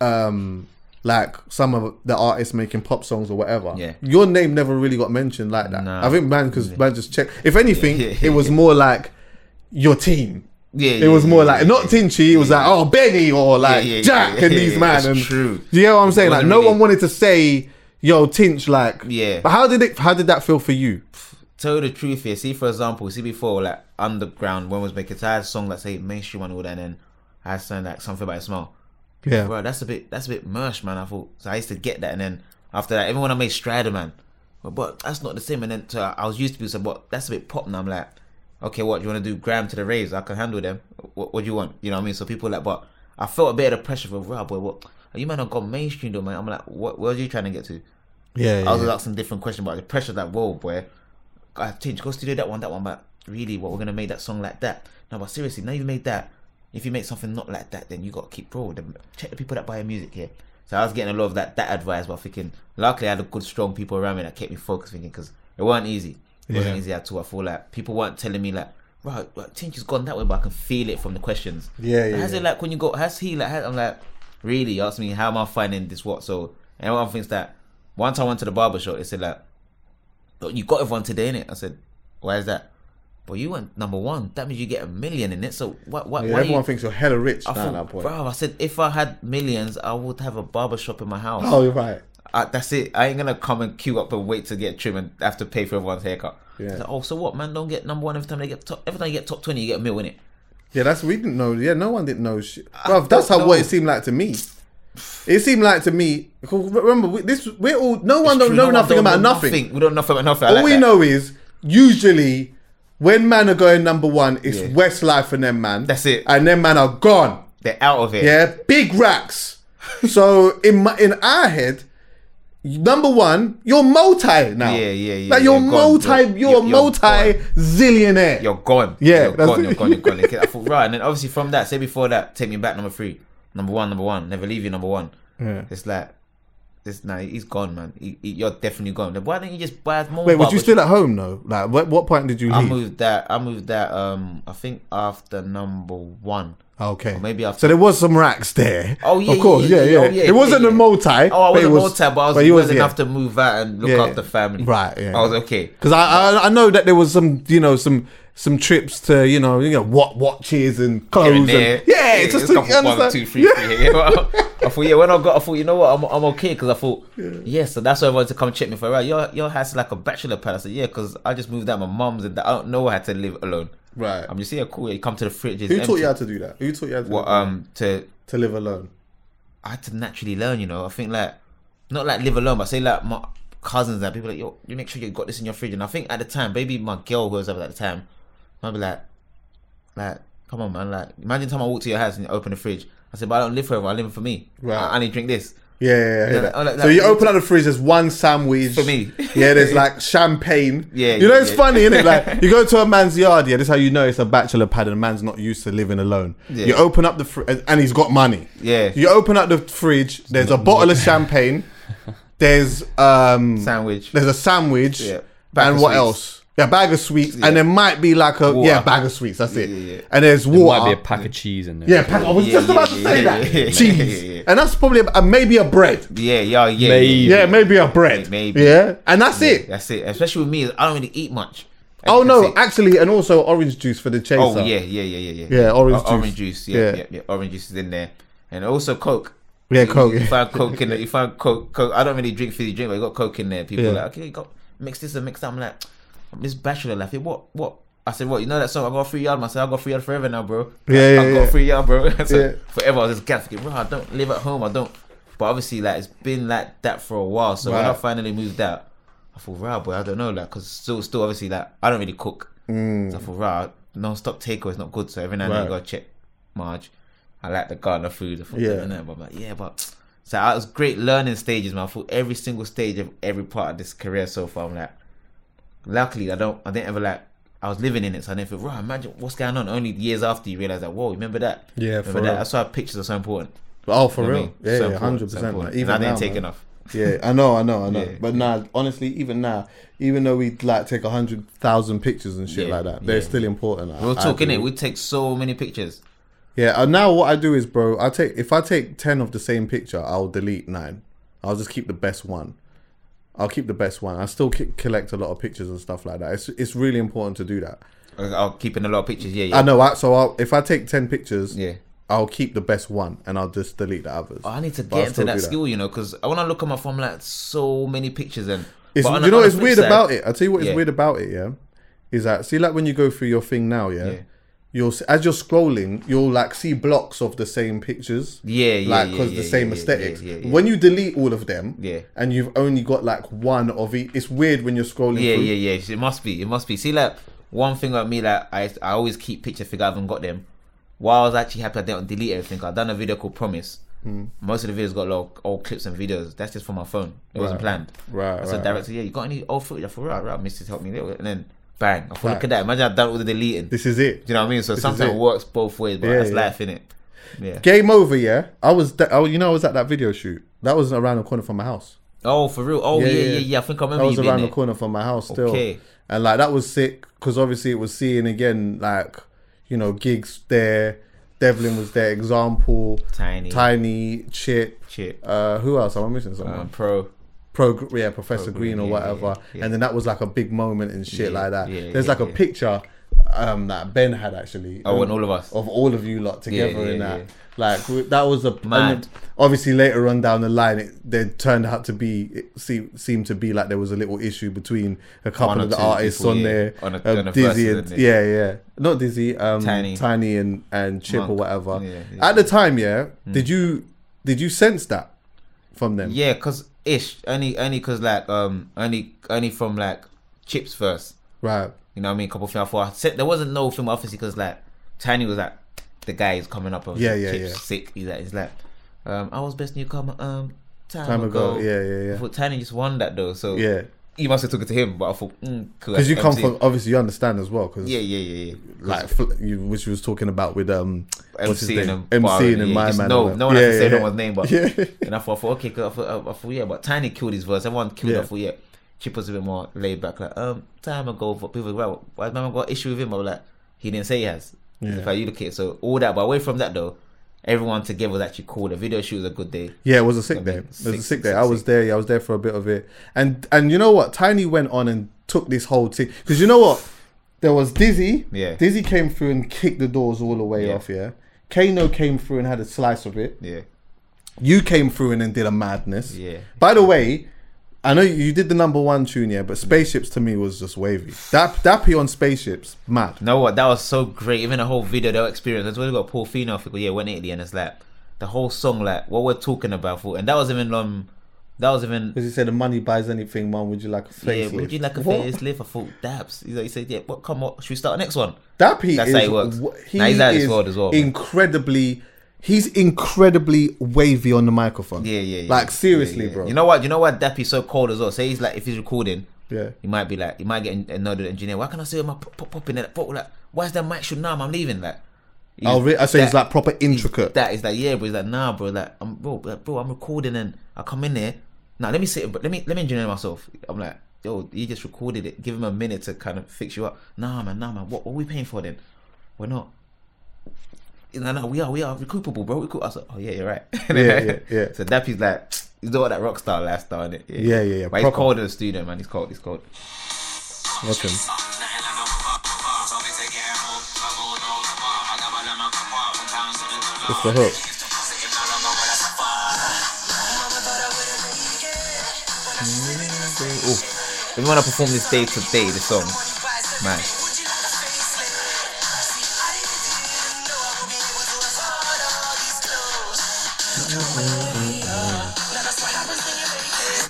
S2: um like some of the artists making pop songs or whatever
S3: Yeah.
S2: your name never really got mentioned like that
S3: No.
S2: i think man because man just checked if anything
S3: Yeah.
S2: it was more like your team
S3: yeah.
S2: it was
S3: yeah,
S2: more
S3: yeah,
S2: like
S3: yeah,
S2: not
S3: yeah.
S2: Tinchy. It was like oh Benny or like
S3: yeah, yeah,
S2: Jack
S3: yeah,
S2: and
S3: yeah,
S2: these
S3: yeah,
S2: man.
S3: that's
S2: and
S3: true.
S2: Do you know what I'm saying? Like
S3: wasn't
S2: no
S3: really-
S2: one wanted to say yo Tinch like
S3: Yeah.
S2: But how did it? How did that feel for you?
S3: Tell the truth here. See, for example, see before like underground when was making. So I had a song that say mainstream and all that, and then I had something like something about smell.
S2: Yeah.
S3: bro, that's a bit that's a bit mersh, man. I thought so. I used to get that, and then after that, even when I made Strider, man, but, but that's not the same. And then so I was used to be so, but that's a bit pop. Now I'm like, okay, what do you want to do? Graham to the Raves, I can handle them. What, what do you want? You know what I mean? So people like, but I felt a bit of the pressure from Rob. Boy, what you man have gone mainstream though, man. I'm like, what? Where are you trying to get to?
S2: Yeah.
S3: I was asking different questions about the pressure that role, boy. I changed, go studio that one, that one, but really, what we're gonna make that song like that? No, but seriously, now you made that. If you make something not like that, then you gotta keep rolling. Then Check the people that buy your music here. So I was getting a lot of that that advice, but thinking, luckily I had a good, strong people around me that kept me focused, thinking because it wasn't easy. It wasn't easy at all. I feel like people weren't telling me like, right, right Tinch has gone that way, but I can feel it from the questions.
S2: Yeah,
S3: Like,
S2: yeah,
S3: How's
S2: yeah.
S3: it like when you go? How's he like? How, I'm like, really? You ask me how am I finding this? What? So everyone thinks that. Once I went to the barber shop, they said like, but you got everyone today in it. I said, why is that? But you went number one. That means you get a million in it. So what? What?
S2: Yeah,
S3: why
S2: everyone
S3: you,
S2: thinks you're hella rich
S3: I
S2: now at
S3: thought,
S2: that point.
S3: bro. I said if I had millions, I would have a barber shop in my house.
S2: Oh, you're right.
S3: I, that's it. I ain't gonna come and queue up and wait to get trim and have to pay for everyone's haircut.
S2: Yeah.
S3: It's like, oh, so what, man? Don't get number one every time they get top. Every time you get top twenty, you get a mil in it.
S2: Yeah, that's we didn't know. Yeah, no one didn't know shit. Bruv, that's
S3: don't
S2: how what
S3: know.
S2: it seemed like to me. It seemed like to me. 'cause Remember, we, this we're all. No one don't know nothing about nothing.
S3: We don't know nothing about nothing. I
S2: All
S3: like
S2: we
S3: that.
S2: know is usually when man are going number one, it's
S3: Yeah.
S2: Westlife and them man.
S3: That's it.
S2: And them man are gone.
S3: they're out of it.
S2: Yeah, big racks. so in my in our head, Number one, you're multi now.
S3: Yeah, yeah, yeah,
S2: Like you're
S3: you're gone,
S2: multi,
S3: bro.
S2: you're,
S3: You're- you're
S2: multi zillionaire.
S3: You're gone.
S2: Yeah,
S3: you're
S2: that's
S3: gone,
S2: it.
S3: you're gone. You're gone. You're gone. I thought right, and then obviously from that, say before that, take me back. Number three, number one, number one. Never leave you. Number one.
S2: Yeah.
S3: It's like. It's, nah, he's gone, man. He, he- you're definitely gone. Then Why don't you just buy more?
S2: Wait, was
S3: bubble?
S2: you still at home though? Like, what, what point did you
S3: I
S2: leave?
S3: moved that. I moved that. Um, I think after number one.
S2: Okay.
S3: Or maybe after.
S2: So there was some racks there.
S3: Oh yeah,
S2: Oh. of course, yeah, yeah.
S3: oh,
S2: it wasn't
S3: yeah,
S2: a
S3: yeah.
S2: multi.
S3: Oh, I
S2: but it
S3: wasn't multi, but I was,
S2: you
S3: was, enough
S2: yeah.
S3: to move out and look
S2: Yeah.
S3: after family.
S2: Right, yeah.
S3: I was okay.
S2: Because I, I I know that there was some you know some some trips to you know you know what watches and clothes
S3: Here and
S2: and,
S3: there.
S2: Oh, yeah, just
S3: it's
S2: to,
S3: couple-
S2: you
S3: one,
S2: understand?
S3: two, three, three. Yeah. I thought yeah. When I got, I thought you know what, I'm I'm okay because I thought yeah. So that's why I wanted to come check me for a while. Your your house is like a bachelor pad. I said yeah because I just moved out my mum's and I don't know how to live alone.
S2: Right.
S3: I'm just yeah cool. You come to the fridge.
S2: Who taught you how to do that? Who taught you how to
S3: What
S2: do that?
S3: um to
S2: to live alone?
S3: I had to naturally learn, you know. I think like not like live alone, but say like my cousins and people like yo, you make sure you got this in your fridge. And I think at the time, maybe my girl who was over at the time, I'd be like, like, come on, man, like imagine time I walk to your house and you open the fridge. I said, but I don't live forever. I live for me.
S2: Right.
S3: I, I need to drink this.
S2: Yeah, yeah, yeah.
S3: Yeah,
S2: yeah.
S3: oh, like
S2: so
S3: that.
S2: you open up the fridge. There's one sandwich
S3: For me.
S2: Yeah, there's like champagne.
S3: Yeah,
S2: you know
S3: yeah,
S2: it's
S3: yeah.
S2: funny, isn't it? Like you go to a man's yard. Yeah, this is how you know it's a bachelor pad and a man's not used to living alone.
S3: Yeah.
S2: You open up the fridge and he's got money.
S3: Yeah.
S2: You open up the fridge. There's a bottle of champagne. There's um
S3: Sandwich.
S2: There's a sandwich.
S3: Yeah. Bag
S2: and
S3: of
S2: what
S3: sweets.
S2: else? Yeah, bag of sweets. And there might be like a
S3: Water.
S2: yeah bag of sweets. That's it.
S3: yeah, yeah.
S2: And there's
S5: There
S2: water.
S5: might be a pack of cheese in there.
S2: yeah, pack- I was
S3: Yeah,
S2: just
S3: yeah,
S2: about to
S3: yeah,
S2: say
S3: yeah,
S2: that.
S3: yeah, yeah,
S2: Cheese.
S3: yeah, yeah.
S2: And that's probably a, and maybe a bread.
S3: Yeah, yeah, yeah.
S5: Maybe.
S2: Yeah, maybe a bread.
S3: Maybe.
S2: Yeah, and that's it.
S3: That's it. Especially with me, I don't really eat much. As
S2: Oh
S3: you can
S2: no,
S3: see.
S2: actually, and also orange juice for the chaser.
S3: Oh yeah, yeah, yeah, yeah, yeah.
S2: Yeah, orange
S3: O- Orange
S2: juice.
S3: juice. Yeah,
S2: Yeah.
S3: yeah, yeah, Orange juice is in there, and also Coke.
S2: Yeah,
S3: You-
S2: Coke,
S3: You
S2: yeah.
S3: find Coke in there. You find Coke. Coke. I don't really drink fizzy drink, but you got Coke in there. People
S2: Yeah.
S3: are like, okay, you got mix this and mix that. I'm like, this bachelor life. yeah, What? What? I said, what? You know that song? I got free yard. man." I said, I got free yard forever now, bro.
S2: Yeah, yeah,
S3: I
S2: yeah.
S3: got free yard, bro. so
S2: Yeah.
S3: Forever. I was just gasping, bro. I don't live at home. I don't. But obviously, like it's been like that for a while. So when I
S2: Right.
S3: finally moved out, I thought, right, boy, I don't know, like, cause still, still, obviously, like, I don't really cook. So I thought, right, non-stop takeaway is not good. So every now and then I
S2: Mm. Right.
S3: go check Marge. I like the Ghana food. I thought,
S2: Yeah.
S3: yeah, but I'm like, yeah, but so I was great learning stages, man. I thought every single stage of every part of this career so far, I'm like, luckily, I don't, I didn't ever like. I was living in it, so I didn't feel right. Imagine what's going on. Only years after you realize that, whoa, remember that?
S2: Yeah,
S3: remember
S2: for
S3: that.
S2: real.
S3: That's why pictures are so important.
S2: Oh, for
S3: You know what I
S2: real.
S3: mean? So
S2: Yeah, yeah,
S3: important, so
S2: hundred percent.
S3: important.
S2: Like,
S3: And
S2: even
S3: I didn't
S2: now,
S3: take
S2: man.
S3: enough.
S2: Yeah, I know, I know, I know.
S3: Yeah.
S2: But nah, honestly, even now, even though we like take hundred thousand pictures and shit
S3: Yeah,
S2: like that, they're
S3: yeah.
S2: still important. I-
S3: We'll
S2: I
S3: talk in it. We
S2: agree.
S3: take so many pictures.
S2: Yeah, and now what I do is, bro, I take if I take ten of the same picture, I'll delete nine. I'll just keep the best one. I'll keep the best one. I still ki- collect a lot of pictures and stuff like that. It's it's really important to do that.
S3: I'll keep in a lot of pictures. Yeah, yeah.
S2: I know. I, so I'll, if I take ten pictures,
S3: Yeah. Oh,
S2: I'll keep the best one and I'll just delete the others.
S3: I need to
S2: But I'll
S3: get into
S2: still do
S3: that skill, you know, because when I look at my phone, I'm like so many pictures and.
S2: It's,
S3: but on
S2: you
S3: the-
S2: know
S3: on the
S2: what's
S3: flip
S2: weird
S3: side-
S2: about it? I'll tell you what is
S3: Yeah.
S2: weird about it, yeah? Is that, see, like when you go through your thing now, yeah?
S3: Yeah.
S2: You'll, s- as you're scrolling, you'll like see blocks of the same pictures.
S3: Yeah, yeah,
S2: Like,
S3: yeah,
S2: because
S3: yeah,
S2: the same
S3: yeah, yeah,
S2: aesthetics.
S3: yeah, yeah.
S2: When you delete all of them,
S3: Yeah.
S2: and you've only got like one of each, it's weird when you're scrolling
S3: Yeah,
S2: through.
S3: yeah, yeah. It must be. It must be. See, like one thing about me, like I, I always keep picture figure. I haven't got them. While I was actually happy, I didn't delete everything. I done a video called Promise.
S2: Hmm.
S3: Most of the videos got a lot of old clips and videos. That's just from my phone. It wasn't planned.
S2: Right,
S3: I said,
S2: right,
S3: director, yeah, you got any old footage? I thought, right, right, Mrs. help me. And then bang. I thought,
S2: Right.
S3: look at that. Imagine I've done all the deleting.
S2: This is it.
S3: Do you know what I mean? So
S2: This is
S3: sometimes
S2: it.
S3: it works both ways, but
S2: Yeah,
S3: that's
S2: yeah.
S3: life, innit? Yeah.
S2: Game over, yeah? I was, th- oh, you know, I was at that video shoot. That was around the corner from my house.
S3: Oh, for real? Oh, yeah, yeah, yeah.
S2: yeah.
S3: I think I remember
S2: That was
S3: you being
S2: around the
S3: there.
S2: corner from my house still.
S3: Okay.
S2: And like that was sick because obviously it was seeing again like you know gigs there. Devlin was there. Example.
S3: Tiny.
S2: Tiny Chip.
S3: Chip.
S2: Uh, who else? Am I missing someone?
S3: Um, pro.
S2: Pro, yeah, Professor
S3: Pro-
S2: Green or
S3: yeah,
S2: whatever.
S3: yeah, yeah.
S2: And then that was like a big moment and shit
S3: Yeah,
S2: like that.
S3: yeah,
S2: There's
S3: yeah,
S2: like a
S3: yeah.
S2: picture um, that Ben had actually.
S3: Oh,
S2: um,
S3: and all of us.
S2: Of all of you lot together
S3: yeah,
S2: in that.
S3: yeah.
S2: Like w- that was a
S3: Mad.
S2: and then Obviously, later on down the line, it they turned out to be it seem, seemed to be like there was a little issue between a couple
S3: One or
S2: of the
S3: two
S2: artists
S3: people,
S2: on
S3: yeah,
S2: there,
S3: on a- on
S2: um,
S3: a
S2: Dizzy,
S3: versus,
S2: and,
S3: isn't it?
S2: yeah, yeah, not Dizzy, um, Tiny,
S3: Tiny.
S2: and and Chip or
S3: Monk.
S2: whatever.
S3: Yeah, yeah. Hmm.
S2: At the time, yeah, did you did you sense that from them?
S3: Yeah, cause ish only only cause like um only only from like chips first.
S2: Right.
S3: You know what I mean? Couple of film I thought I said there wasn't no film obviously because like Tiny was like the guy is coming up. obviously,
S2: Yeah, yeah,
S3: Chips
S2: yeah.
S3: Sick. He's like he's like um I was best newcomer. Um time,
S2: Time ago,
S3: ago.
S2: yeah, yeah, yeah.
S3: I thought Tanny just won that though, so
S2: Yeah.
S3: you must have took it to him. But I thought, mm, cool,
S2: Because you
S3: that's
S2: come
S3: MC.
S2: from obviously you understand as well. Because
S3: yeah, yeah, yeah, yeah.
S2: like fl- you, which you was talking about with um what's his
S3: MC and
S2: name?
S3: them bar
S2: MC and
S3: yeah,
S2: my
S3: just
S2: man.
S3: No,
S2: and
S3: no
S2: all
S3: one
S2: that.
S3: has to say
S2: Yeah,
S3: no one's name, but
S2: yeah.
S3: and I thought, I thought okay, 'cause I thought, I, I thought, yeah, but Tiny killed his verse. Everyone killed.
S2: Yeah.
S3: I thought, yeah, Chip was a bit more laid back. Like, um, time ago, but people, were like, why has my man got issue with him? I was like, he didn't say he has. If I you look at it, so all that. But away from that though, everyone together was actually cool. The video shoot was a good day.
S2: Yeah, it was a sick day. It was
S3: sick,
S2: a sick
S3: sick,
S2: day.
S3: sick,
S2: I was
S3: sick.
S2: there. Yeah, I was there for a bit of it. And and you know what? Tiny went on and took this whole thing because you know what? There was Dizzy.
S3: Yeah.
S2: Dizzy came through and kicked the doors all the way
S3: Yeah.
S2: off. Yeah. Kano came through and had a slice of it.
S3: Yeah,
S2: You came through and then did a madness.
S3: Yeah.
S2: By the way, I know you did the number one tune, yeah, but spaceships to me was just wavy. That Dappy on spaceships, mad.
S3: you know what? That was so great. Even the whole video, the whole experience. That's where we got Paul Fino. I think, yeah, 180, and it's like the whole song, like what we're talking about. For, and that was even um, that was even
S2: Because he said the money buys anything, man. Would you like a facelift?
S3: Yeah, would you like a
S2: What?
S3: facelift? I thought dabs. He's like, he said, yeah. What? Come on, should we start the next one?
S2: Dappy
S3: That's
S2: is
S3: how he works.
S2: w-
S3: Nah, he's out of
S2: is
S3: this world as well. man.
S2: incredibly. He's incredibly wavy on the microphone.
S3: yeah, yeah, yeah.
S2: Like seriously,
S3: Yeah, yeah.
S2: bro.
S3: You know what? You know what? Dappy's so cold as well. Say he's like, if he's recording,
S2: Yeah.
S3: he might be like, he might get an- another engineer. Why can't I see my pop pop, pop in there? Pop, like, why is that mic shut now? I'm leaving. Like,
S2: Oh, really? so he's
S3: that-
S2: like proper intricate.
S3: that is like yeah, bro. He's like nah, bro. Like I'm bro, like, bro. I'm recording and I come in there. Nah, let me sit. But let me let me engineer myself. I'm like yo, you just recorded it. Give him a minute to kind of fix you up. Nah, man, nah, man. What what are we paying for then? We're not. No, no, we are, we are recoupable, bro. Recoup. I was like, oh yeah, you're right.
S2: Yeah, yeah, yeah.
S3: So Dappy's like, he's all that rock star lifestyle, innit?
S2: Yeah, yeah, yeah,
S3: But
S2: proper.
S3: he's cold in the studio, man. He's cold. He's cold.
S2: Watch him. It's the hook.
S3: Oh, if you want to perform this day to day, the song, man.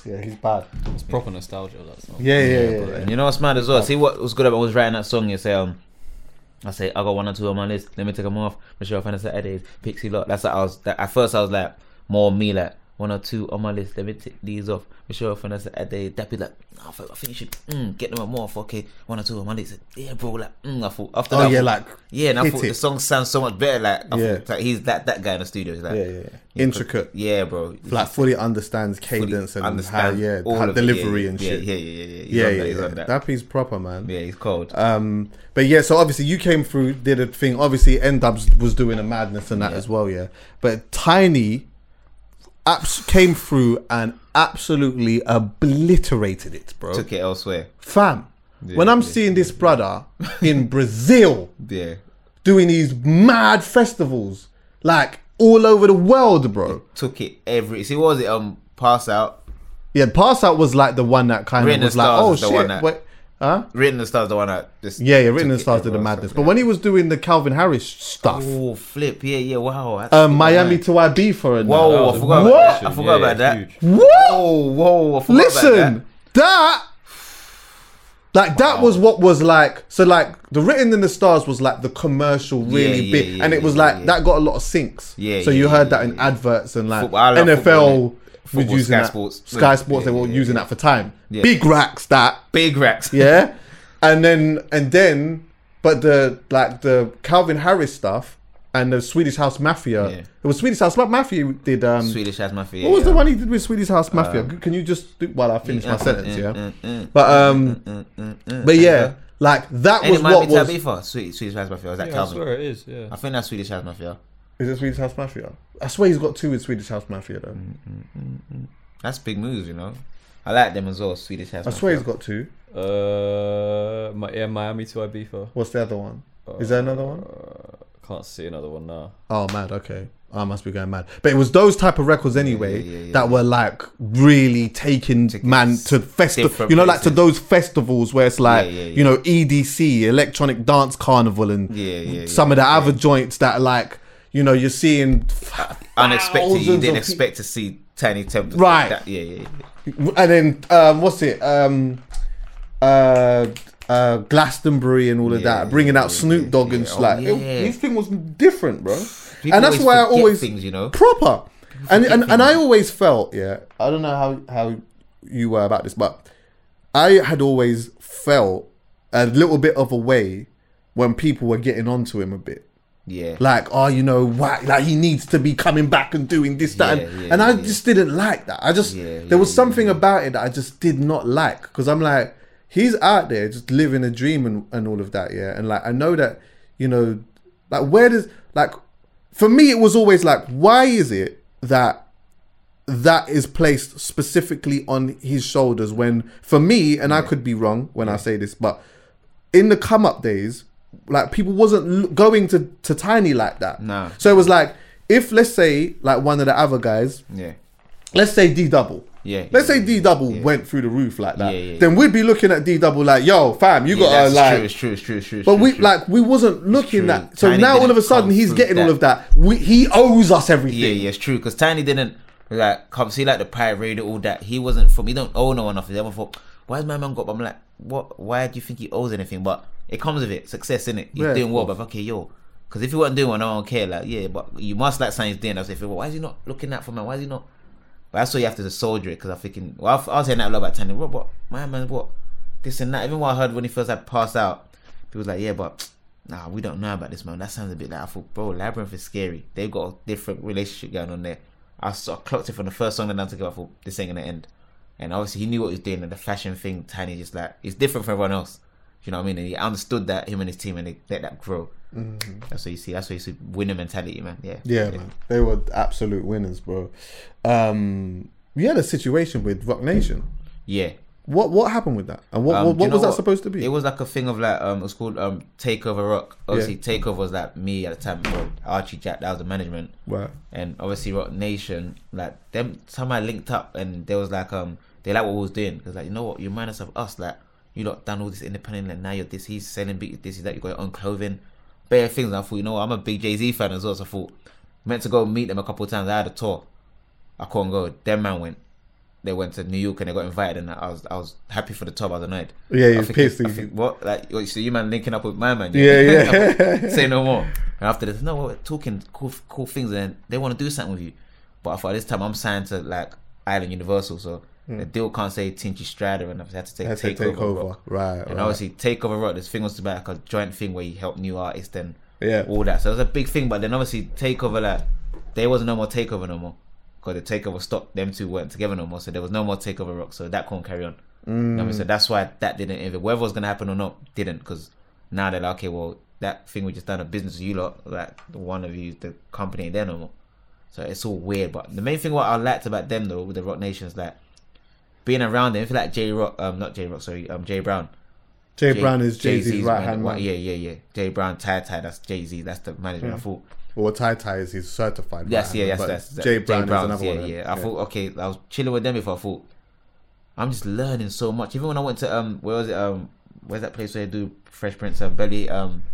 S2: Yeah, he's bad.
S5: It's proper nostalgia. That song.
S2: Yeah, yeah, yeah. yeah.
S3: And you know what's mad as
S2: Oh.
S3: well? See what was good about was writing that song. You say, um, I say I got one or two on my list. Let me take them off. Michelle Fanny Saturdays, Pixie Lot. That's what I was. That, at first I was like more me like one or two on my list. Let me take these off. Michelle Fanny Saturdays. That be like, "Nah, I think I think you should mm, get them more. Okay, one or two on my list. Yeah, bro. Like, mm, I thought after
S2: Oh,
S3: that, I
S2: yeah,
S3: thought-
S2: like,
S3: yeah. And I
S2: hit
S3: thought
S2: it.
S3: the song sounds so much better. Like, I
S2: Yeah.
S3: thought, like he's that that guy in the studio. He's like,
S2: Yeah, yeah, yeah. Intricate.
S3: yeah, bro. He's
S2: Like fully understands cadence and how yeah,
S3: all
S2: how
S3: of it.
S2: delivery
S3: yeah,
S2: and
S3: yeah,
S2: shit.
S3: Yeah, yeah, yeah, yeah. He's
S2: yeah,
S3: on
S2: yeah,
S3: that, he's
S2: yeah.
S3: on
S2: That.
S3: that.
S2: piece proper, man.
S3: Yeah, he's cold.
S2: Um, but yeah, so obviously you came through, did a thing. Obviously, N Dubs was doing a madness and that as well, yeah. But Tiny abs- came through and absolutely obliterated it, bro.
S3: Took it elsewhere.
S2: Fam, when I'm seeing this brother in Brazil
S3: Yeah.
S2: doing these mad festivals, like all over the world, bro.
S3: Took it every. See, what was it? Um, pass out.
S2: Yeah, Pass Out was like the one that kind
S3: Written
S2: of was
S3: in
S2: like,
S3: Stars
S2: oh
S3: is the one
S2: shit,
S3: that-
S2: wait, huh?
S3: Written in the stars, the one that just.
S2: Yeah, yeah, written in
S3: took it
S2: the stars did the
S3: everywhere.
S2: madness. But when he was doing the Calvin Harris stuff,
S3: Oh flip! Yeah, yeah. Wow. that's-
S2: um, Miami to IB for
S3: Whoa!
S2: a night.
S5: That was
S3: I
S5: a
S3: forgot
S5: mad
S3: about that. I
S5: action.
S3: forgot
S5: Yeah,
S3: about that.
S5: huge.
S2: What?
S3: Whoa! Whoa! I forgot
S2: Listen,
S3: about
S2: that like that was what was like. So like the written in the stars was like the commercial really
S3: yeah,
S2: big,
S3: yeah,
S2: and it was
S3: yeah,
S2: like
S3: yeah.
S2: that got a lot of syncs.
S3: Yeah,
S2: So
S3: yeah,
S2: you
S3: yeah,
S2: heard that
S3: yeah,
S2: in
S3: yeah.
S2: adverts and like
S3: Football- I love
S2: NFL
S3: football, innit?
S2: was
S3: Football,
S2: using
S3: Sky
S2: that.
S3: Sports.
S2: Sky Sports.
S3: Yeah,
S2: they were
S3: yeah,
S2: using
S3: yeah.
S2: that for time.
S3: Yeah.
S2: Big racks that.
S3: that. Big racks.
S2: yeah and then and then but the like the calvin harris stuff and the swedish house mafia
S3: Yeah.
S2: it was swedish house mafia did um
S3: Swedish Uh, as my fear.
S2: what was the one he did with swedish house mafia can you just do while i finish my
S3: mm,
S2: sentence
S3: mm,
S2: yeah
S3: mm, mm,
S2: but um
S3: uh,
S2: but yeah like that
S3: And
S2: was
S3: it might
S2: what
S3: be
S2: was
S3: Tabifa. Sweet, Swedish as my fear. Is that
S5: Yeah, I
S3: Calvin?
S5: swear it is. Yeah.
S3: I think that's Swedish as my fear.
S2: is it swedish house mafia i swear he's got two with swedish house mafia though
S3: Mm, That's big moves, you know. I like them as well. Swedish as
S2: i
S3: my
S2: swear
S3: fear.
S2: he's got two
S5: Uh, my, yeah, Miami to Ibiza.
S2: what's the other one is there another one
S5: Can't see another one now.
S2: Oh, mad. Okay. I must be going mad. But it was those type of records anyway that were like really taking man to festival.
S3: different
S2: You know, like to
S3: places.
S2: those festivals where it's like
S3: yeah, yeah.
S2: you know EDC, Electronic Dance Carnival, and
S3: Yeah, yeah,
S2: some of the other joints that like you know you're seeing f-
S3: Unexpected. You
S2: thousands
S3: didn't
S2: of pe-
S3: expect to see Tiny Temple.
S2: Right.
S3: That, yeah, yeah, yeah.
S2: and then um, what's it? Um, uh, uh, Glastonbury and all of
S3: Yeah,
S2: that, bringing out
S3: yeah,
S2: Snoop
S3: yeah,
S2: Dogg
S3: yeah.
S2: and s-
S3: Oh,
S2: like it-
S3: yeah.
S2: this thing was different, bro.
S3: People
S2: and that's
S3: always
S2: why I
S3: forget
S2: always
S3: things, you know?
S2: proper. and, and and I always felt, yeah, I don't know how how you were about this, but I had always felt a little bit of a way when people were getting onto him a bit.
S3: Yeah.
S2: Like, oh, you know, why, like he needs to be coming back and doing this, that,
S3: Yeah,
S2: and,
S3: yeah,
S2: and I
S3: yeah.
S2: just didn't like that. I just
S3: Yeah,
S2: there was
S3: yeah,
S2: something about it that I just did not like because I'm like, he's out there just living a dream and, and all of that, yeah. And like, I know that, you know, like where does like for me it was always like, why is it that that is placed specifically on his shoulders when for me and I could be wrong when I say this but in the come up days like people wasn't l- going to to tiny like that
S3: No.
S2: so it was like if let's say like one of the other guys
S3: Yeah.
S2: let's say D double
S3: Yeah,
S2: let's
S3: yeah,
S2: say D double went through the roof like that
S3: Yeah, yeah,
S2: then we'd be looking at D double like yo fam you
S3: yeah,
S2: gotta
S3: that's
S2: like
S3: true, it's true, it's true, it's true. it's
S2: but
S3: true,
S2: we
S3: it's true.
S2: like we wasn't looking
S3: true.
S2: that so
S3: Tiny
S2: now all of a
S3: didn't come
S2: sudden he's
S3: through
S2: getting all
S3: that.
S2: of that we, he owes us everything
S3: Yeah, yeah, it's true. Because Tiny didn't like come see like the pirate radio, all that. He wasn't from. He don't owe no one off. Everyone thought, why's my man got? But I'm like, what? Why do you think he owes anything? But it comes with it. Success in it. He's
S2: Yeah,
S3: doing
S2: of
S3: well, but okay, yo. Because if he wasn't doing well, no one would care. Like, yeah, but you must like something he's doing. I was like, well, why is he not looking out for man? Why is he not? But that's why you have to just soldier it. Because I'm thinking, well, I was- I was hearing that a lot about Tiny. What? What? My man, what? This and that. Even what I heard when he first like passed out, people was like, yeah, but nah, we don't know about this man. That sounds a bit like I thought, bro, Labyrinth is scary. They've got a different relationship going on there. I saw I clocked it from the first song that I took it, I thought this ain't gonna end. And obviously he knew what he was doing and the fashion thing, Tiny just like it's different from everyone else. You know what I mean? And he understood that him and his team and they let that grow. That's what you see. That's what you see. Winner mentality, man. Yeah.
S2: Yeah, man. They were absolute winners, bro. Um, we had a situation with Rock Nation.
S3: Yeah.
S2: What what happened with that? And what
S3: Um,
S2: what,
S3: do you
S2: what
S3: know
S2: was that supposed to be?
S3: It was like a thing of like um, it was called um, Takeover Rock. Obviously, Takeover was like me at the time. Bro, Archie Jack, that was the management.
S2: Right.
S3: And obviously, Rock Nation, like them, somehow linked up, and there was like um, they like what we was doing because like you know what, you remind us of us. Like you lot done all this independent, and now you're this. He's selling big, this is that. You got your own clothing, bare things. And I thought, you know, what, I'm a big Jay Z fan as well. So I thought, meant to go meet them a couple of times. I had a tour. I couldn't go. Them man went. They went to New York and they got invited, and I was I was happy for the top. I was annoyed.
S2: Yeah, you're
S3: I think-
S2: pissed.
S3: I think, what like what, so you man linking up with my man?
S2: Yeah, yeah.
S3: Say no more. And after this, no, we're talking cool cool things, and they want to do something with you. But I thought this time I'm signed to like Island Universal, so the deal can't say Tinchy Strider, and I've had to take
S2: Had Hmm. to take
S3: takeover.
S2: over.
S3: Rock.
S2: Right,
S3: And
S2: right.
S3: obviously takeover rock. This thing was about like a joint thing where you help new artists and
S2: Yeah.
S3: all that. So it was a big thing. But then obviously takeover like there was no more takeover no more because the takeover stopped. Them two weren't together no more, so there was no more takeover rock. So that couldn't carry on. You know what I mean?
S2: Mm.
S3: So that's why that didn't. If whether it was gonna happen or not, didn't because now they're like, okay, well that thing we just done a business with you lot, like the one of you, the company, ain't there no more. So it's all weird. But the main thing what I liked about them though with the Rock Nation is that being around them, if you like J Rock, um, not J Rock, sorry, um, J Brown.
S2: Jay
S3: Jay-
S2: Brown is Jay Z's
S3: Jay-Z's
S2: right hand
S3: man-
S2: man,
S3: Yeah, yeah, yeah. Jay Brown, Ty Ty, that's Jay Z, that's the management. I thought,
S2: or Ty Ty is his certified.
S3: yes,
S2: right
S3: yeah,
S2: hand
S3: yes,
S2: man,
S3: that's
S2: Hmm. but
S3: that-
S2: Jay Brown is
S3: Brown's,
S2: another
S3: yeah,
S2: one. of them.
S3: Yeah, I thought, okay, I was chilling with them before. I thought, I'm just learning so much. Even when I went to um, where was it um, where's that place where they do Fresh Prince um, Belly um,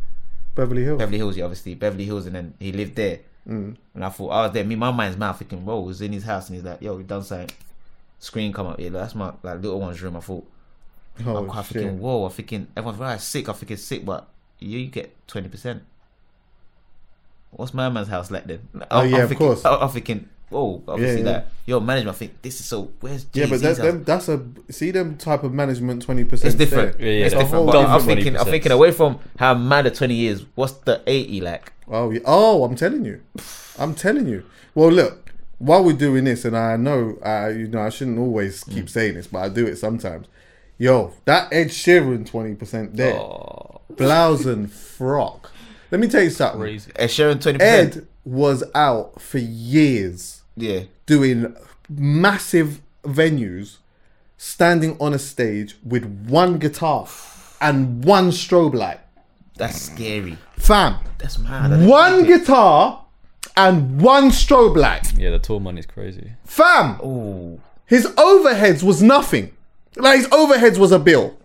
S2: Beverly Hills.
S3: Beverly Hills, yeah, obviously Beverly Hills, and then he lived there.
S2: Hmm.
S3: Mm. And I thought, I was there. Me, my mind's mad thinking, bro, was in his house, and he's like, yo, we done something. Screen come up, yeah, that's my like little one's room. I thought. I'm
S2: oh,
S3: quite
S2: shit.
S3: thinking, whoa, I'm thinking everyone's right sick, I think it's sick, but you, you get twenty percent. What's my man's house like then?
S2: Oh, yeah, of
S3: thinking,
S2: course.
S3: I'm I'm thinking, oh, obviously
S2: yeah.
S3: that your management I think this is so. Where's
S2: Yeah, but
S3: Jay-Z's
S2: that's
S3: house?
S2: them, that's a see them type of management twenty percent.
S3: It's different.
S5: Yeah, yeah,
S3: It's
S5: yeah.
S3: different.
S5: Oh,
S3: But I'm
S5: different
S3: thinking, I'm
S5: 20%.
S3: thinking away from how mad the twenty is. What's the eighty like?
S2: Oh, yeah. oh, I'm telling you, I'm telling you. Well, look, while we're doing this, and I know, I you know, I shouldn't always keep saying this, but I do it sometimes. Yo, that Ed Sheeran twenty percent there, blouse and frock. Let me tell you something.
S5: Crazy.
S3: Ed Sheeran twenty percent.
S2: Ed was out for years
S3: Yeah,
S2: doing massive venues, standing on a stage with one guitar and one strobe light.
S3: that's scary.
S2: Fam,
S3: That's mad. I didn't
S2: one
S3: think it-
S2: guitar and one strobe light.
S5: Yeah, the tour money's crazy.
S2: Fam,
S3: Ooh.
S2: his overheads was nothing. Like his overheads was a bill.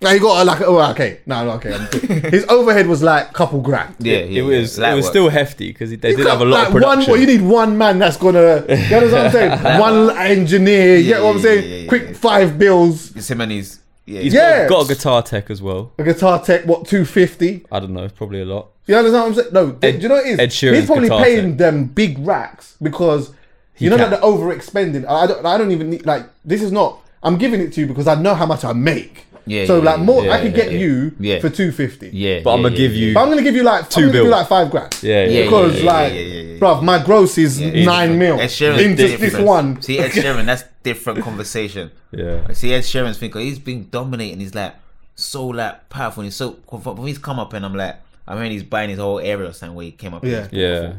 S2: Like he got a, like oh okay no no, okay I'm good. his overhead was like couple grand.
S3: Yeah,
S5: it
S3: yeah,
S5: was
S3: yeah. That
S5: it was
S3: works.
S5: still hefty because they did
S2: You
S5: have a lot of
S2: can't- like, one,
S5: production.
S2: well, you need one man that's gonna. You know what I'm saying? one engineer. you get what I'm
S3: yeah,
S2: saying?
S3: yeah, yeah,
S2: Quick
S3: yeah.
S2: five bills.
S3: It's him and his. Yeah,
S5: He's
S3: he's
S2: Yeah.
S5: got, got a guitar tech as well.
S2: A guitar tech, what two fifty?
S5: I don't know, it's probably a lot.
S2: You understand what I'm saying? No, do-
S5: Ed-
S2: do you know what it is?
S5: Ed Sheeran's
S2: He's probably
S5: guitar
S2: paying
S5: tech.
S2: them big racks because you know
S5: can't-
S2: like the overexpending. I I don't. I don't even need like. This is not. I'm giving it to you because I know how much I make.
S3: Yeah,
S2: So
S3: yeah,
S2: like more,
S3: yeah,
S2: I could
S3: yeah,
S2: get
S3: yeah.
S2: you
S3: Yeah.
S2: for two fifty.
S3: Yeah,
S5: But
S3: yeah,
S5: I'ma
S3: yeah,
S5: give
S3: yeah.
S5: you-
S2: But I'm gonna give you like two I'm gonna give you
S5: bill.
S2: like five grand.
S5: Yeah, yeah,
S2: Because
S3: yeah, yeah,
S2: like,
S3: yeah, yeah, yeah.
S2: bruv, my gross is nine
S3: Ed
S2: mil
S3: Sheeran's
S2: in just this
S3: different.
S2: one.
S3: See Ed Sheeran, that's different conversation.
S5: Yeah.
S3: I see Ed Sheeran's thinking he's been dominating. He's like so like powerful. And he's so when he's come up and I'm like, I mean he's buying his whole area or something where he came up.
S2: Yeah.
S5: Yeah.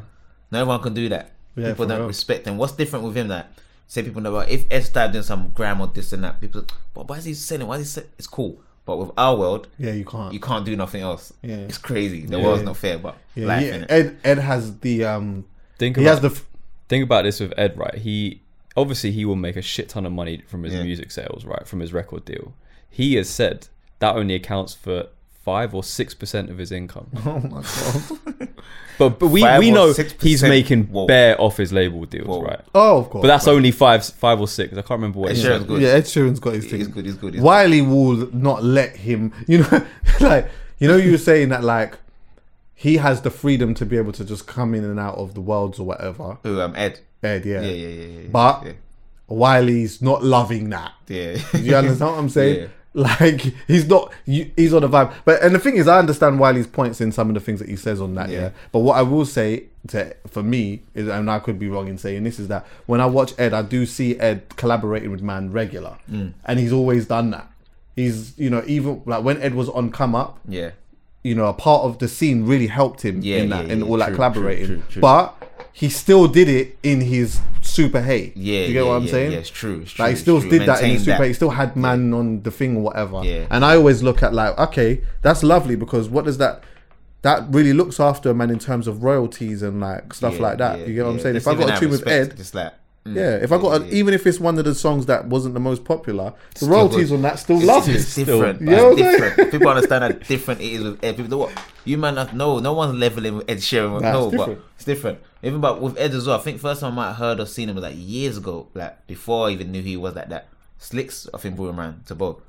S3: No one can do that.
S2: Yeah,
S3: people
S2: for
S3: don't
S2: real.
S3: respect him. What's different with him that say people know about if Ed started doing some gram or this and that, people but why is he selling? Why is he sell-" it's cool. But with our world,
S2: Yeah, you can't.
S3: you can't do nothing else.
S2: Yeah.
S3: It's crazy. The world's not fair, but
S2: Yeah,
S3: life
S2: yeah.
S3: innit?
S2: Ed Ed has the um.
S5: Think
S2: He
S5: about
S2: has the. f-
S5: think about this with Ed, right? He obviously he will make a shit ton of money from his
S3: Yeah.
S5: music sales, right? From his record deal. He has said that only accounts for five or six percent of his income.
S2: Oh my god.
S5: But but we,
S3: Five
S5: we
S3: or
S5: know
S3: 6%?
S5: he's making
S3: Whoa.
S5: bare off his label deals,
S3: Whoa.
S5: right?
S2: Oh, of course.
S5: But that's only five five or six. I can't remember what
S3: Ed
S5: he
S3: Sheeran's
S5: said.
S3: good.
S2: Yeah, Ed Sheeran's got his thing.
S3: He's good, he's good, he's
S2: Wiley will not let him. You know, like you know, you were saying that like he has the freedom to be able to just come in and out of the worlds or whatever.
S3: Who um Ed.
S2: Ed, yeah,
S3: Yeah, yeah, yeah, yeah, yeah.
S2: But
S3: Yeah.
S2: Wiley's not loving that.
S3: Yeah.
S2: You understand what I'm saying?
S3: Yeah.
S2: Like he's not, you- he's on the vibe. But and the thing is, I understand Wiley's points in some of the things that he says on that. Yeah.
S3: Yeah.
S2: But what I will say to for me is, and I could be wrong in saying this, is that when I watch Ed, I do see Ed collaborating with Man regular, and he's always done that. He's you know even like when Ed was on Come Up,
S3: Yeah.
S2: you know, a part of the scene really helped him
S3: Yeah,
S2: in that,
S3: yeah,
S2: in
S3: yeah,
S2: all that
S3: true,
S2: collaborating.
S3: true, true, true.
S2: But he still did it in his super
S3: Yeah,
S2: hate. Do you get
S3: yeah,
S2: what I'm
S3: yeah,
S2: saying?
S3: yeah, it's true, it's
S2: Like
S3: true,
S2: he
S3: it's
S2: still
S3: true.
S2: did that in
S3: Maintain
S2: his super
S3: that.
S2: hate. He still had man on the thing or whatever.
S3: Yeah.
S2: And I always look at like, okay, that's lovely because what does that? That really looks after a man in terms of royalties and like stuff
S3: Yeah,
S2: like that.
S3: yeah,
S2: you get what I'm
S3: yeah.
S2: saying?
S3: Just
S2: If I
S3: even
S2: got a
S3: out
S2: tune
S3: of
S2: with
S3: respect,
S2: Ed,
S3: just like mm,
S2: yeah. If I got a,
S3: yeah.
S2: even if it's one of the songs that wasn't the most popular, the
S3: Still
S2: royalties
S3: good.
S2: on that still
S3: It's-
S2: lovely.
S3: It's different.
S2: You
S3: but
S2: know what
S3: it's
S2: I'm saying?
S3: different. People understand how different it is with Ed. People, what you might not know. No one's leveling with Ed Sheeran.
S2: Nah,
S3: no,
S2: it's
S3: but
S2: different.
S3: it's different. Even but with Ed as well. I think first time I might have heard or seen him was like years ago, like before I even knew who he was. Like that Slicks, I think brought him around to both.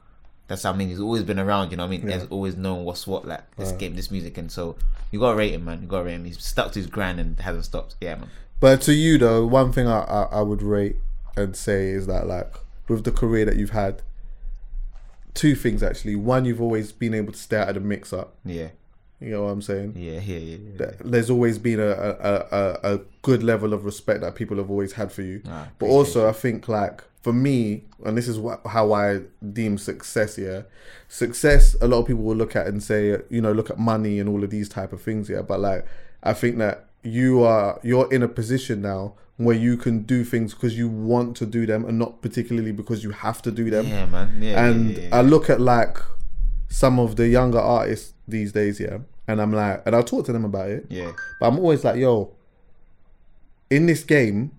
S3: That's how I mean. He's always been around. You know what I mean? Ed's always known what's what. Like this game, this music, and so you got to rate him, man. You got to rate him. He's stuck to his grind and hasn't stopped. Yeah, man.
S2: But to you though, one thing I, I, I would rate and say is that like with the career that you've had, two things actually. One, you've always been able to stay out of the mix up.
S3: Yeah,
S2: You know what I'm saying?
S3: yeah, yeah, yeah. yeah.
S2: There's always been a, a, a, a- a good level of respect that people have always had for you.
S3: Ah,
S2: but also, I think like for me, and this is what, how I deem success. Yeah, success. A lot of people will look at and say, you know, look at money and all of these type of things. Yeah, but like I think that you are you're in a position now where you can do things because you want to do them and not particularly because you have to do them
S3: Yeah, man. Yeah, yeah,
S2: and uh,
S3: yeah, yeah.
S2: I look at like some of the younger artists these days, yeah, and I'm like, and I'll talk to them about it,
S3: Yeah.
S2: but I'm always like, yo, in this game,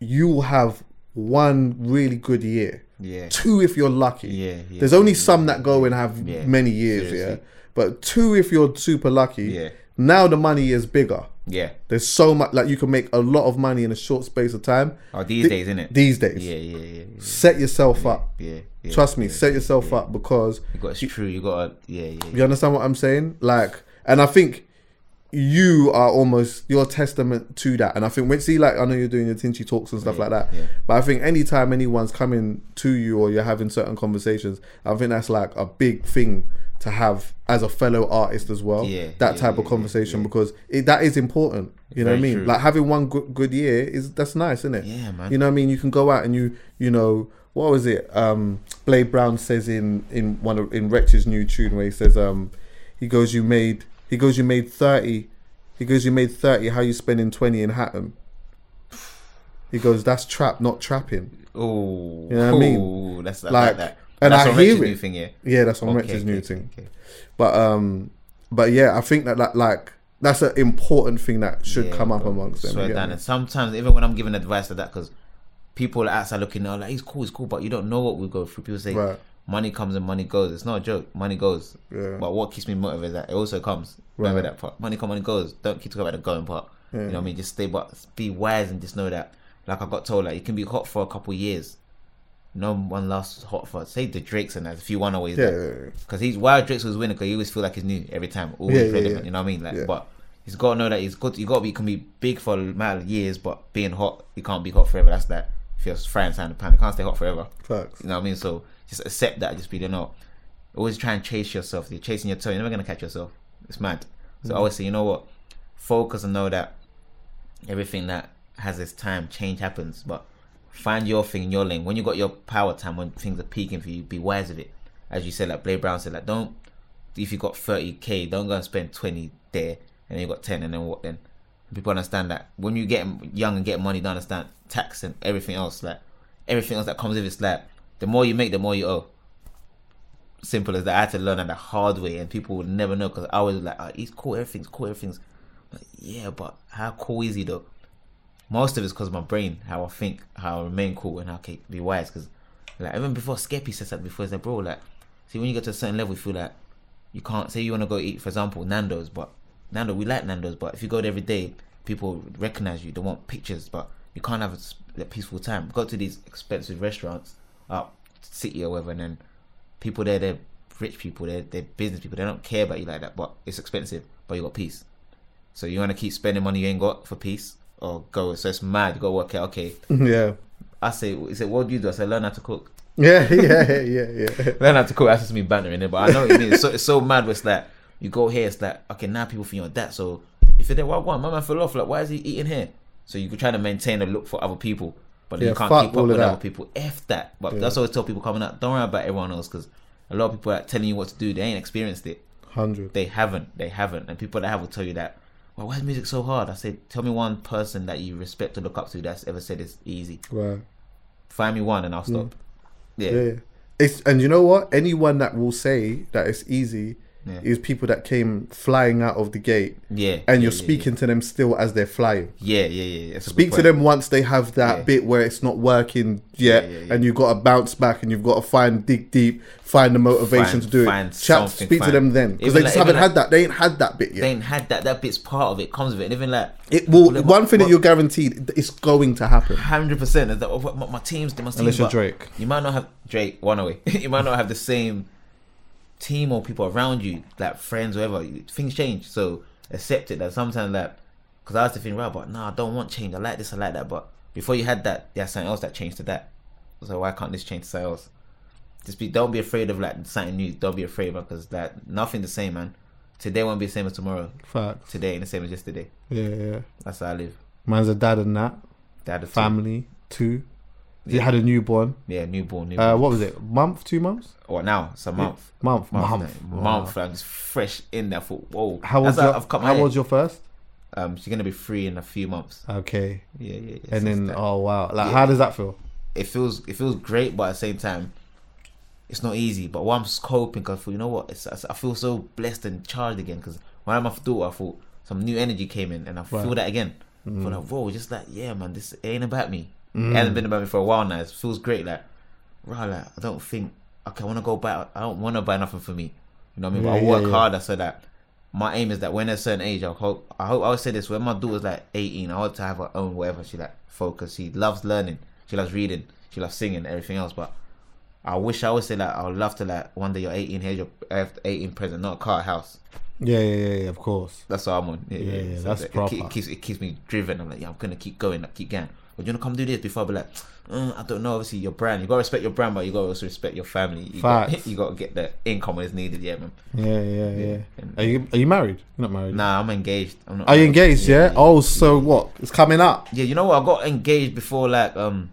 S2: you will have one really good year,
S3: Yeah.
S2: two if you're lucky,
S3: Yeah, yeah,
S2: There's only some that go and have
S3: Yeah,
S2: many years, yeah,
S3: seriously.
S2: but two if you're super lucky.
S3: Yeah.
S2: Now the money is bigger.
S3: yeah.
S2: There's so much like you can make a lot of money in a short space of time.
S3: Oh, these
S2: Th-
S3: days, innit?
S2: These days,
S3: Yeah, yeah, yeah, yeah.
S2: set yourself up.
S3: yeah, yeah,
S2: Trust me, set yourself up because
S3: You got it's true. You got to, yeah, yeah, yeah.
S2: you understand what I'm saying? Like, and I think you are almost your testament to that. And I think when see, like, I know you're doing your Tinchy talks and stuff like that,
S3: yeah.
S2: but I think anytime anyone's coming to you or you're having certain conversations, I think that's like a big thing to have as a fellow artist as well.
S3: Yeah,
S2: that
S3: yeah,
S2: type
S3: yeah,
S2: of
S3: yeah,
S2: conversation because it, that is important. You know what I
S3: Very
S2: mean?
S3: true.
S2: Like having one good, good year is that's nice, isn't it?
S3: Yeah, man.
S2: You know what I mean? You can go out and you you know what was it? Um, Blade Brown says in in one of, in Wretch's new tune where he says um, he goes you made he goes you made thirty, he goes you made thirty. How you spending twenty in Hatton? He goes that's trap, not trapping.
S3: Oh,
S2: You know what I mean?
S3: That's that's
S2: Like,
S3: like that.
S2: and
S3: that's
S2: I
S3: on
S2: hear
S3: Richard's
S2: it.
S3: New thing, yeah.
S2: Yeah, that's on
S3: Okay,
S2: Wretch's new
S3: okay,
S2: thing.
S3: okay.
S2: But um, but yeah, I think that like, like that's an important thing that should
S3: Yeah,
S2: come up
S3: bro.
S2: amongst them.
S3: Swear
S2: you get
S3: down.
S2: me?
S3: And sometimes, even when I'm giving advice like that, because people outside looking are like, he's cool, he's cool, but you don't know what we go through. People say,
S2: Right.
S3: money comes and money goes. It's not a joke. Money goes. But what keeps me motivated is that it also comes. Remember
S2: Right.
S3: that part. Money comes, money goes. Don't keep talking about the going part. You know what I mean? Just stay, but be wise and just know that, like I got told, like you can be hot for a couple years. No one lasts hot for say the Drakes and that. If you want always,
S2: Yeah,
S3: because he's while Drake's was winning, because you always feel like he's new every time, always
S2: Yeah, yeah,
S3: relevant.
S2: yeah.
S3: You know what I mean? Like, but He's got to know that he's good. You got to be can be big for a matter of years, but being hot, you can't be hot forever. That's that. If you're frying sand and pan, you can't stay hot forever.
S2: Facts.
S3: You know what I mean? So just accept that. Just be you know, always try and chase yourself. You're chasing your tail. You're never gonna catch yourself. It's mad. So I always say, you know what? Focus and know that everything that has its time, change happens. But find your thing in your lane. When you got your power time, when things are peaking for you, be wise with it. As you said, like Blade Brown said, like don't if you got thirty k, don't go and spend twenty there, and then you got ten, and then what then? People understand that when you get young and get money, don't understand tax and everything else. Like everything else that comes with it, it's like the more you make, the more you owe. Simple as that. I had to learn that the hard way, and people would never know because I was like, oh, "He's cool, everything's cool, everything's." But yeah, but how cool is he though? most of it's because of my brain, how I think, how I remain cool, and how I can be wise. Because, like, even before Skeppy says that before, he's like, bro, like, see, when you get to a certain level, you feel like you can't say you want to go eat, for example, Nando's, but Nando, we like Nando's, but if you go there every day, people recognize you, they want pictures, but you can't have a, s- a peaceful time. Go to these expensive restaurants, up city or whatever, and then people there, they're rich people, they're, they're business people, they don't care about you like that, but it's expensive, but you got peace. So you want to keep spending money you ain't got for peace or go. So it's mad. You got to work out. Okay.
S2: Yeah.
S3: I say, he said, what do you do? I said, learn how to cook.
S2: Yeah, yeah, yeah, yeah.
S3: Learn how to cook. That's just me bantering it, but I know what you mean. It's so, it's so mad. Where it's like you go here. It's like okay, now people think you're that. So if you're there, why one? My man fell off. Like why is he eating here? So you're trying to maintain a look for other people, but
S2: Yeah,
S3: you can't
S2: fuck
S3: keep
S2: all
S3: up
S2: of
S3: with
S2: that.
S3: other people. F that. But that's what I tell people coming out. Don't worry about everyone else because a lot of people are telling you what to do. They ain't experienced it.
S2: 100.
S3: They haven't. They haven't. And people that have will tell you that. Well, why is music so hard? I said, tell me one person that you respect to look up to that's ever said it's easy.
S2: Right.
S3: Find me one, and I'll stop. Yeah.
S2: Mm. Yeah. It's and you know what? Anyone that will say that it's easy
S3: Yeah.
S2: is people that came flying out of the gate.
S3: Yeah,
S2: And
S3: yeah,
S2: you're
S3: yeah, yeah.
S2: speaking to them still as they're flying.
S3: yeah, yeah, yeah. That's a good
S2: Speak to
S3: point.
S2: them once they have that
S3: Yeah.
S2: bit where it's not working yet,
S3: yeah, yeah.
S2: and you've got to bounce back, and you've got to find, dig deep, find the motivation
S3: Find-
S2: to do
S3: find
S2: it. Chat,
S3: something,
S2: speak to
S3: find-
S2: them then,
S3: Even
S2: because they
S3: like-
S2: just haven't
S3: even
S2: had
S3: like-
S2: that. They ain't had that bit yet.
S3: They ain't had that. That bit's part of it. Comes with it. And even like
S2: it will.
S3: Look,
S2: one thing that
S3: what-
S2: you're guaranteed, it's going to happen.
S3: hundred percent. Is that oh, my, my team's my team,
S2: Unless you're
S3: but
S2: Drake.
S3: You might not have Drake one away. you might not have the same team or people around you, like friends, whatever. You- Things change, so accept it. That sometimes, like, because I used to think, right, but no, I don't want change. I like this, I like that. But before you had that, there's something else that changed to that. So why can't this change to something else? Just be. Don't be afraid of like something new. Don't be afraid of because that nothing the same, man. Today won't be the same as tomorrow.
S2: Facts.
S3: Today ain't the same as yesterday.
S2: Yeah, yeah.
S3: That's how I live.
S2: Man's a dad and that
S3: Dad,
S2: family two. He had a newborn.
S3: yeah, newborn, newborn.
S2: Uh, what was it? Month, two months?
S3: Or now it's a month.
S2: Month, month.
S3: Month. month. I'm just fresh in there. For whoa.
S2: How was
S3: That's
S2: your,
S3: I've cut my
S2: How
S3: hair.
S2: was your first?
S3: Um, she's gonna be free in a few months.
S2: Okay,
S3: Yeah, yeah. yeah
S2: and
S3: since
S2: then
S3: that.
S2: oh wow, like how does that feel?
S3: it feels it feels great, but at the same time, it's not easy. But while I'm just coping, cause I feel, you know what? It's, it's- I feel so blessed and charged again. Cause when I'm off daughter, I thought some new energy came in, and I feel that again.
S2: Mm-hmm.
S3: I feel like whoa, just like yeah, man, this ain't about me.
S2: Mm.
S3: It hasn't been about me for a while now. It feels great, like right, like, I don't think okay, I want to go buy. I don't want to buy nothing for me. You know what I mean?
S2: Yeah,
S3: but I
S2: yeah,
S3: work
S2: yeah.
S3: harder so that my aim is that when they're a certain age, I hope I hope I always say this when my daughter's like eighteen, I hope to have her own whatever she like focus. She loves learning, she loves reading, she loves singing, everything else. But I wish I always say like I would love to like one day you're eighteen, here's your I have eighteen present, not a car, a house.
S2: Yeah, yeah, yeah, yeah of course.
S3: That's what I'm on. Yeah, yeah,
S2: Yeah,
S3: So
S2: that's
S3: it ke- It,
S2: proper.
S3: keeps it keeps me driven. I'm like, yeah, I'm gonna keep going, like, keep going. But you wanna come do this before I be like, "Mm, I don't know. Obviously, your brand. You gotta respect your brand, but you gotta also respect your family. You
S2: Facts.
S3: Got, you gotta get the income when it's needed. Yeah, man.
S2: Yeah, yeah, yeah. Are you are you married? You're not married.
S3: Nah, I'm engaged. I'm not.
S2: Are you engaged? Yeah. Oh, so what? It's coming up.
S3: Yeah, you know what? I got engaged before like um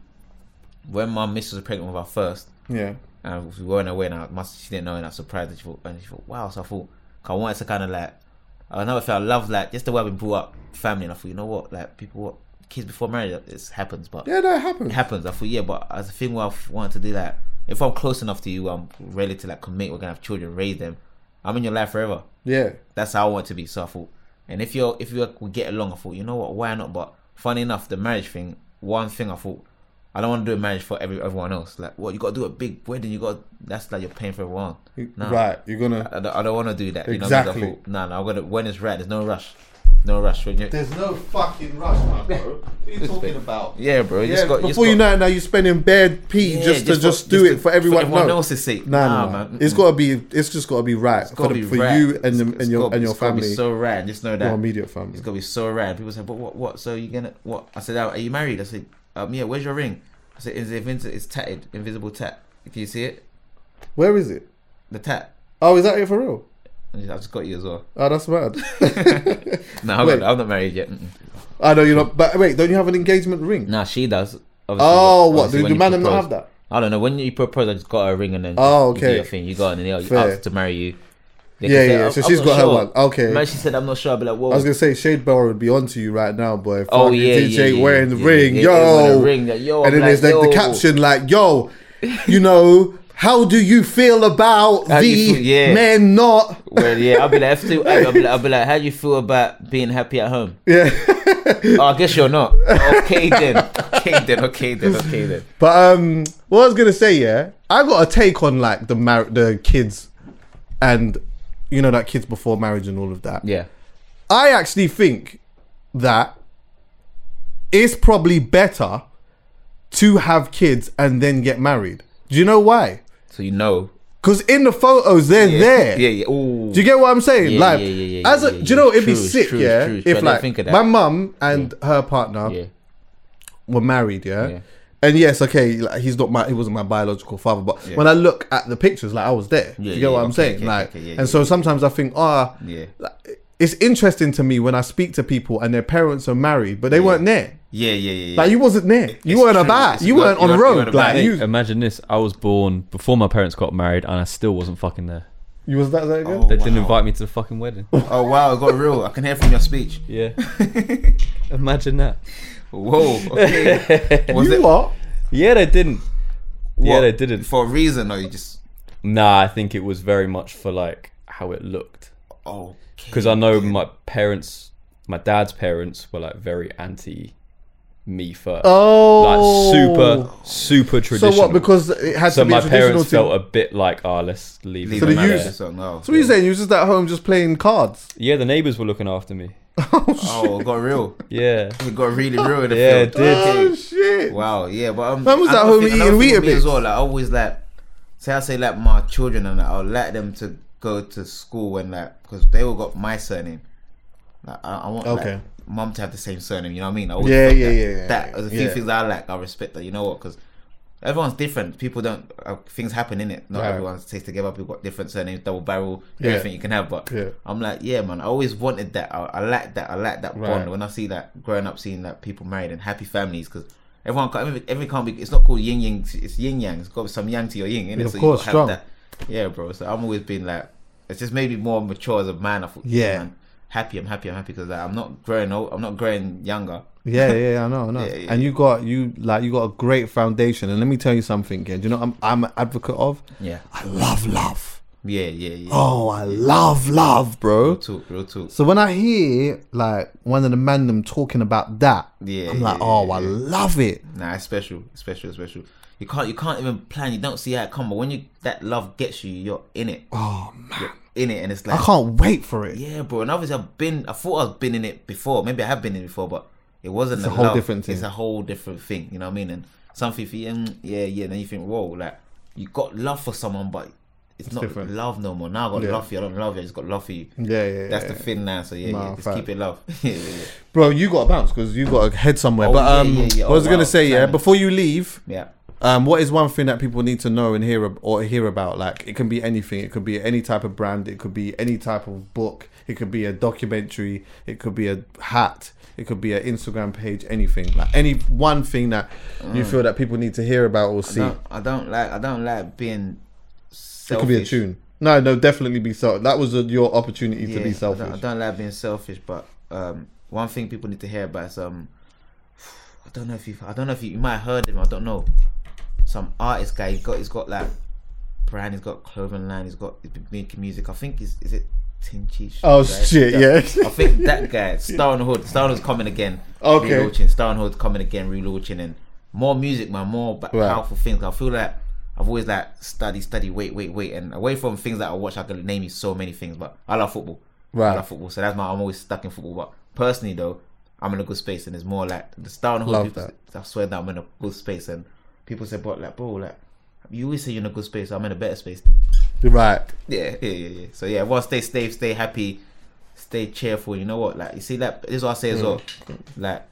S3: when my missus was pregnant with our first.
S2: Yeah.
S3: and we weren't aware. And I must, she didn't know, and I was surprised. And she thought, and she thought, wow. So I thought, 'cause I wanted to kind of like another thing. I love like just the way I've been brought up, family. And I thought, you know what, like people, what kids before marriage, it happens. But
S2: Yeah, that happened.
S3: it happens. I thought, yeah, but as a thing where I've wanted to do that, if I'm close enough to you, I'm ready to like commit. We're gonna have children, raise them. I'm in your life forever.
S2: Yeah.
S3: That's how I want to be. So I thought, and if you're if you could get along, I thought, you know what, why not? But funny enough, the marriage thing, one thing I thought, I don't want to do a marriage for every everyone else. Like, what you got to do a big wedding? You got that's like you're paying for everyone. No,
S2: Right. You're
S3: I
S2: gonna.
S3: don't, I don't want to do that. You know,
S2: Exactly.
S3: no, no, I gotta when it's right. There's no rush. No rush, when you
S2: There's no fucking rush, my bro. What are you talking about?
S3: Yeah, bro. You
S2: Yeah,
S3: just got,
S2: before you
S3: just
S2: know
S3: got,
S2: it, now you're spending bad pee
S3: Yeah,
S2: just to
S3: just
S2: just,
S3: for-
S2: do
S3: just
S2: it
S3: to-
S2: for everyone.
S3: for everyone
S2: no.
S3: else's sake.
S2: Nah,
S3: Nah,
S2: nah,
S3: man.
S2: It's gotta be. It's just gotta be right
S3: it's
S2: for,
S3: gotta
S2: the-
S3: be
S2: for
S3: rad.
S2: you and,
S3: It's-
S2: them
S3: it's
S2: and your
S3: gotta-
S2: and your
S3: it's gotta be
S2: family,
S3: so rad. Just know that
S2: your immediate family.
S3: It's gonna be so rad. People say, "What? What? What? So you gonna what?" I said, "Oh, "Are you married?" I said, um, "Yeah." Where's your ring? I said, "It's invisible. It's tatted. Invisible tat. Can you see it?
S2: Where is it?
S3: The tat."
S2: Oh, is that it for real?
S3: And I just got you as well.
S2: Oh, that's mad.
S3: No, I'm,
S2: Wait.
S3: not, I'm not married yet. Mm-mm.
S2: I know you're not. But wait, don't you have an engagement ring?
S3: Nah, she does. Obviously,
S2: Oh,
S3: but
S2: what?
S3: obviously
S2: Do-
S3: when
S2: do
S3: you
S2: man them not have
S3: propose-
S2: that?
S3: I don't know. When you propose, I just got her a ring and then.
S2: Oh,
S3: You do
S2: okay.
S3: your thing. You got and then you
S2: Fair.
S3: ask to marry you. They can
S2: Yeah,
S3: say,
S2: yeah,
S3: "I'm-
S2: so
S3: I'm
S2: she's
S3: not
S2: got her
S3: sure."
S2: one. Okay.
S3: Man, she said, "I'm not sure." I'll be like, "Whoa."
S2: I was gonna say Shade Bar would be onto you right now, boy.
S3: Oh,
S2: Fucking
S3: yeah, yeah,
S2: DJ
S3: yeah,
S2: wearing the
S3: yeah,
S2: ring,
S3: yeah,
S2: yo.
S3: wearing the ring, like, yo, I'm
S2: and then there's
S3: like,
S2: like the
S3: yo.
S2: caption like, yo, you know, how do you feel about
S3: How
S2: the
S3: do you feel? Yeah.
S2: men not?
S3: Well, yeah, I'll be like, F2, I'll be like, I'll be like, how do you feel about being happy at home?
S2: Yeah.
S3: Oh, I guess you're not. Okay then. Okay then. Okay then. Okay then.
S2: But um, what I was gonna say, yeah, I got a take on like the mar- the kids, and you know that kids before marriage and all of that.
S3: Yeah.
S2: I actually think that it's probably better to have kids and then get married. Do you know why?
S3: So you know.
S2: Because in the photos, they're there.
S3: Yeah. Yeah. Ooh.
S2: Do you get what I'm saying?
S3: Yeah,
S2: like,
S3: yeah, yeah, yeah,
S2: as a,
S3: yeah, yeah.
S2: do you know, it'd be
S3: True,
S2: sick,
S3: true,
S2: yeah,
S3: true. But I
S2: if
S3: didn't
S2: like
S3: think of that.
S2: my mum and her partner
S3: Yeah.
S2: were married, yeah?
S3: Yeah.
S2: And yes, okay, like, he's not my, he wasn't my biological father, but when I look at the pictures, like I was there. Do you
S3: Yeah,
S2: get
S3: yeah,
S2: what I'm
S3: okay,
S2: saying?
S3: okay,
S2: like,
S3: okay, yeah,
S2: and
S3: yeah,
S2: so sometimes I think, ah,
S3: Yeah.
S2: like, it's interesting to me when I speak to people and their parents are married, but they weren't there.
S3: Yeah. Yeah. Yeah.
S2: Like you wasn't there. You
S3: It's
S2: weren't
S3: true.
S2: about.
S3: It's
S2: You
S3: not-
S2: weren't
S3: you
S2: on the
S3: weren't- you
S2: road.
S3: weren't
S2: Like
S3: about.
S2: you,
S5: Imagine this: I was born before my parents got married, and I still wasn't fucking there.
S2: you was that, that again?
S5: They didn't invite me to the fucking wedding.
S3: Oh wow! It got real. I can hear from your speech.
S5: Yeah. Imagine that.
S3: Whoa. Okay. Was
S2: you
S3: it
S2: what?
S5: Yeah, they didn't. Yeah,
S3: what?
S5: they didn't.
S3: for a reason, or you just
S5: Nah, I think it was very much for like how it looked.
S3: oh.
S5: Because I know my parents, my dad's parents were like very anti me first.
S2: Oh,
S5: Like super, super traditional.
S2: So what? Because it had
S5: so
S2: to be
S5: my
S2: a traditional
S5: parents felt
S2: thing.
S5: a bit like, ah, let's leave.
S3: Leave
S5: them out
S2: the
S3: them out
S2: use-
S3: there,
S5: there."
S3: so no.
S2: so what you saying? You was just at home just playing cards.
S5: Yeah, the neighbors were looking after me.
S3: Oh, it got real.
S5: Yeah.
S3: It got really real. In the
S5: Yeah, it
S3: field.
S5: did.
S3: Okay.
S2: Oh shit!
S3: Wow, yeah, but um,
S2: Man was at
S3: another
S2: home
S3: thing-
S2: eating
S3: another thing with
S2: Weetabix.
S3: me as well. Like, I always like say I say like my children and that, I'll let them to go to school and like because they all got my surname. Like I, I want
S2: Okay.
S3: like mum to have the same surname. You know what I mean? I always
S2: Yeah,
S3: felt
S2: yeah,
S3: that,
S2: yeah, yeah,
S3: That
S2: yeah,
S3: was a few
S2: yeah.
S3: things I like. I respect that. You know what? Because everyone's different. People don't uh, things happen in it. Not
S2: Right.
S3: everyone stays together. People got different surnames, double barrel,
S2: Yeah.
S3: everything you can have. But
S2: Yeah.
S3: I'm like, yeah, man. I always wanted that. I, I like that. I like that
S2: Right.
S3: bond. When I see that growing up, seeing that people married and happy families, because everyone, can't, everything, everything can't be. It's not called yin yang. It's yin yang. It's got some yang to your yin. Innit?
S2: of course,
S3: gotta
S2: strong.
S3: Yeah, bro. So I'm always been like, it's just made me more mature as a man. I thought,
S2: Yeah.
S3: man, happy. I'm happy. I'm happy because like, I'm not growing old. I'm not growing younger.
S2: Yeah, yeah, yeah, I know, I know.
S3: Yeah, yeah.
S2: And you got you like you got a great foundation. And let me tell you something, yeah. Do you know what I'm I'm an advocate of?
S3: Yeah,
S2: I love love.
S3: yeah, yeah, yeah.
S2: Oh, I love love, bro.
S3: Real talk, real talk.
S2: So when I hear like one of the man them talking about that,
S3: Yeah,
S2: I'm like,
S3: yeah,
S2: oh,
S3: yeah,
S2: I love it.
S3: Nah, it's special, it's special, it's special. You can't, you can't even plan. You don't see how it come, but when you that love gets you, you're in it.
S2: Oh man,
S3: You're in it, and it's
S2: I
S3: like,
S2: can't wait for it.
S3: yeah, bro. And obviously, I've been. I thought I've been in it before. Maybe I have been in it before, but it wasn't
S2: It's
S3: the
S2: a whole
S3: love.
S2: different thing.
S3: It's a whole different thing. You know what I mean? And something for you, mm, yeah, yeah. Then you think, whoa, like you got love for someone, but it's, not
S2: different.
S3: love no more. Now I got
S2: Yeah.
S3: love for you. I don't love you. I just got love for you.
S2: Yeah, yeah,
S3: That's
S2: yeah,
S3: the thing now. So yeah,
S2: Nah,
S3: yeah just
S2: fact.
S3: keep it love. yeah, yeah, yeah.
S2: Bro, you got to bounce because you got to head somewhere.
S3: Oh,
S2: but
S3: yeah,
S2: um,
S3: yeah, yeah.
S2: what I was
S3: Oh,
S2: gonna
S3: wow.
S2: say, yeah,
S3: Simon.
S2: before you leave,
S3: Yeah.
S2: um, what is one thing that people need to know and hear ab- or hear about? Like, it can be anything. It could be any type of brand. It could be any type of book. It could be a documentary. It could be a hat. It could be an Instagram page. Anything like any one thing that you feel that people need to hear about or see.
S3: Mm. I don't, I don't like. I don't like being. Selfish.
S2: It could be a tune. No, no, definitely be selfish. That was a, your opportunity to
S3: Yeah,
S2: be
S3: I
S2: selfish.
S3: don't, I don't like being selfish, but um, one thing people need to hear about is um, I don't know if you, I don't know if you, you might have heard him. I don't know. Some artist guy. He's got, he's got like brand. He's got clothing line. He's got he's been making music. I think is is it Tinchy?
S2: Oh, shit, yeah.
S3: I think that guy Star on the Hood. Star on the Hood's coming again.
S2: Okay.
S3: Relaunching. Star on the Hood's coming again. Relaunching and more music, man. More ba-
S2: Right.
S3: powerful things. I feel like. I've always like study, study, wait, wait, wait, and away from things that I watch, I can name you so many things. But I love football.
S2: Right.
S3: I love football, so that's my. I'm always stuck in football, but personally though, I'm in a good space and it's more like the style and
S2: Love
S3: whole people,
S2: that.
S3: I swear that I'm in a good space and people say, but like bro, like you always say you're in a good space, I'm in a better space then.
S2: Right.
S3: Yeah, yeah, yeah, yeah. So yeah, well, stay safe, stay happy, stay cheerful. You know what? Like you see that this is what I
S2: Mm.
S3: say as well. Like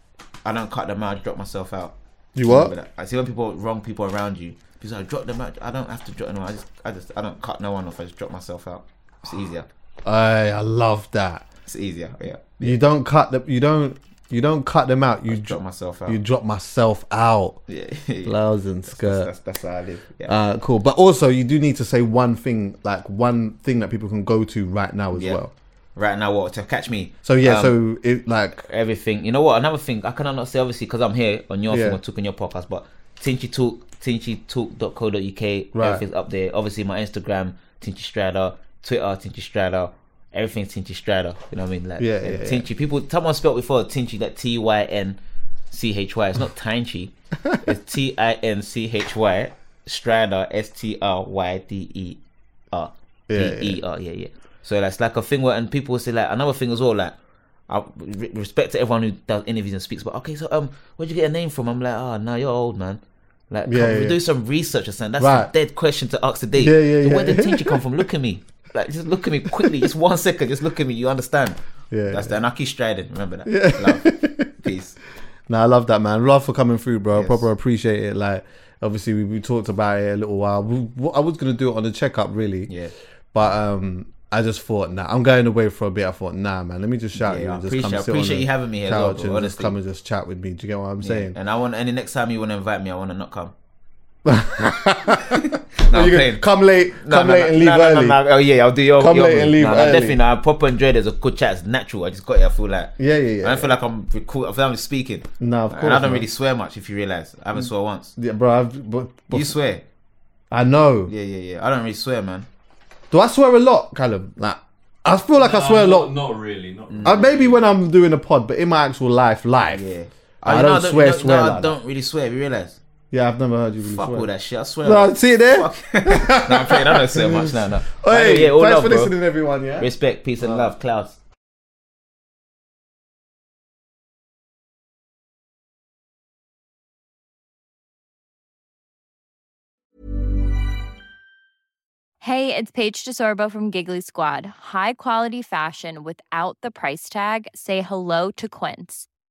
S3: I don't cut them out, I drop myself out.
S2: You what?
S3: Remember that. I see when people wrong people around you. Because I drop them out. I don't have to drop them. out. I just, I just, I don't cut no one off. I just drop myself out. It's easier.
S2: I I love that.
S3: It's easier. Yeah.
S2: You don't cut the you don't you don't cut them out. You
S3: Drop myself out.
S2: You drop myself out.
S3: yeah.
S2: Blouse and skirt.
S3: that's, that's how I live. Yeah.
S2: Uh, cool. But also, you do need to say one thing, like one thing that people can go to right now as
S3: Yeah.
S2: well.
S3: Right now, what to catch me?
S2: So yeah,
S3: Um,
S2: so it like
S3: everything. You know what? Another thing I cannot not say obviously because I'm here on your
S2: Yeah.
S3: thing or talking your podcast, but Tinchy Talk, tinchytalk.co.uk,
S2: Right.
S3: everything's up there. Obviously my Instagram, Tinchy Strada, Twitter, Tinchy Strada, everything's Tinchy Strada. You know what I mean? Like
S2: Yeah,
S3: and
S2: yeah, yeah.
S3: Tinchy. People someone spelt before Tinchy like T Y N C H Y. It's not Tinchy. it's T I N C H Y Strada S T R Y D E R.
S2: Yeah,
S3: D E R, yeah, yeah. So that's like a thing where, and people say like another thing as well, like I re- respect to everyone who does interviews and speaks. But okay, so um, where'd you get a name from? I'm like, oh, no, you're old, man. Like, come,
S2: Yeah, yeah.
S3: do some research or something. That's
S2: Right.
S3: a dead question to ask today.
S2: Yeah, yeah,
S3: so
S2: yeah.
S3: Where did teacher come from? Look at me. Like, just look at me quickly. Just one second. Just look at me. You understand?
S2: Yeah,
S3: That's the Anaki Striden. Remember that. Love. Peace.
S2: No, I love that, man. Love for coming through, bro.
S3: Yes.
S2: Proper appreciate it. Like, obviously, we, we talked about it a little while. We, w- I was gonna do it on the checkup, really.
S3: Yeah.
S2: But um, I just thought, nah, I'm going away for a bit. I thought, nah, man, let me just shout
S3: Yeah,
S2: you
S3: I
S2: and just
S3: appreciate-
S2: come
S3: I
S2: sit
S3: appreciate
S2: on the
S3: you having me here as well, bro,
S2: couch and just
S3: honestly.
S2: come and just chat with me. Do you get what I'm saying?
S3: And I want. And the next time you want to invite me, I want to not come.
S2: No,
S3: I'm
S2: you can
S3: playing.
S2: come late,
S3: No,
S2: come
S3: no,
S2: late
S3: no,
S2: and leave
S3: no, no,
S2: early.
S3: No, no, Oh yeah, I'll do your.
S2: Come
S3: your
S2: late and leave
S3: no, no,
S2: early.
S3: Definitely, no, proper and dread is a good chat. It's natural. I just got it. I feel like.
S2: Yeah, yeah, yeah,
S3: I don't
S2: yeah.
S3: feel like I'm recording. I feel like I'm speaking.
S2: No, of
S3: And
S2: course
S3: I don't
S2: not. Mm.
S3: really swear much. If you realize, I haven't swear once.
S2: Yeah, bro. I've, but, but
S3: You swear.
S2: I know.
S3: Yeah, yeah, yeah. I don't really swear, man.
S2: Do I swear a lot, Callum? Like, I feel like I swear a lot.
S1: Not really. Not really.
S2: Uh, maybe when I'm doing a pod, but in my actual life, life,
S3: Yeah. Oh,
S2: I,
S3: you know,
S2: don't swear,
S3: no,
S2: swear.
S3: No,
S2: like
S3: I
S2: that.
S3: don't really swear. If you realize,
S2: Yeah, I've never heard you really
S3: fuck
S2: swear.
S3: all that shit. I swear.
S2: No, see it there.
S3: Fuck. no, I'm playing. I don't swear much. No, no.
S2: Hey,
S3: yeah, all
S2: thanks
S3: love,
S2: for
S3: bro.
S2: listening, everyone. Yeah.
S3: Respect, peace, and love, Klaus.
S6: Hey, it's Paige DeSorbo from Giggly Squad. High quality fashion without the price tag. Say hello to Quince.